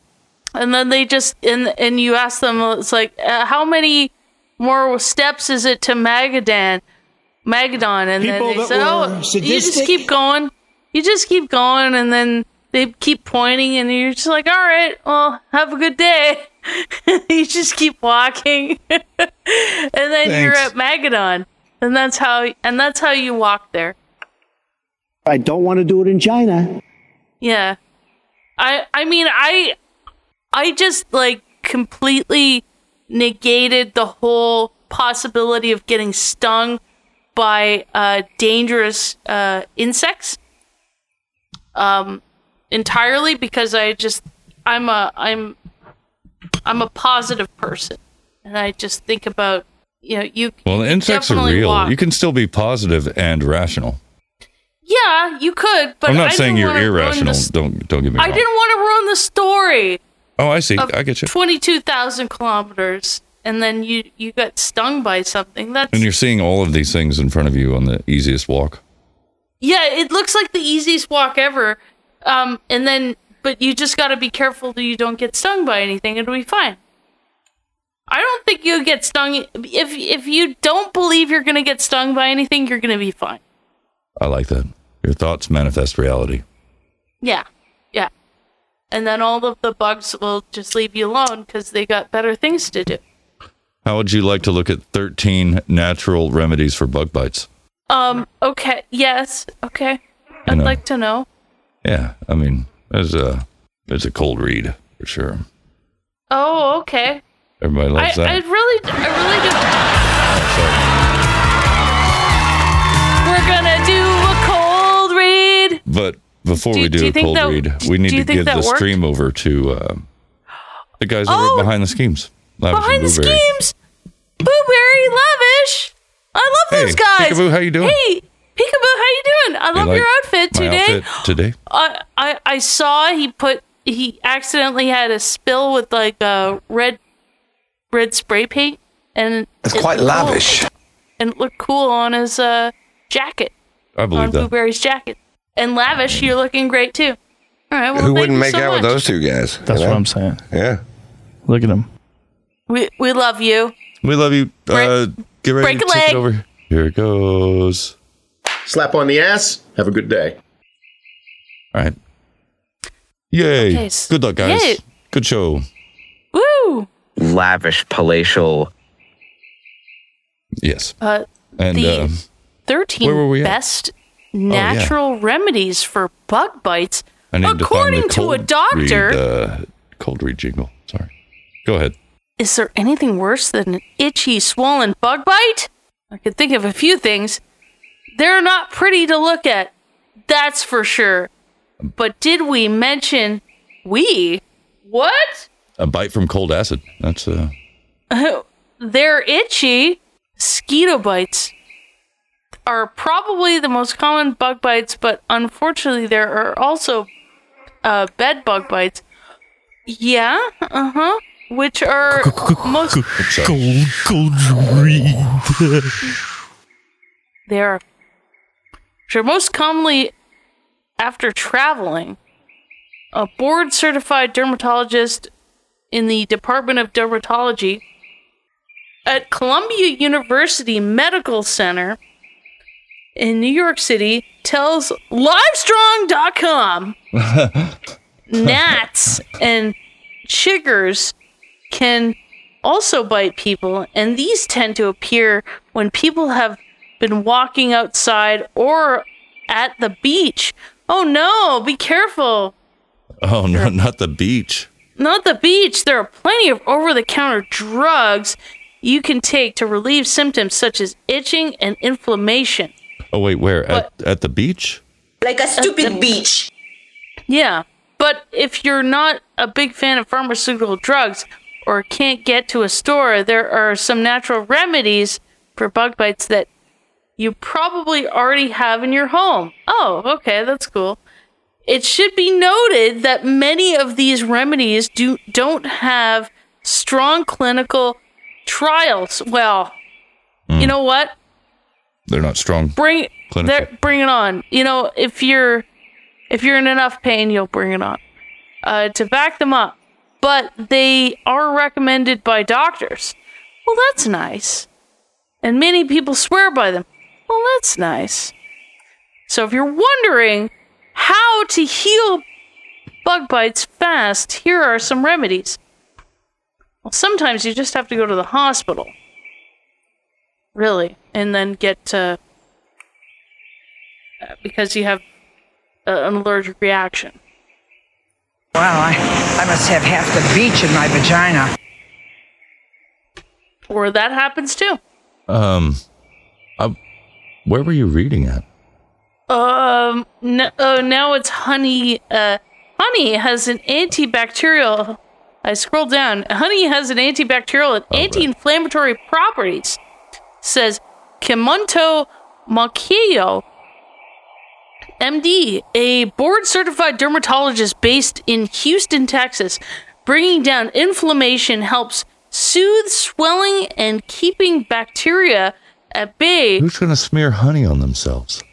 Speaker 8: and then they just and and you ask them it's like uh, how many more steps is it to Magadan Magadon and
Speaker 6: People
Speaker 8: then they
Speaker 6: that
Speaker 8: said
Speaker 6: were
Speaker 8: oh you just
Speaker 6: sadistic.
Speaker 8: keep going you just keep going and then they keep pointing and you're just like all right well have a good day [LAUGHS] you just keep walking [LAUGHS] and then you're
Speaker 3: Thanks.
Speaker 8: at Magadon and that's how and that's how you walk there
Speaker 3: I don't want to do it in China.
Speaker 8: Yeah. I I mean I I just like completely negated the whole possibility of getting stung by uh dangerous uh insects um entirely because I just I'm a I'm I'm a positive person and I just think about you know you
Speaker 7: Well, the insects are
Speaker 8: definitely
Speaker 7: real.
Speaker 8: walk.
Speaker 7: You can still be positive and rational.
Speaker 8: yeah you could but
Speaker 7: I'm not
Speaker 8: I
Speaker 7: saying
Speaker 8: didn't
Speaker 7: you're
Speaker 8: wanna ruin the
Speaker 7: irrational.
Speaker 8: s-
Speaker 7: don't don't get me
Speaker 8: I
Speaker 7: wrong.
Speaker 8: didn't want to ruin the story
Speaker 7: oh, I see.
Speaker 8: of
Speaker 7: I get you.
Speaker 8: 22,000 kilometers and then you you got stung by something. That's
Speaker 7: And you're seeing all of these things in front of you on the easiest walk.
Speaker 8: yeah, it looks like the easiest walk ever. Um and then but you just got to be careful that you don't get stung by anything. It'll be fine. I don't think you'll get stung if if you don't believe you're going to get stung by anything, you're going to be fine.
Speaker 7: I like that. Your thoughts manifest reality.
Speaker 8: Yeah. Yeah. And then all of the bugs will just leave you alone cuz they got better things to do.
Speaker 7: How would you like to look at 13 natural remedies for bug bites?
Speaker 8: Um okay, yes. Okay. I'd
Speaker 7: know.
Speaker 8: like to know.
Speaker 7: Yeah, I mean, there's a there's a cold read for sure.
Speaker 8: Oh, okay.
Speaker 7: Everybody
Speaker 8: I,
Speaker 7: loves
Speaker 8: I
Speaker 7: that.
Speaker 8: really, I really do. We're gonna do a cold read.
Speaker 7: but before
Speaker 8: Do-
Speaker 7: we do,
Speaker 8: do you
Speaker 7: a
Speaker 8: think
Speaker 7: cold
Speaker 8: that-
Speaker 7: read, we need
Speaker 8: do
Speaker 7: to
Speaker 8: you think
Speaker 7: give
Speaker 8: that
Speaker 7: the
Speaker 8: worked?
Speaker 7: stream over to uh, the guys that
Speaker 8: Oh!
Speaker 7: were behind the schemes. Lavish and
Speaker 8: Behind the
Speaker 7: Blueberry.
Speaker 8: schemes, Booberry Lavish. I love
Speaker 7: Hey,
Speaker 8: those guys.
Speaker 7: Peekaboo, how you doing?
Speaker 8: Hey, Peekaboo, how you doing? I
Speaker 7: You
Speaker 8: love
Speaker 7: like
Speaker 8: your outfit
Speaker 7: my
Speaker 8: today.
Speaker 7: outfit today.
Speaker 8: I, I I saw he put he accidentally had a spill with like uh, red red spray paint and
Speaker 7: That's
Speaker 8: it
Speaker 7: quite
Speaker 8: looked cool.
Speaker 7: lavish.
Speaker 8: and it looked cool on his uh, jacket
Speaker 7: I
Speaker 8: on
Speaker 7: believe that.
Speaker 8: Blueberry's jacket and lavish you're looking great too all right well,
Speaker 10: Who
Speaker 8: thank
Speaker 10: wouldn't
Speaker 8: you
Speaker 10: make
Speaker 8: so
Speaker 10: out with
Speaker 8: much.
Speaker 10: those two guys?
Speaker 2: That's what I'm saying.
Speaker 10: Yeah.
Speaker 2: Look at him.
Speaker 8: we, we love you
Speaker 7: We love you. Uh, get ready
Speaker 8: break
Speaker 7: to
Speaker 8: a
Speaker 7: tip
Speaker 8: leg.
Speaker 7: it over. Here it goes.
Speaker 11: Slap on the ass. Have a good day.
Speaker 7: All right. Yay.
Speaker 8: Okay, s-
Speaker 7: Good luck, guys.
Speaker 8: yay.
Speaker 7: Good show.
Speaker 8: woo
Speaker 12: Lavish palatial.
Speaker 7: Yes.
Speaker 8: uh,
Speaker 7: And
Speaker 8: the
Speaker 7: uh,
Speaker 8: 13
Speaker 7: where were we at? Oh,
Speaker 8: best natural remedies for bug bites
Speaker 7: I need to find
Speaker 8: according
Speaker 7: the
Speaker 8: to a
Speaker 7: cold
Speaker 8: doctor
Speaker 7: Read, uh, cold read jingle. Sorry. Go ahead.
Speaker 8: Is there anything worse than an itchy, swollen bug bite? I could think of a few things. They're not pretty to look at, that's for sure. But did we mention we? What? [LAUGHS]
Speaker 7: A bite from cold acid. That's uh,
Speaker 8: They're itchy. Mosquito bites are probably the most common bug bites, but unfortunately, there are also uh, bed bug bites. Yeah, uh huh. Which are most.
Speaker 2: Gold, gold read.
Speaker 8: Mm-hmm. They are. Which are most commonly after traveling. A board certified dermatologist in the Department of Dermatology at Columbia University Medical Center in New York City tells Livestrong.com gnats and chiggers can also bite people, and these tend to appear when people have been walking outside or at the beach. Oh no, be careful!
Speaker 7: oh no, not the beach.
Speaker 8: Not the beach. There are plenty of over the counter drugs you can take to relieve symptoms such as itching and inflammation.
Speaker 7: Oh wait, where at at the beach?
Speaker 8: Like a stupid beach. Yeah. But if you're not a big fan of pharmaceutical drugs or can't get to a store, there are some natural remedies for bug bites that you probably already have in your home. Oh, okay, that's cool. It should be noted that many of these remedies do don't have strong clinical trials. Well, you know what?
Speaker 7: They're not strong.
Speaker 8: bring
Speaker 7: Clinical.
Speaker 8: there- bring it on. You know, if you're if you're in enough pain, you'll bring it on uh, to back them up. But they are recommended by doctors. Well, that's nice, and many people swear by them. Well, that's nice. So if you're wondering how to heal bug bites fast, here are some remedies. Well, sometimes you just have to go to the hospital. Really. And then get, uh, uh, because you have uh, an allergic reaction.
Speaker 4: Wow, I, I must have half the beach in my vagina.
Speaker 8: Or that happens too.
Speaker 7: Um, I, where were you reading at?
Speaker 8: Um, n- oh, now it's honey. Uh, honey has an antibacterial. I scrolled down. Honey has an antibacterial
Speaker 7: Oh,
Speaker 8: and anti-inflammatory properties, says Kimonto Makio, MD, a board-certified dermatologist based in Houston, Texas. Bringing down inflammation helps soothe swelling and keeping bacteria at bay. Ah,
Speaker 7: Who's gonna smear honey on themselves?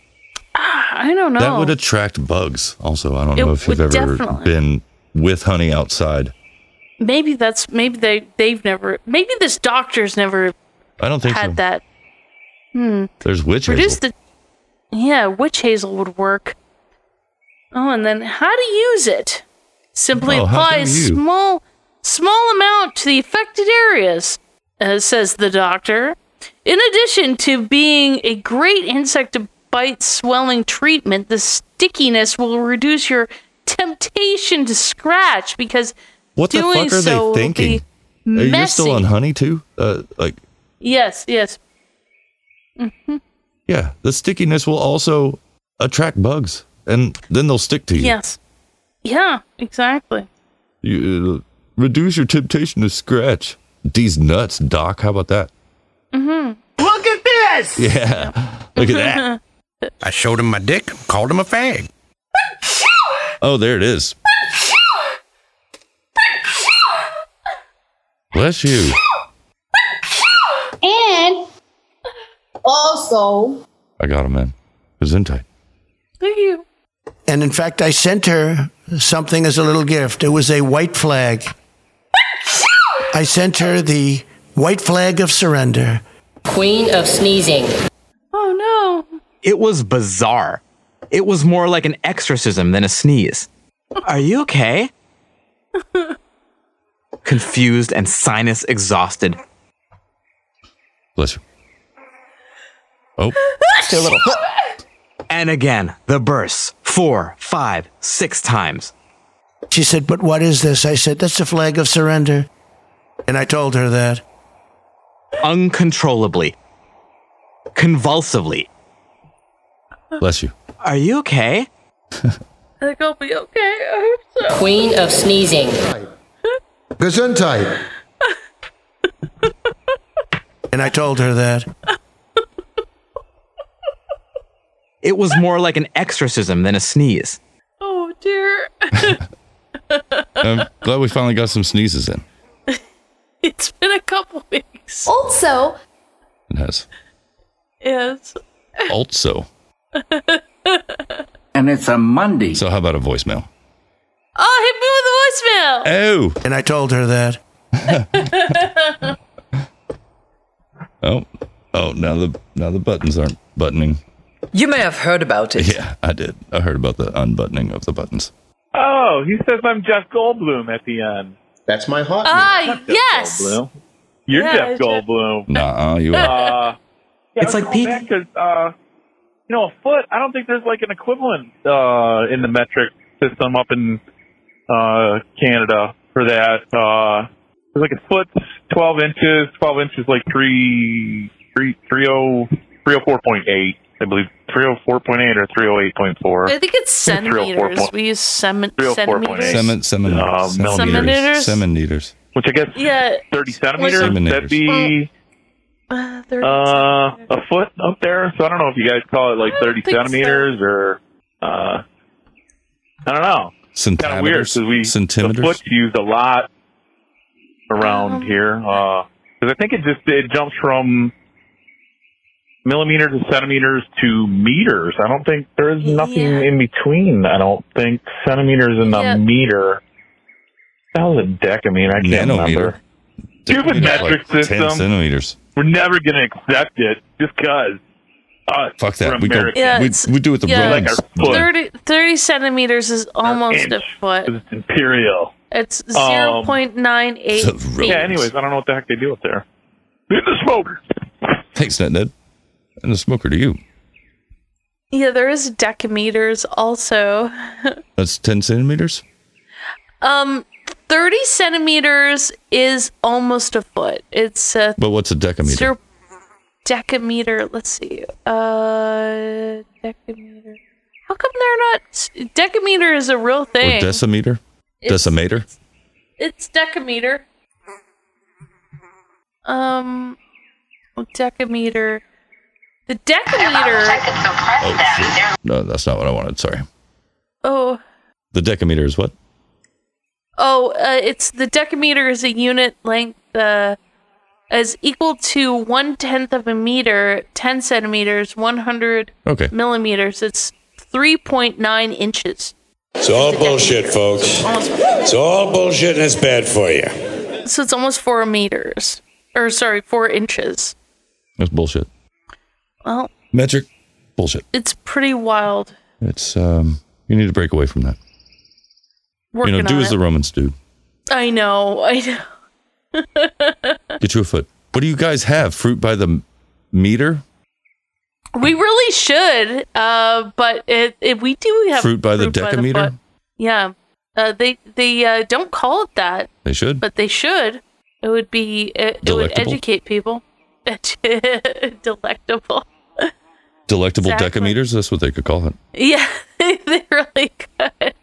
Speaker 8: I don't know.
Speaker 7: That would attract bugs. Also, I don't
Speaker 8: It
Speaker 7: know if you've ever
Speaker 8: would definitely.
Speaker 7: been with honey outside.
Speaker 8: Maybe that's maybe they they've never maybe this doctor's never
Speaker 7: I don't think
Speaker 8: had
Speaker 7: so.
Speaker 8: that. Hmm.
Speaker 7: There's witch
Speaker 8: Reduce
Speaker 7: hazel.
Speaker 8: the yeah witch hazel would work. Oh, and then how to use it? Simply
Speaker 6: Oh, how do
Speaker 8: apply a
Speaker 6: you?
Speaker 8: small small amount to the affected areas, uh, says the doctor. In addition to being a great insect bite swelling treatment, the stickiness will reduce your temptation to scratch because
Speaker 7: What the
Speaker 8: doing
Speaker 7: fuck are
Speaker 8: so will
Speaker 7: they thinking? Are
Speaker 8: be Messy.
Speaker 7: you still on honey too? Uh, like,
Speaker 8: Yes, yes. hmm
Speaker 7: yeah, the stickiness will also attract bugs, and then they'll stick to you.
Speaker 8: Yes. Yeah, exactly.
Speaker 7: You uh, reduce your temptation to scratch these nuts, Doc. How about that? [LAUGHS]
Speaker 6: Mm-hmm. Look at this!
Speaker 7: Yeah, look at that. [LAUGHS]
Speaker 8: [LAUGHS]
Speaker 7: I showed him my dick, called him a fag. oh, there it is. Bless you.
Speaker 9: And also,
Speaker 7: I got him, man. Gesundheit.
Speaker 8: Thank you.
Speaker 10: And in fact, I sent her something as a little gift. It was a white
Speaker 8: [LAUGHS]
Speaker 10: flag. I sent her the white flag of surrender.
Speaker 13: Queen of sneezing.
Speaker 8: Oh no.
Speaker 1: It was bizarre. It was more like an exorcism than a sneeze. Are you okay? Confused and sinus exhausted.
Speaker 7: Bless you. Oh.
Speaker 1: Still a little. and again, the bursts. Four, five, six times.
Speaker 10: She said, But what is this? I said, That's the flag of surrender. And I told her that.
Speaker 1: Uncontrollably. Convulsively.
Speaker 7: Bless you.
Speaker 1: Are you okay?
Speaker 8: I think I'll be okay. I hope so.
Speaker 13: Queen of sneezing.
Speaker 10: Gesundheit. and I told her that.
Speaker 1: It was more like an exorcism than a sneeze.
Speaker 8: Oh dear. [LAUGHS] Oh,
Speaker 7: I'm glad we finally got some sneezes in.
Speaker 8: it's been a couple weeks.
Speaker 9: Also,
Speaker 7: It has.
Speaker 8: yes.
Speaker 7: Also.
Speaker 14: [LAUGHS] And it's a Monday.
Speaker 7: So how about a voicemail?
Speaker 8: Oh, hit me with a voicemail.
Speaker 7: Oh.
Speaker 10: And I told her that.
Speaker 7: [LAUGHS] Oh. Oh, now the now the buttons aren't buttoning.
Speaker 15: You may have heard about it.
Speaker 7: [LAUGHS] Yeah, I did. I heard about the unbuttoning of the buttons.
Speaker 25: Oh, he says I'm Jeff Goldblum at the end.
Speaker 7: That's my hot.
Speaker 8: Ah, yes.
Speaker 25: Goldblum. You're
Speaker 8: Yeah,
Speaker 25: Jeff
Speaker 8: it's Jeff-
Speaker 25: Goldblum.
Speaker 7: Nah,
Speaker 8: [LAUGHS]
Speaker 7: you are.
Speaker 25: Uh, yeah,
Speaker 7: It's
Speaker 25: I
Speaker 7: like
Speaker 25: was going
Speaker 7: Pete-
Speaker 25: back to, uh, you know, a foot. I don't think there's like an equivalent uh, in the metric system up in uh, Canada for that. Uh, it's like a foot, twelve inches. Twelve inches, like three, three, three oh, three oh four point eight. I believe three oh four point eight or three oh eight point four.
Speaker 8: I think it's centimeters.
Speaker 25: point-
Speaker 8: We use sem-
Speaker 25: Three oh four point eight.
Speaker 8: centimeters.
Speaker 7: Semen, semen,
Speaker 25: Uh,
Speaker 8: millimeters.
Speaker 7: Seminators.
Speaker 25: Which I guess
Speaker 8: yeah.
Speaker 25: thirty centimeters.
Speaker 7: Centimeters.
Speaker 25: That'd be.
Speaker 8: Uh,
Speaker 25: Uh,
Speaker 8: thirty-
Speaker 25: a foot up there. So I don't know if you guys call it like 30
Speaker 8: think so.
Speaker 25: centimeters or, uh, I don't know. Kind of weird
Speaker 7: Centimeters.
Speaker 25: because we the foot's used a lot around
Speaker 8: Oh.
Speaker 25: here. Because I think it just it jumps from millimeters to centimeters to meters. I don't think there is nothing in between. I don't think centimeters and
Speaker 8: Yeah.
Speaker 25: a meter. That was a decameter. I can't remember. Stupid metric
Speaker 7: Like Ten
Speaker 25: system.
Speaker 7: centimeters.
Speaker 25: We're never going to accept it just because.
Speaker 7: Fuck that. We go.
Speaker 25: American.
Speaker 8: Yeah,
Speaker 7: we,
Speaker 8: it's-
Speaker 7: we do it the
Speaker 8: yeah,
Speaker 7: Romans.
Speaker 25: foot.
Speaker 8: 30, 30 centimeters is almost a foot.
Speaker 25: Imperial.
Speaker 8: It's
Speaker 25: Um,
Speaker 8: 0.98 feet.
Speaker 25: Yeah, anyways, I don't know what the heck they do up there. In the smoker.
Speaker 7: Thanks, Ned. Ned. And the smoker to you.
Speaker 8: Yeah, there is decameters also. [LAUGHS]
Speaker 7: That's ten centimeters.
Speaker 8: Um, 30 centimeters is almost a foot. It's a
Speaker 7: But what's a decameter?
Speaker 8: zero decameter. Let's see. Uh, decameter. How come they're not? Decameter is a real
Speaker 7: or
Speaker 8: thing.
Speaker 7: decimeter?
Speaker 8: It's-
Speaker 7: Decimator.
Speaker 8: It's decameter. Um, decameter. The decameter.
Speaker 7: Oh, No, that's not what I wanted. Sorry.
Speaker 8: Oh,
Speaker 7: The decameter is what?
Speaker 8: oh, uh, it's the decameter is a unit length uh, is equal to one tenth of a meter, ten centimeters, one hundred
Speaker 7: Okay.
Speaker 8: millimeters. It's three point nine inches.
Speaker 18: It's all bullshit, folks. It's all bullshit and it's bad for you.
Speaker 8: So it's almost four meters, or sorry, four inches.
Speaker 7: That's bullshit.
Speaker 8: Well,
Speaker 7: Metric. Bullshit.
Speaker 8: it's pretty wild.
Speaker 7: It's um. You need to break away from that.
Speaker 8: Working
Speaker 7: you know, do
Speaker 8: on
Speaker 7: as
Speaker 8: it.
Speaker 7: the Romans do.
Speaker 8: I know. I know. [LAUGHS]
Speaker 7: Get you a foot. What do you guys have? Fruit by the m- meter?
Speaker 8: We really should, uh, but it, it, we do have
Speaker 7: fruit by the decameter?
Speaker 8: foot. yeah, uh, they they uh, don't call it that,
Speaker 7: they should.
Speaker 8: but they should. It would be it, it would
Speaker 7: Delectable.
Speaker 8: educate people. [LAUGHS] Delectable.
Speaker 7: Delectable
Speaker 8: Exactly.
Speaker 7: decameters? That's what they could call it.
Speaker 8: Yeah, [LAUGHS] they really could. [LAUGHS]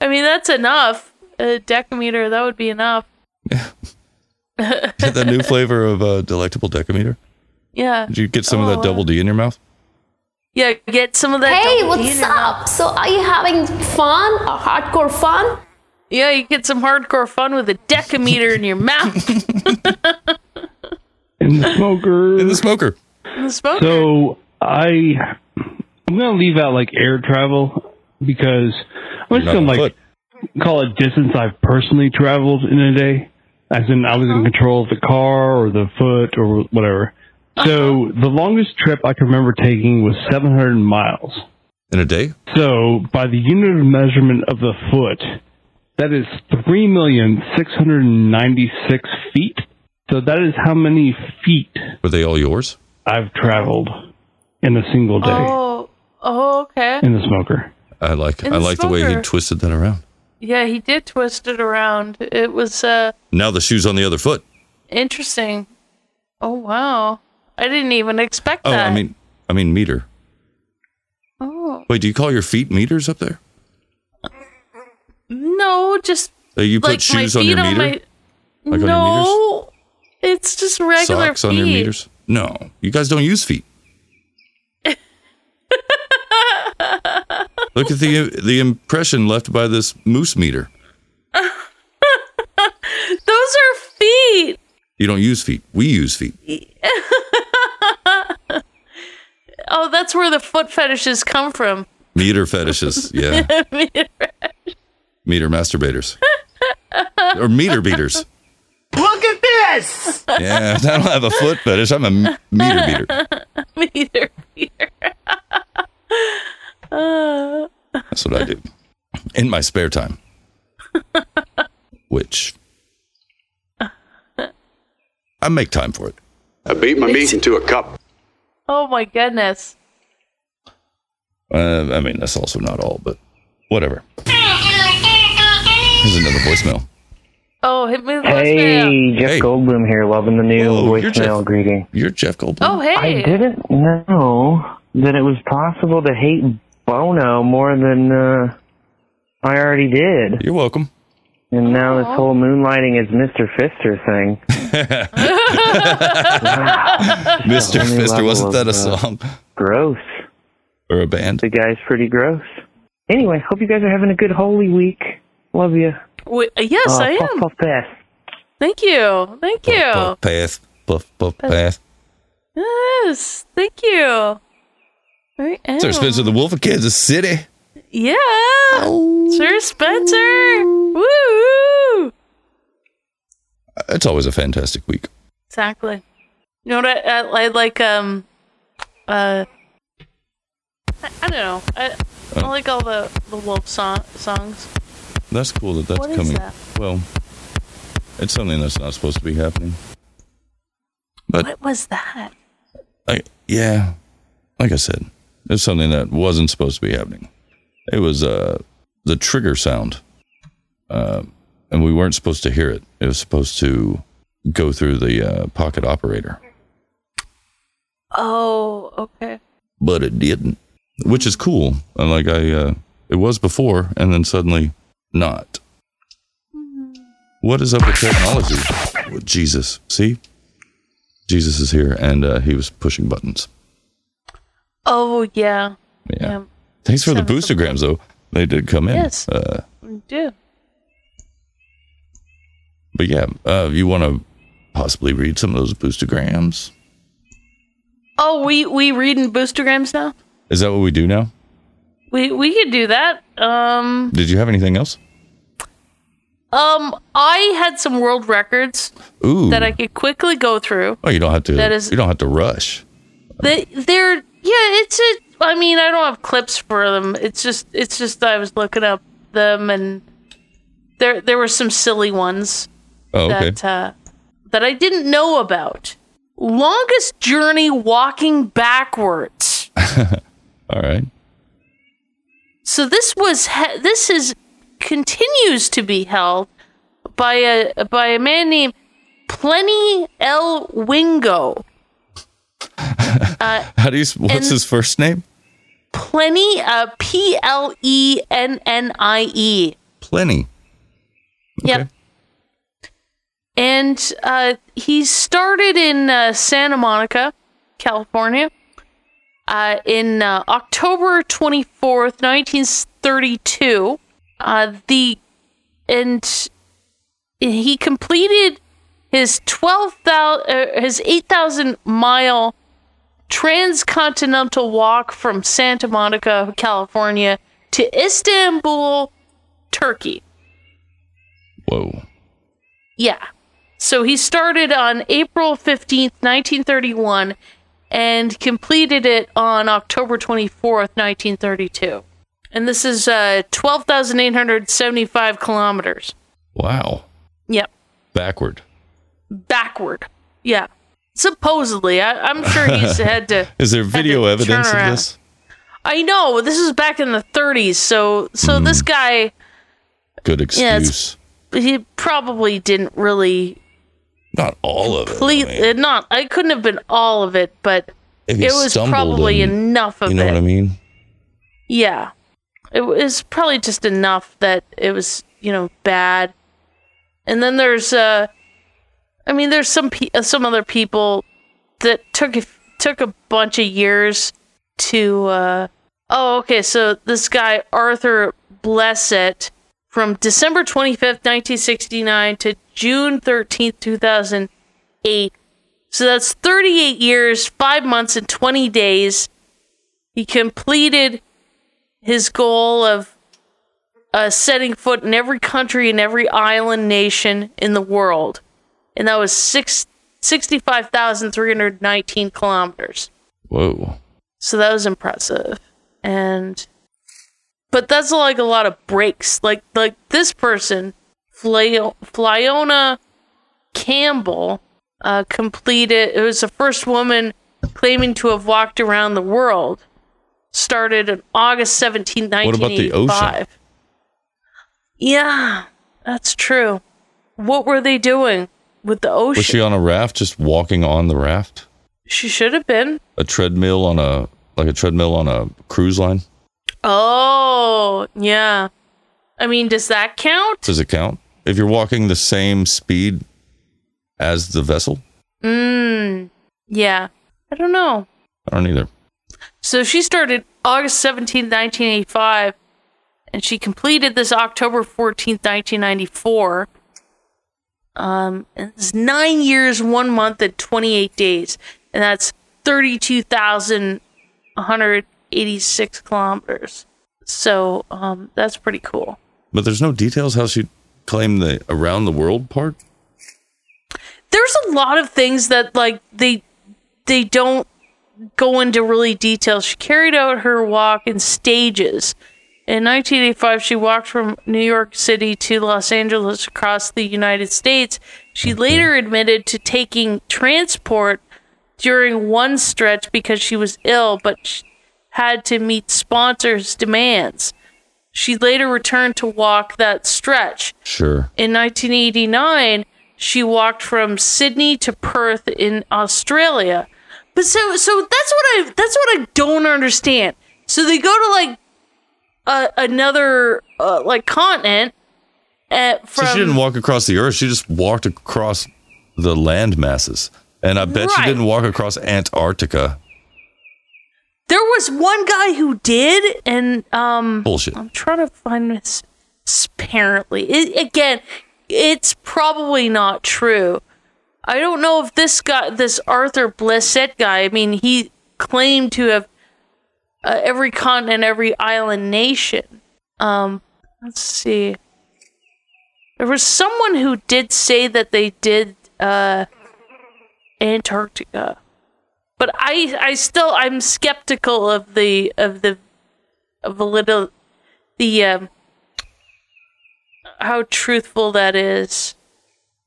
Speaker 8: I mean, that's enough. A decameter, that would be enough.
Speaker 7: [LAUGHS] that new flavor of uh, delectable decameter?
Speaker 8: Yeah.
Speaker 7: Did you get some of
Speaker 8: Oh,
Speaker 7: that
Speaker 8: wow.
Speaker 7: double D in your mouth?
Speaker 8: Yeah, get some of that.
Speaker 9: hey,
Speaker 8: double D
Speaker 9: what's
Speaker 8: in your mouth.
Speaker 9: up? So are you having fun? A hardcore fun?
Speaker 8: Yeah, you get some hardcore fun with a decameter
Speaker 7: [LAUGHS]
Speaker 8: in your mouth.
Speaker 19: In the smoker.
Speaker 7: In the smoker.
Speaker 8: The smoker.
Speaker 19: So I, I'm gonna leave out like air travel because I'm just
Speaker 7: Not
Speaker 19: gonna
Speaker 7: on
Speaker 19: like call it distance I've personally traveled in a day, as in I was in control of the car or the foot or whatever. So the longest trip I can remember taking was 700 miles
Speaker 7: in a day.
Speaker 19: So by the unit of measurement of the foot, that is three million six hundred ninety-six feet. So that is how many feet
Speaker 7: Were they all yours?
Speaker 19: I've traveled in a single day
Speaker 8: Oh, oh, okay.
Speaker 19: in the smoker.
Speaker 7: I like
Speaker 8: In
Speaker 7: I
Speaker 8: the
Speaker 7: like the way he
Speaker 8: smoker.
Speaker 7: twisted that around.
Speaker 8: Yeah, he did twist it around. It was uh
Speaker 7: Now the shoe's on the other foot.
Speaker 8: interesting. Oh wow. I didn't even expect
Speaker 7: Oh,
Speaker 8: that.
Speaker 7: I mean I mean meter.
Speaker 8: oh.
Speaker 7: Wait, do you call your feet meters up there?
Speaker 8: No, just
Speaker 7: Uh, you put
Speaker 8: Like, my
Speaker 7: shoes on
Speaker 8: feet
Speaker 7: your
Speaker 8: on
Speaker 7: meter?
Speaker 8: my-
Speaker 7: Like on your meters?
Speaker 8: no, it's just regular
Speaker 7: Socks
Speaker 8: feet.
Speaker 7: on your meters? No. You guys don't use feet. Look at the the impression left by this moose meter.
Speaker 8: Those are feet.
Speaker 7: You don't use feet. We use feet.
Speaker 8: Oh, that's where the foot fetishes come from.
Speaker 7: Meter fetishes. Yeah. meter masturbators. or meter beaters.
Speaker 23: Look at this!
Speaker 7: Yeah, [LAUGHS] I don't have a foot fetish. I'm a m- meter beater.
Speaker 8: [LAUGHS] meter beater. [LAUGHS] Uh,
Speaker 7: That's what I do in my spare time. Which I make time for it.
Speaker 14: I beat my meat into a cup.
Speaker 8: [LAUGHS] oh my goodness.
Speaker 7: Uh, I mean, that's also not all, but whatever. Here's another voicemail.
Speaker 8: Oh, hit me with the voicemail.
Speaker 16: Hey, Jeff Goldblum here, loving the new
Speaker 7: Oh, you're
Speaker 16: voicemail greeting.
Speaker 7: You're Jeff Goldblum.
Speaker 8: Oh,
Speaker 7: [LAUGHS]
Speaker 8: hey.
Speaker 16: I didn't know that it was possible to hate Bono more than uh, I already did.
Speaker 7: You're welcome.
Speaker 16: And now this whole moonlighting is Mr. Fister
Speaker 7: [LAUGHS]
Speaker 16: thing.
Speaker 23: [LAUGHS]
Speaker 7: Mr.
Speaker 16: Only
Speaker 7: Fister,
Speaker 16: level
Speaker 7: wasn't that a
Speaker 16: of, uh,
Speaker 7: song?
Speaker 16: Gross.
Speaker 7: Or a band?
Speaker 16: The guy's pretty gross. Anyway, hope you guys are having a good Holy Week. Love you.
Speaker 8: Wait, yes, I am. Thank you. Thank you.
Speaker 7: Puff pass, puff puff pass.
Speaker 8: Yes. Thank you. Very
Speaker 7: Sir Spencer, the Wolf of Kansas City.
Speaker 8: Yeah. Sir Spencer. Woo.
Speaker 7: It's always a fantastic week.
Speaker 8: Exactly. You know what I, I, I like? Um, uh, I, I don't know. I, I
Speaker 7: Oh.
Speaker 8: like all the the wolf song, songs.
Speaker 7: That's cool that that's
Speaker 8: What is
Speaker 7: coming.
Speaker 8: that?
Speaker 7: Well, it's something that's not supposed to be happening. But
Speaker 8: What was that?
Speaker 7: I, yeah, like I said, it's something that wasn't supposed to be happening. It was uh, the trigger sound, uh, and we weren't supposed to hear it. It was supposed to go through the uh, pocket operator,
Speaker 8: Oh, okay.
Speaker 7: but it didn't, which is cool. And like I, uh, it was before, and then suddenly not. What is up with technology? Well, Jesus, see, Jesus is here, and uh, he was pushing buttons.
Speaker 8: Oh yeah.
Speaker 7: Yeah. Thanks for the boostergrams, though. They did come in.
Speaker 8: Yes.
Speaker 7: Uh,
Speaker 8: We do.
Speaker 7: but yeah, uh, if you want to possibly read some of those boostergrams,
Speaker 8: Oh, we we reading boostergrams now.
Speaker 7: is that what we do now?
Speaker 8: We we could do that. Um
Speaker 7: Did you have anything else?
Speaker 8: um I had some world records
Speaker 7: Ooh.
Speaker 8: that I could quickly go through.
Speaker 7: Oh, you don't have to.
Speaker 8: That is-
Speaker 7: you don't have to rush.
Speaker 8: They they're yeah, it's a I mean, I don't have clips for them. It's just it's just I was looking up them and there there were some silly ones
Speaker 7: Oh, okay.
Speaker 8: that uh that I didn't know about. Longest journey walking backwards.
Speaker 7: All right.
Speaker 8: So this was he- this is continues to be held by a by a man named Plenty L
Speaker 7: [LAUGHS]
Speaker 8: Wingo. Uh,
Speaker 7: How do you? s- What's
Speaker 8: And-
Speaker 7: his first name?
Speaker 8: Plenty uh, P L E N N I E.
Speaker 7: Plenty.
Speaker 8: Yep. And uh, he started in uh, Santa Monica, California, uh, in uh, October 24th, 1932. Uh, the and he completed his 12,000 uh, his 8,000 mile transcontinental walk from Santa Monica, California to Istanbul, Turkey.
Speaker 7: Whoa.
Speaker 8: Yeah. So he started on April 15th, 1931, and completed it on October 24th, 1932. And this is uh, 12,875 kilometers.
Speaker 7: Wow.
Speaker 8: Yep.
Speaker 7: Backward.
Speaker 8: Backward. Yeah. Supposedly. I, I'm sure
Speaker 7: [LAUGHS]
Speaker 8: he's had to.
Speaker 7: is there video
Speaker 8: had to turn
Speaker 7: evidence of
Speaker 8: around.
Speaker 7: this?
Speaker 8: I know. This is back in the 30s. So,
Speaker 7: Hmm.
Speaker 8: so this guy,
Speaker 7: Good
Speaker 8: Yeah, it's-
Speaker 7: excuse.
Speaker 8: he probably didn't really
Speaker 7: Not all of it.
Speaker 8: complete. uh, not, I couldn't have been all of it, but
Speaker 7: Oh, If
Speaker 8: it
Speaker 7: he
Speaker 8: was
Speaker 7: stumbled
Speaker 8: probably
Speaker 7: and-
Speaker 8: enough of
Speaker 7: You know
Speaker 8: it.
Speaker 7: what I mean?
Speaker 8: Yeah. It was probably just enough that it was, you know, bad. And then there's, uh, I mean, there's some pe- uh, some other people that took a, took a bunch of years to. Uh, oh, okay. So this guy Arthur Blessett from December 25th, 1969 to June 13th, 2008. So that's 38 years, 5 months and 20 days. He completed his goal of uh, setting foot in every country and every island nation in the world. And that was six, 65,319 kilometers. Oh,
Speaker 7: Whoa.
Speaker 8: So that was impressive. And but that's like a lot of breaks. Like like this person, Fly- Flyona Campbell, uh, completed. It was the first woman claiming to have walked around the world. Started on August 17,
Speaker 7: What about the
Speaker 8: 1985.
Speaker 7: ocean?
Speaker 8: Yeah, that's true. What were they doing with the ocean?
Speaker 7: Was she on a raft, just walking on the raft?
Speaker 8: she should have been.
Speaker 7: A treadmill on a like a treadmill on a cruise line?
Speaker 8: Oh, yeah. I mean, does that count?
Speaker 7: Does it count if you're walking the same speed as the vessel?
Speaker 8: Mm, yeah. I don't know.
Speaker 7: I don't either.
Speaker 8: So she started August 17, 1985, and she completed this October 14, 1994. Um, and it's nine years, one month, and 28 days. And that's 32,186 kilometers. So um, that's pretty cool.
Speaker 7: But there's no details how she claimed the around the world part.
Speaker 8: there's a lot of things that like they they don't go into really detail. She carried out her walk in stages. In 1985, she walked from New York City to Los Angeles across the United States. She later admitted to taking transport during one stretch because she was ill, but sh- had to meet sponsors' demands. She later returned to walk that stretch.
Speaker 7: Sure.
Speaker 8: In 1989, she walked from Sydney to Perth in Australia. But so so that's what I that's what I don't understand. So they go to like uh, another uh, like continent uh, from
Speaker 7: so she didn't walk across the earth. She just walked across the land masses. And I bet she
Speaker 8: Right.
Speaker 7: didn't walk across Antarctica.
Speaker 8: There was one guy who did, and um,
Speaker 7: Bullshit.
Speaker 8: I'm trying to find this. Apparently, it, again, it's probably not true. I don't know if this guy, this Arthur Blissett guy. I mean, he claimed to have uh, every continent, every island nation. Um, let's see. There was someone who did say that they did uh, Antarctica but I I still I'm skeptical of the of the of the little the um how truthful that is.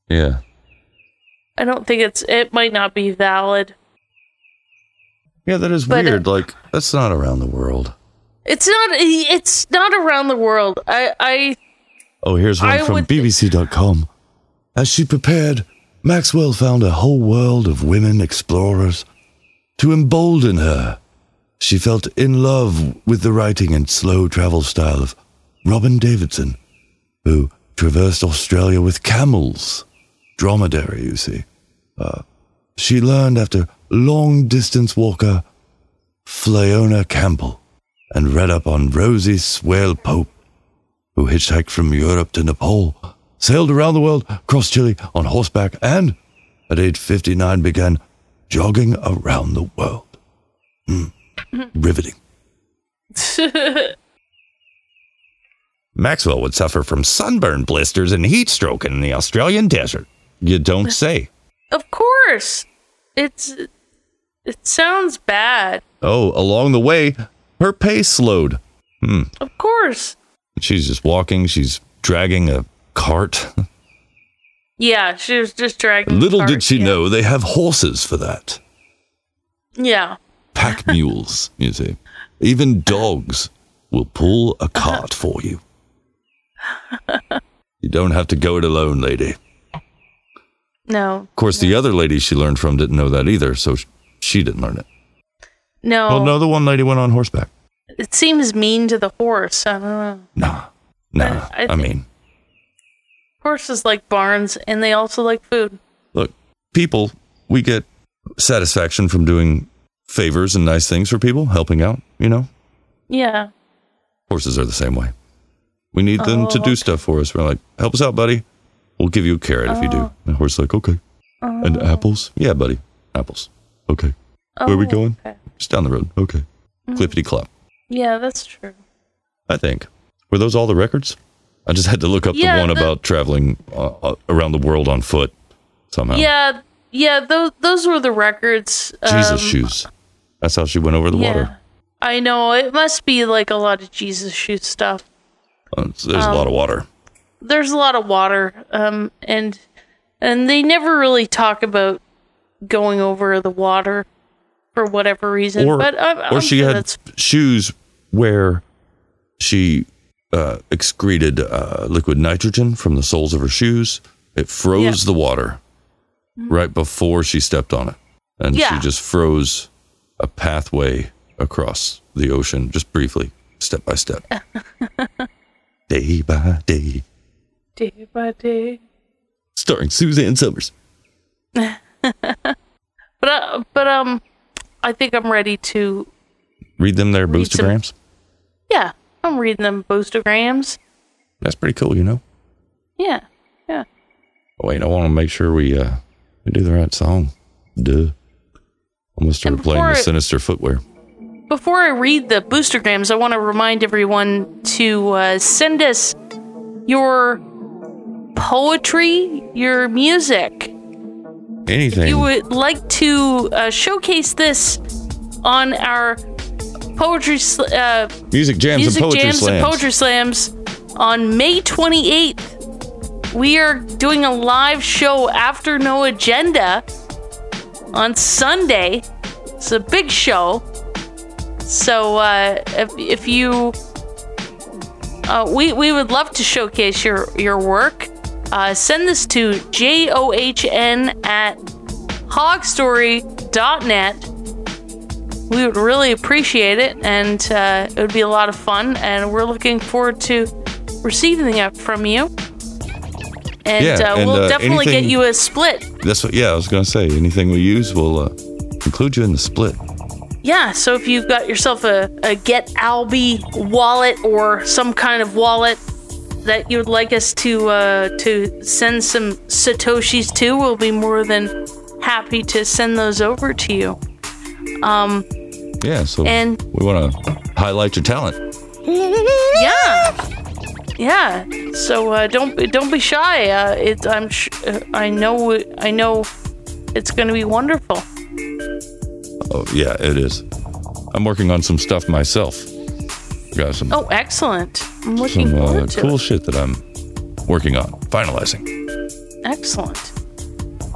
Speaker 7: Yeah.
Speaker 8: I don't think it's it might not be valid.
Speaker 7: Yeah, that is
Speaker 8: But, uh,
Speaker 7: weird. like that's not around the world.
Speaker 8: It's not it's not around the world. I I [LAUGHS]
Speaker 7: Oh, here's one
Speaker 8: I
Speaker 7: from
Speaker 8: would-
Speaker 7: BBC.com. As she prepared, Maxwell found a whole world of women explorers. To embolden her, she felt in love with the writing and slow travel style of Robin Davidson, who traversed Australia with camels, dromedary, you see. Uh, she learned after long distance walker Fleona Campbell and read up on Rosie Swale Pope who hitchhiked from Europe to Nepal, sailed around the world, crossed Chile on horseback, and at age 59 began jogging around the world. Hmm. Riveting.
Speaker 5: Maxwell would suffer from sunburn blisters and heat stroke in the Australian desert. You don't say.
Speaker 8: of course it's it sounds bad.
Speaker 7: Oh, along the way, her pace slowed. Hmm.
Speaker 8: Of course.
Speaker 7: She's just walking, she's dragging a cart.
Speaker 8: Yeah, she was just dragging the
Speaker 7: Little
Speaker 8: cart.
Speaker 7: did she know they have horses for that.
Speaker 8: Yeah.
Speaker 7: [LAUGHS] Pack mules, you see. Even dogs will pull a cart for you. You don't have to go it alone, lady.
Speaker 8: No.
Speaker 7: Of course, the other lady she learned from didn't know that either, so sh- she didn't learn it.
Speaker 8: No.
Speaker 7: Well, no, the one lady went on horseback.
Speaker 8: It seems mean to the horse. I don't know.
Speaker 7: Nah, nah.
Speaker 8: I
Speaker 7: I,
Speaker 8: thi-
Speaker 7: mean,
Speaker 8: Horses like barns, and they also like food.
Speaker 7: Look, people, we get satisfaction from doing favors and nice things for people, helping out, you know?
Speaker 8: Yeah.
Speaker 7: Horses are the same way. We need them to
Speaker 8: Oh,
Speaker 7: do stuff for us. We're like, help us out, buddy. We'll give you a carrot if you do.
Speaker 8: Oh.
Speaker 7: And the horse is like, okay. And apples? Yeah, buddy. Apples. Okay. Where are we
Speaker 8: Oh,
Speaker 7: going?
Speaker 8: okay.
Speaker 7: Just down the road. Okay.
Speaker 8: Mm.
Speaker 7: Clippity clop.
Speaker 8: Yeah, that's true.
Speaker 7: I think. Were those all the records? I just had to look up
Speaker 8: Yeah,
Speaker 7: the one
Speaker 8: the-
Speaker 7: about traveling uh, uh, around the world on foot somehow.
Speaker 8: Yeah, yeah. Those those were the records.
Speaker 7: Jesus
Speaker 8: um,
Speaker 7: shoes. That's how she went over the
Speaker 8: yeah.
Speaker 7: water.
Speaker 8: I know it must be like a lot of Jesus shoot stuff.
Speaker 7: Uh, it's- there's a lot of
Speaker 8: Um,
Speaker 7: water.
Speaker 8: There's a lot of water, um, and and they never really talk about going over the water for whatever reason.
Speaker 7: Or,
Speaker 8: but I'm,
Speaker 7: or
Speaker 8: I'm
Speaker 7: she
Speaker 8: sure
Speaker 7: had
Speaker 8: that's-
Speaker 7: shoes where she uh, excreted uh, liquid nitrogen from the soles of her shoes. It froze the water right before she stepped on it. And
Speaker 8: Mm-hmm. Yeah.
Speaker 7: she just froze a pathway across the ocean just briefly, step by
Speaker 8: [LAUGHS]
Speaker 7: step. day by day.
Speaker 8: day by day.
Speaker 7: Starring Suzanne Summers.
Speaker 8: But uh, but um, I think I'm ready to.
Speaker 7: Read them there,
Speaker 8: Read some-
Speaker 7: boostergrams.
Speaker 8: Yeah, I'm reading them boostograms.
Speaker 7: That's pretty cool, you know?
Speaker 8: Yeah, yeah.
Speaker 7: Wait, I want to make sure we uh we do the right song. Duh. I'm gonna start playing the
Speaker 8: before it-
Speaker 7: sinister footwear.
Speaker 8: Before I read the boostergrams, I want to remind everyone to uh, send us your poetry, your music.
Speaker 7: Anything.
Speaker 8: You would like to uh, showcase this on our poetry sl- uh,
Speaker 7: music jams
Speaker 8: music
Speaker 7: and poetry
Speaker 8: jams
Speaker 7: slams.
Speaker 8: and poetry slams on May 28th. We are doing a live show after No Agenda on Sunday. It's a big show. So uh, if, if you uh, we, we would love to showcase your, your work. Uh, send this to john at hogstory.net. We would really appreciate it, and uh, it would be a lot of fun. And we're looking forward to receiving it from you. And,
Speaker 7: Yeah,
Speaker 8: uh,
Speaker 7: and,
Speaker 8: we'll
Speaker 7: uh,
Speaker 8: definitely
Speaker 7: anything-
Speaker 8: get you a split.
Speaker 7: That's what yeah, I was gonna say. Anything we use will uh include you in the split.
Speaker 8: Yeah, so if you've got yourself a, a Get Albi wallet or some kind of wallet that you would like us to uh, to send some satoshis to, we'll be more than happy to send those over to you. Um,
Speaker 7: Yeah, so [LAUGHS]
Speaker 8: And-
Speaker 7: we wanna highlight your talent.
Speaker 8: yeah, yeah. So uh, don't be- don't be shy. Uh, it, I'm sh- uh, I know it- I know it's going to be wonderful.
Speaker 7: Oh yeah, it is. I'm working on some stuff myself. Got some
Speaker 8: Oh, excellent! I'm looking
Speaker 7: some uh,
Speaker 8: forward to
Speaker 7: cool
Speaker 8: it.
Speaker 7: shit that I'm working on, finalizing.
Speaker 8: Excellent.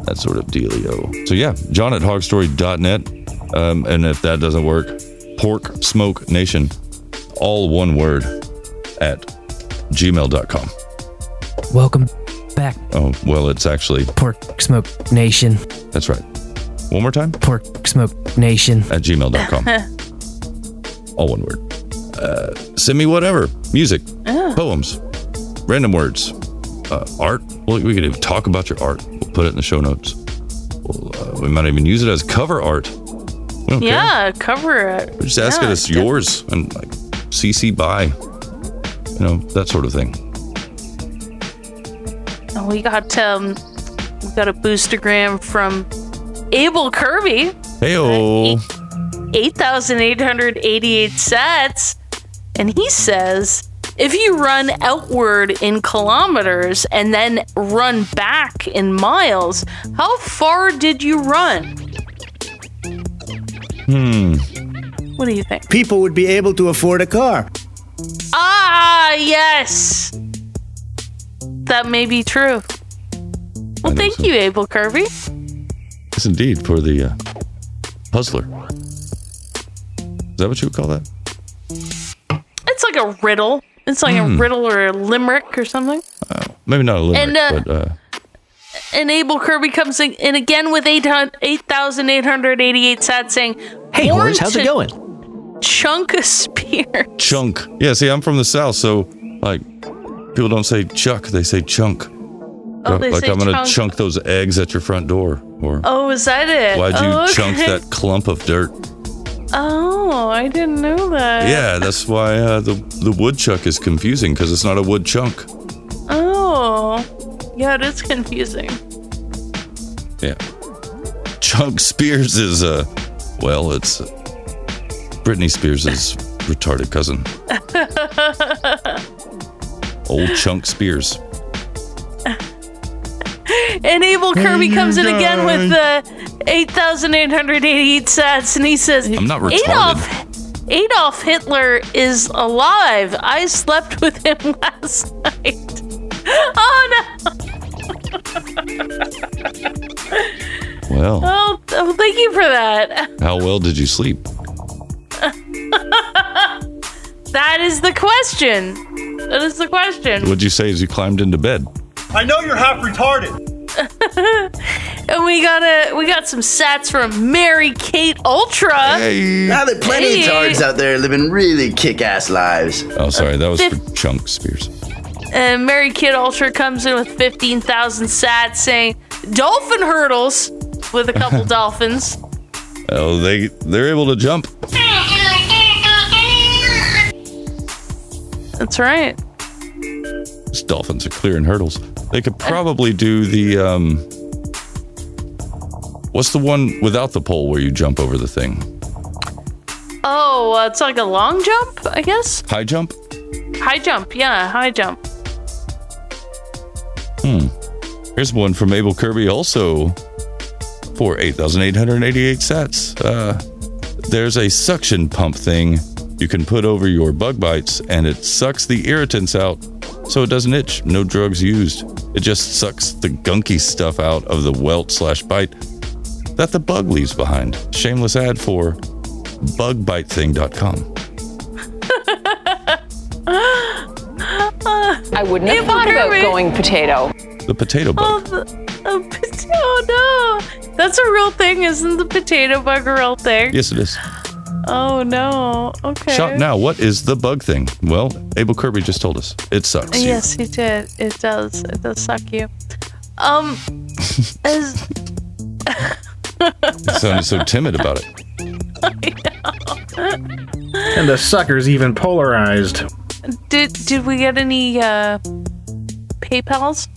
Speaker 7: that sort of dealio. So yeah, John at hogstory.net. Um, and if that doesn't work, pork smoke nation, all one word at gmail.com.
Speaker 17: Welcome back,
Speaker 7: Oh, well, it's actually
Speaker 17: Pork Smoke Nation.
Speaker 7: That's right. One more time?
Speaker 17: Pork Smoke Nation.
Speaker 7: at
Speaker 8: [LAUGHS]
Speaker 7: gmail.com. all one word. Uh, send me whatever music,
Speaker 8: Ah.
Speaker 7: poems, random words, uh, art. Well, we could even talk about your art. We'll put it in the show notes. We'll, uh, we might even use it as cover art. We don't care.
Speaker 8: Yeah, cover it.
Speaker 7: Just ask
Speaker 8: Yeah.
Speaker 7: it as yours and like CC by, you know, that sort of thing.
Speaker 8: And We got um, we got a boostergram from Abel Kirby,
Speaker 7: Hey, oh,
Speaker 8: eight thousand eight hundred eighty-eight sets, and he says, if you run outward in kilometers and then run back in miles, how far did you run?
Speaker 10: Hmm.
Speaker 8: What do you think?
Speaker 10: People would be able to afford a car.
Speaker 8: Ah, yes, that may be true. Well, thank you, Abel Kirby.
Speaker 7: yes, indeed, for the uh, puzzler. Is that what you would call that?
Speaker 8: It's like a riddle. It's like
Speaker 7: Hmm.
Speaker 8: a riddle or a limerick or something.
Speaker 7: Maybe not a little,
Speaker 8: And, uh,
Speaker 7: but uh,
Speaker 8: And Abel Kirby comes in, in again with 800 8,888 sats saying,
Speaker 1: Hey,
Speaker 8: "Born
Speaker 1: Horace, how's it
Speaker 8: to
Speaker 1: going?
Speaker 8: Chunk a spear. [LAUGHS]
Speaker 7: chunk. Yeah, see, I'm from the South, so like people don't say chuck, they say chunk.
Speaker 8: Oh, they
Speaker 7: like
Speaker 8: say
Speaker 7: I'm gonna
Speaker 8: chunk.
Speaker 7: chunk those eggs at your front door, or
Speaker 8: Oh, is that it?
Speaker 7: why'd you
Speaker 8: oh, okay.
Speaker 7: chunk that clump of dirt?
Speaker 8: Oh, I didn't know that.
Speaker 7: yeah, that's why uh, the the woodchuck is confusing because it's not a wood chunk.
Speaker 8: Oh, yeah, it is confusing. [LAUGHS]
Speaker 7: Yeah, Chunk Spears is uh, well, it's uh, Britney
Speaker 8: [LAUGHS]
Speaker 7: Spears' retarded cousin, old Chunk Spears.
Speaker 8: and Abel Kirby comes in again with uh, 8,888 sats, and he says,
Speaker 7: I'm not retarded.
Speaker 8: Adolf, Adolf Hitler is alive. I slept with him [LAUGHS] last night. Oh, no.
Speaker 7: Well,
Speaker 8: Oh, oh, thank you for that. [LAUGHS]
Speaker 7: how well did you sleep?
Speaker 8: That is the question. That is the question.
Speaker 7: What'd you say as you climbed into bed?
Speaker 8: I know you're half retarded. [LAUGHS] and we got a we got some sats from Mary Kate Ultra.
Speaker 3: Now that plenty of tards out there living really kick-ass lives.
Speaker 7: Oh, sorry, that was
Speaker 8: Fif-
Speaker 7: for Chunk
Speaker 9: [GASPS]
Speaker 7: Spears.
Speaker 8: And Mary Kid Ultra comes in with 15,000 sats saying, Dolphin hurdles with
Speaker 7: [LAUGHS]
Speaker 8: a couple dolphins.
Speaker 7: Oh, they they're able to jump.
Speaker 8: That's right.
Speaker 7: These dolphins are clearing hurdles. They could probably do the um. What's the one without the pole where you jump over the thing?
Speaker 8: Oh, uh, it's like a long jump, I guess?
Speaker 7: High jump?
Speaker 8: High jump, yeah, high jump.
Speaker 7: Hmm. Here's one from Abel Kirby also for 8,888 sets. Uh, there's a suction pump thing you can put over your bug bites and it sucks the irritants out so it doesn't itch. No drugs used. It just sucks the gunky stuff out of the welt slash bite that the bug leaves behind. Shameless ad for bugbitething.com.
Speaker 20: I wouldn't have thought about going potato.
Speaker 7: The potato bug.
Speaker 8: Oh, the, a pot- oh, no. That's a real thing. Isn't the potato bug a real thing?
Speaker 7: Yes, it is.
Speaker 8: Oh, no. Okay.
Speaker 7: Shop now. What is the bug thing? Well, Abel Kirby just told us. It sucks. you.
Speaker 8: Yes, he did. It does. It does suck you.
Speaker 15: [LAUGHS]
Speaker 8: Um, as,
Speaker 7: You sounded so timid about it.
Speaker 21: And the sucker's even polarized.
Speaker 8: [LAUGHS] did did we get any uh, PayPal's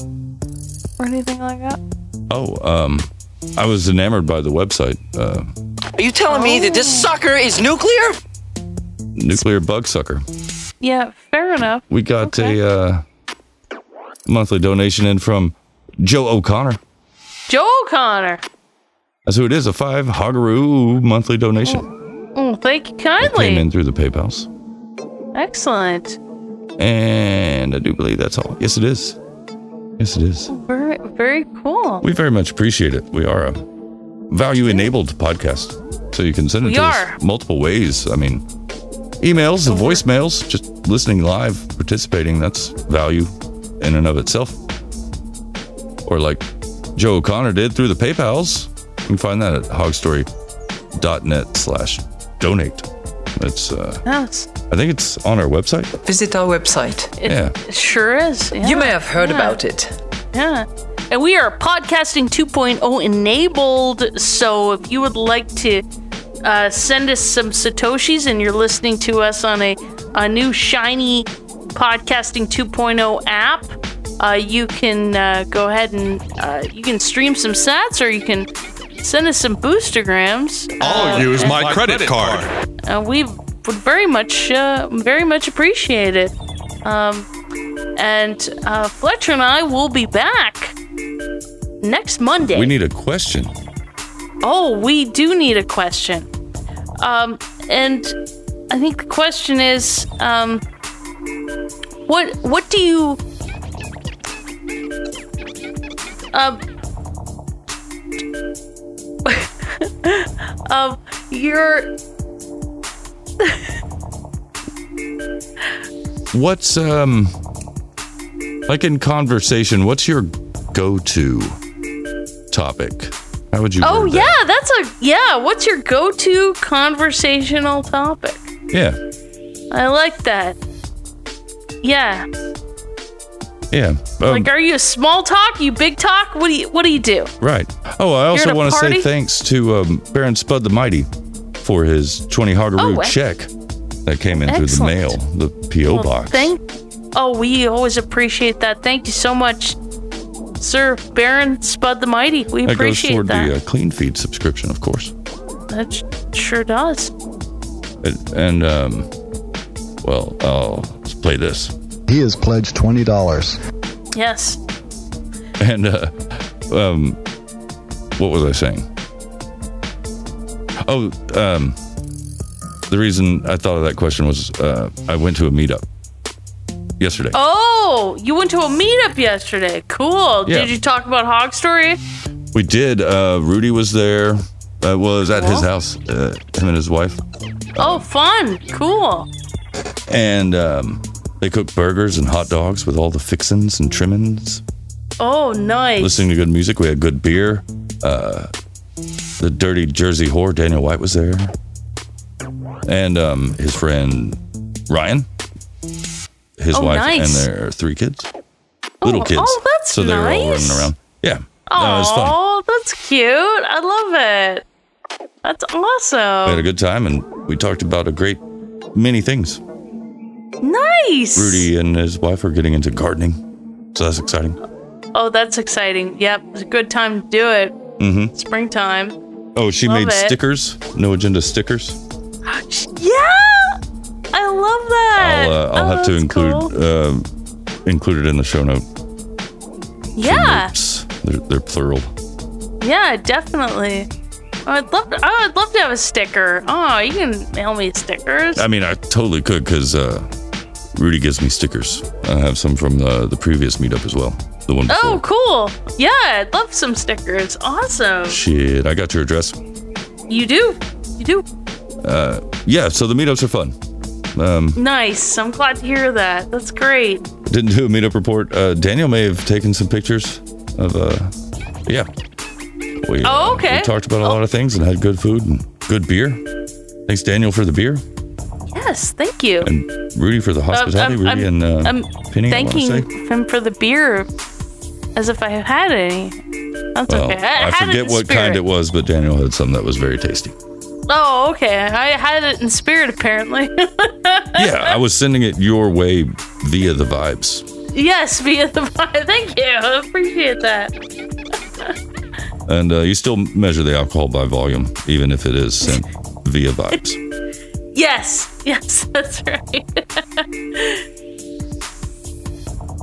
Speaker 8: or anything like that?
Speaker 7: Oh, um, I was enamored by the website. Uh,
Speaker 15: Are you telling me that this
Speaker 8: Oh.
Speaker 15: sucker is nuclear?
Speaker 7: Nuclear Bug Sucker.
Speaker 8: Yeah, fair enough.
Speaker 7: We got a uh, monthly donation in from Joe O'Connor.
Speaker 8: Joe O'Connor.
Speaker 7: That's who it is. A five Hogaroo monthly donation
Speaker 8: Oh, thank you
Speaker 7: came
Speaker 8: kindly.
Speaker 7: in through the PayPal's,
Speaker 8: Excellent.
Speaker 7: and I do believe that's all. Yes, it is. Yes, it is.
Speaker 8: Very, very cool.
Speaker 7: We very much appreciate it. We are a value enabled podcast. So you can send it
Speaker 8: We
Speaker 7: to
Speaker 8: are.
Speaker 7: us multiple ways. I mean, emails, voicemails, just listening live, participating, that's value in and of itself. Or like Joe O'Connor did through the PayPals. You can find that at hogstory.net slash donate. It's, uh,
Speaker 8: Yes.
Speaker 7: I think it's on our website.
Speaker 15: Visit our website.
Speaker 8: It
Speaker 7: Yeah.
Speaker 8: sure is.
Speaker 15: You may have heard about
Speaker 8: it. Yeah. And we are podcasting 2.0 enabled. So if you would like to uh, send us some Satoshis and you're listening to us on a, a new shiny podcasting 2.0 app, uh, you can uh, go ahead and uh, you can stream some sats or you can send us some boostergrams. Uh, and-
Speaker 5: card.
Speaker 8: uh, we would very much, uh, very much appreciate it. Um, and uh, Fletcher and I will be back next Monday.
Speaker 7: We need a question.
Speaker 8: oh, we do need a question. Um, and I think the question is, um, what what do you? Um, [LAUGHS] um, your [LAUGHS]
Speaker 7: What's, um, like in conversation, what's your go to topic? How would you?
Speaker 8: oh
Speaker 7: word
Speaker 8: yeah
Speaker 7: that?
Speaker 8: that's a yeah what's your go-to conversational topic
Speaker 7: Yeah.
Speaker 8: i like that yeah
Speaker 7: Yeah. Yeah. Um,
Speaker 8: like, are you a small talk? You big talk? What do you What do you do?
Speaker 7: Right. Oh, I
Speaker 8: You're at
Speaker 7: also
Speaker 8: a
Speaker 7: want to say
Speaker 8: party?
Speaker 7: thanks to um, Baron Spud the Mighty for his 20 Hogaroo
Speaker 8: Oh, ex-
Speaker 7: check that came in through the mail, the P.O.
Speaker 8: Well,
Speaker 7: box.
Speaker 8: Thank. Oh, we always appreciate that. Thank you so much, Sir Baron Spud the Mighty. We
Speaker 7: that goes
Speaker 8: appreciate
Speaker 7: toward
Speaker 8: that.
Speaker 7: the uh, Clean Feed subscription, of course.
Speaker 8: that sh- sure does.
Speaker 7: And, and um, well, oh, let's play this.
Speaker 2: He has pledged $20.
Speaker 8: Yes.
Speaker 7: And uh, um, what was I saying? Oh, um, the reason I thought of that question was uh, I went to a meetup yesterday.
Speaker 8: Oh, you went to a meetup yesterday. Cool.
Speaker 7: Yeah.
Speaker 8: Did you talk about Hog Story?
Speaker 7: We did. Uh, Rudy was there. I was at his house, uh, him and his wife,
Speaker 8: Oh, fun. Cool.
Speaker 7: and um, they cooked burgers and hot dogs with all the fixins and trimmings.
Speaker 8: Oh, nice.
Speaker 7: Listening to good music, we had good beer. Uh, the dirty Jersey whore Daniel White was there, and um, his friend Ryan, his
Speaker 8: Oh,
Speaker 7: wife,
Speaker 8: nice.
Speaker 7: and their three kids, little kids.
Speaker 8: oh, that's
Speaker 7: so they were all running
Speaker 8: nice.
Speaker 7: around. Yeah, no, it was fun.
Speaker 8: Oh, that's cute. I love it. That's
Speaker 7: We had
Speaker 8: awesome.
Speaker 7: a good time, and we talked about a great many things.
Speaker 8: Nice.
Speaker 7: Rudy and his wife are getting into gardening, so that's exciting.
Speaker 8: Oh, that's exciting. Yep. It's a good time to do it.
Speaker 7: hmm
Speaker 8: Springtime.
Speaker 7: Oh, she
Speaker 8: Love
Speaker 7: made
Speaker 8: it.
Speaker 7: stickers, no agenda stickers.
Speaker 8: Yeah. I love that.
Speaker 7: I'll, uh, I'll
Speaker 8: Oh,
Speaker 7: have to
Speaker 8: that's
Speaker 7: include
Speaker 8: cool.
Speaker 7: um include it in the show note.
Speaker 8: Uh, Yeah.
Speaker 7: They're, they're plural.
Speaker 8: Yeah, definitely. Oh, I'd love to, I would love to have a sticker. Oh, you can mail me stickers.
Speaker 7: I mean, I totally could because uh, Rudy gives me stickers. I have some from the, the previous meetup as well. The one before.
Speaker 8: Oh, cool. Yeah, I'd love some stickers. Awesome.
Speaker 7: Shit, I got your address.
Speaker 8: You do. You do.
Speaker 7: Uh, yeah, so the meetups are fun. Um,
Speaker 8: Nice. I'm glad to hear that. That's great.
Speaker 7: didn't do a meetup report. Uh, Daniel may have taken some pictures of, uh, yeah. We, uh,
Speaker 8: Oh, okay.
Speaker 7: we talked about a lot of things and had good food and good beer. Thanks, Daniel, for the beer.
Speaker 8: Yes, thank you.
Speaker 7: And Rudy for the
Speaker 8: Uh,
Speaker 7: hospitality.
Speaker 8: I'm-
Speaker 7: Rudy and
Speaker 8: I'm-
Speaker 7: uh,
Speaker 8: I'm
Speaker 7: Penny, I want to
Speaker 8: um, thanking
Speaker 7: say.
Speaker 8: him for the beer as if I had any. That's
Speaker 7: Well,
Speaker 8: okay. [LAUGHS]
Speaker 7: I,
Speaker 8: had
Speaker 7: forget
Speaker 8: in
Speaker 7: what kind
Speaker 8: spirit.
Speaker 7: it was, but Daniel had some that was very
Speaker 8: [LAUGHS]
Speaker 7: tasty.
Speaker 8: Oh, okay. I had it in spirit, apparently. [LAUGHS]
Speaker 7: yeah, I was sending it your way via the vibes,
Speaker 8: yes, via the [LAUGHS] Thank you. I appreciate that.
Speaker 7: and uh, you still measure the alcohol by volume, even if it is sent via
Speaker 8: [LAUGHS]
Speaker 7: vibes.
Speaker 8: [LAUGHS] Yes, yes, [LAUGHS] that's right.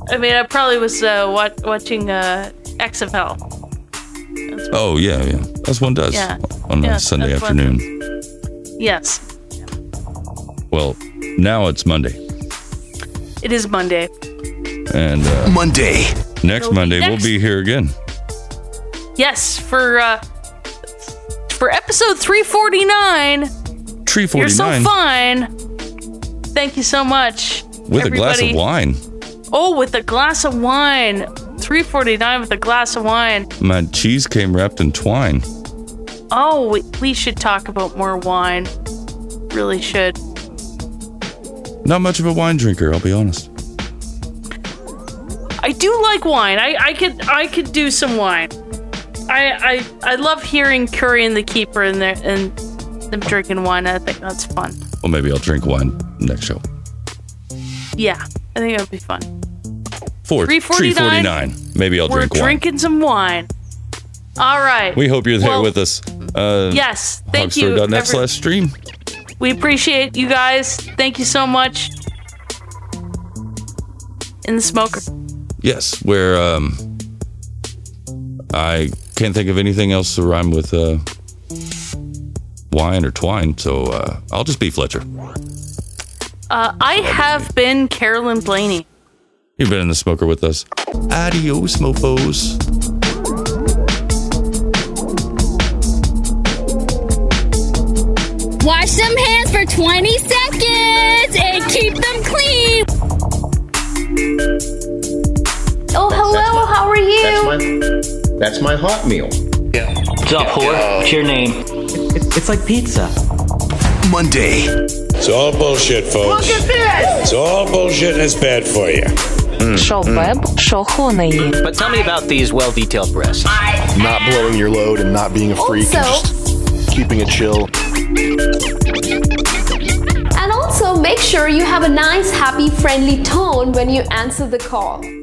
Speaker 8: I mean, I probably was uh, wat- watching uh, X of Hell.
Speaker 7: Oh yeah, yeah, that's one does
Speaker 8: Yeah.
Speaker 7: on a
Speaker 8: Yeah,
Speaker 7: Sunday
Speaker 8: that's what-
Speaker 7: afternoon.
Speaker 8: Yes,
Speaker 7: Well, now it's Monday,
Speaker 8: it is Monday.
Speaker 7: and uh, Monday next
Speaker 8: It'll be
Speaker 7: Monday
Speaker 8: next-
Speaker 7: we'll be here again.
Speaker 8: Yes, for uh, for episode 349.
Speaker 7: Tree
Speaker 8: You're
Speaker 7: forty
Speaker 8: so
Speaker 7: nine
Speaker 8: fine. Thank you so much.
Speaker 7: with a glass of
Speaker 8: everybody.
Speaker 7: wine.
Speaker 8: Oh, with a glass of wine. 349 with a glass of wine.
Speaker 7: My cheese came wrapped in twine.
Speaker 8: Oh, we, we should talk about more wine. Really should.
Speaker 7: Not much of a wine drinker, I'll be honest.
Speaker 8: I do like wine. I, I could I could do some wine. I, I I love hearing Curry and the Keeper in there and them drinking wine. I think that's fun.
Speaker 7: Well, maybe I'll drink wine next show.
Speaker 8: Yeah, I think that'd be fun.
Speaker 7: Four,
Speaker 8: 349.
Speaker 7: 349. Maybe I'll
Speaker 8: We're
Speaker 7: drink wine.
Speaker 8: drinking some wine. All right.
Speaker 7: We hope you're there
Speaker 8: Well,
Speaker 7: with us. Uh,
Speaker 8: yes, thank you,
Speaker 7: Hogstore.net
Speaker 8: every-
Speaker 7: slash stream.
Speaker 8: We appreciate you guys. Thank you so much. In the smoker.
Speaker 7: Yes, where um, I can't think of anything else to rhyme with uh, wine or twine, so uh, I'll just be Fletcher.
Speaker 8: Uh, I have been Carolyn Blaney.
Speaker 7: You've been in the smoker with us. Adios, mofos.
Speaker 9: Wash them hands for 20 seconds and keep them clean. Oh, hello, how are you?
Speaker 11: That's my hot meal. Yeah. What's
Speaker 6: up, whore?
Speaker 11: What's your name?
Speaker 6: It's like pizza.
Speaker 11: Monday.
Speaker 18: It's all bullshit, folks.
Speaker 6: Look at this!
Speaker 18: It's all bullshit and it's bad for you.
Speaker 23: But tell me about these well detailed breasts.
Speaker 25: Not blowing your load and not being a freak. and
Speaker 8: Oh,
Speaker 9: Also-
Speaker 25: just keeping it chill.
Speaker 9: And also make sure you have a nice, happy, friendly tone when you answer the call.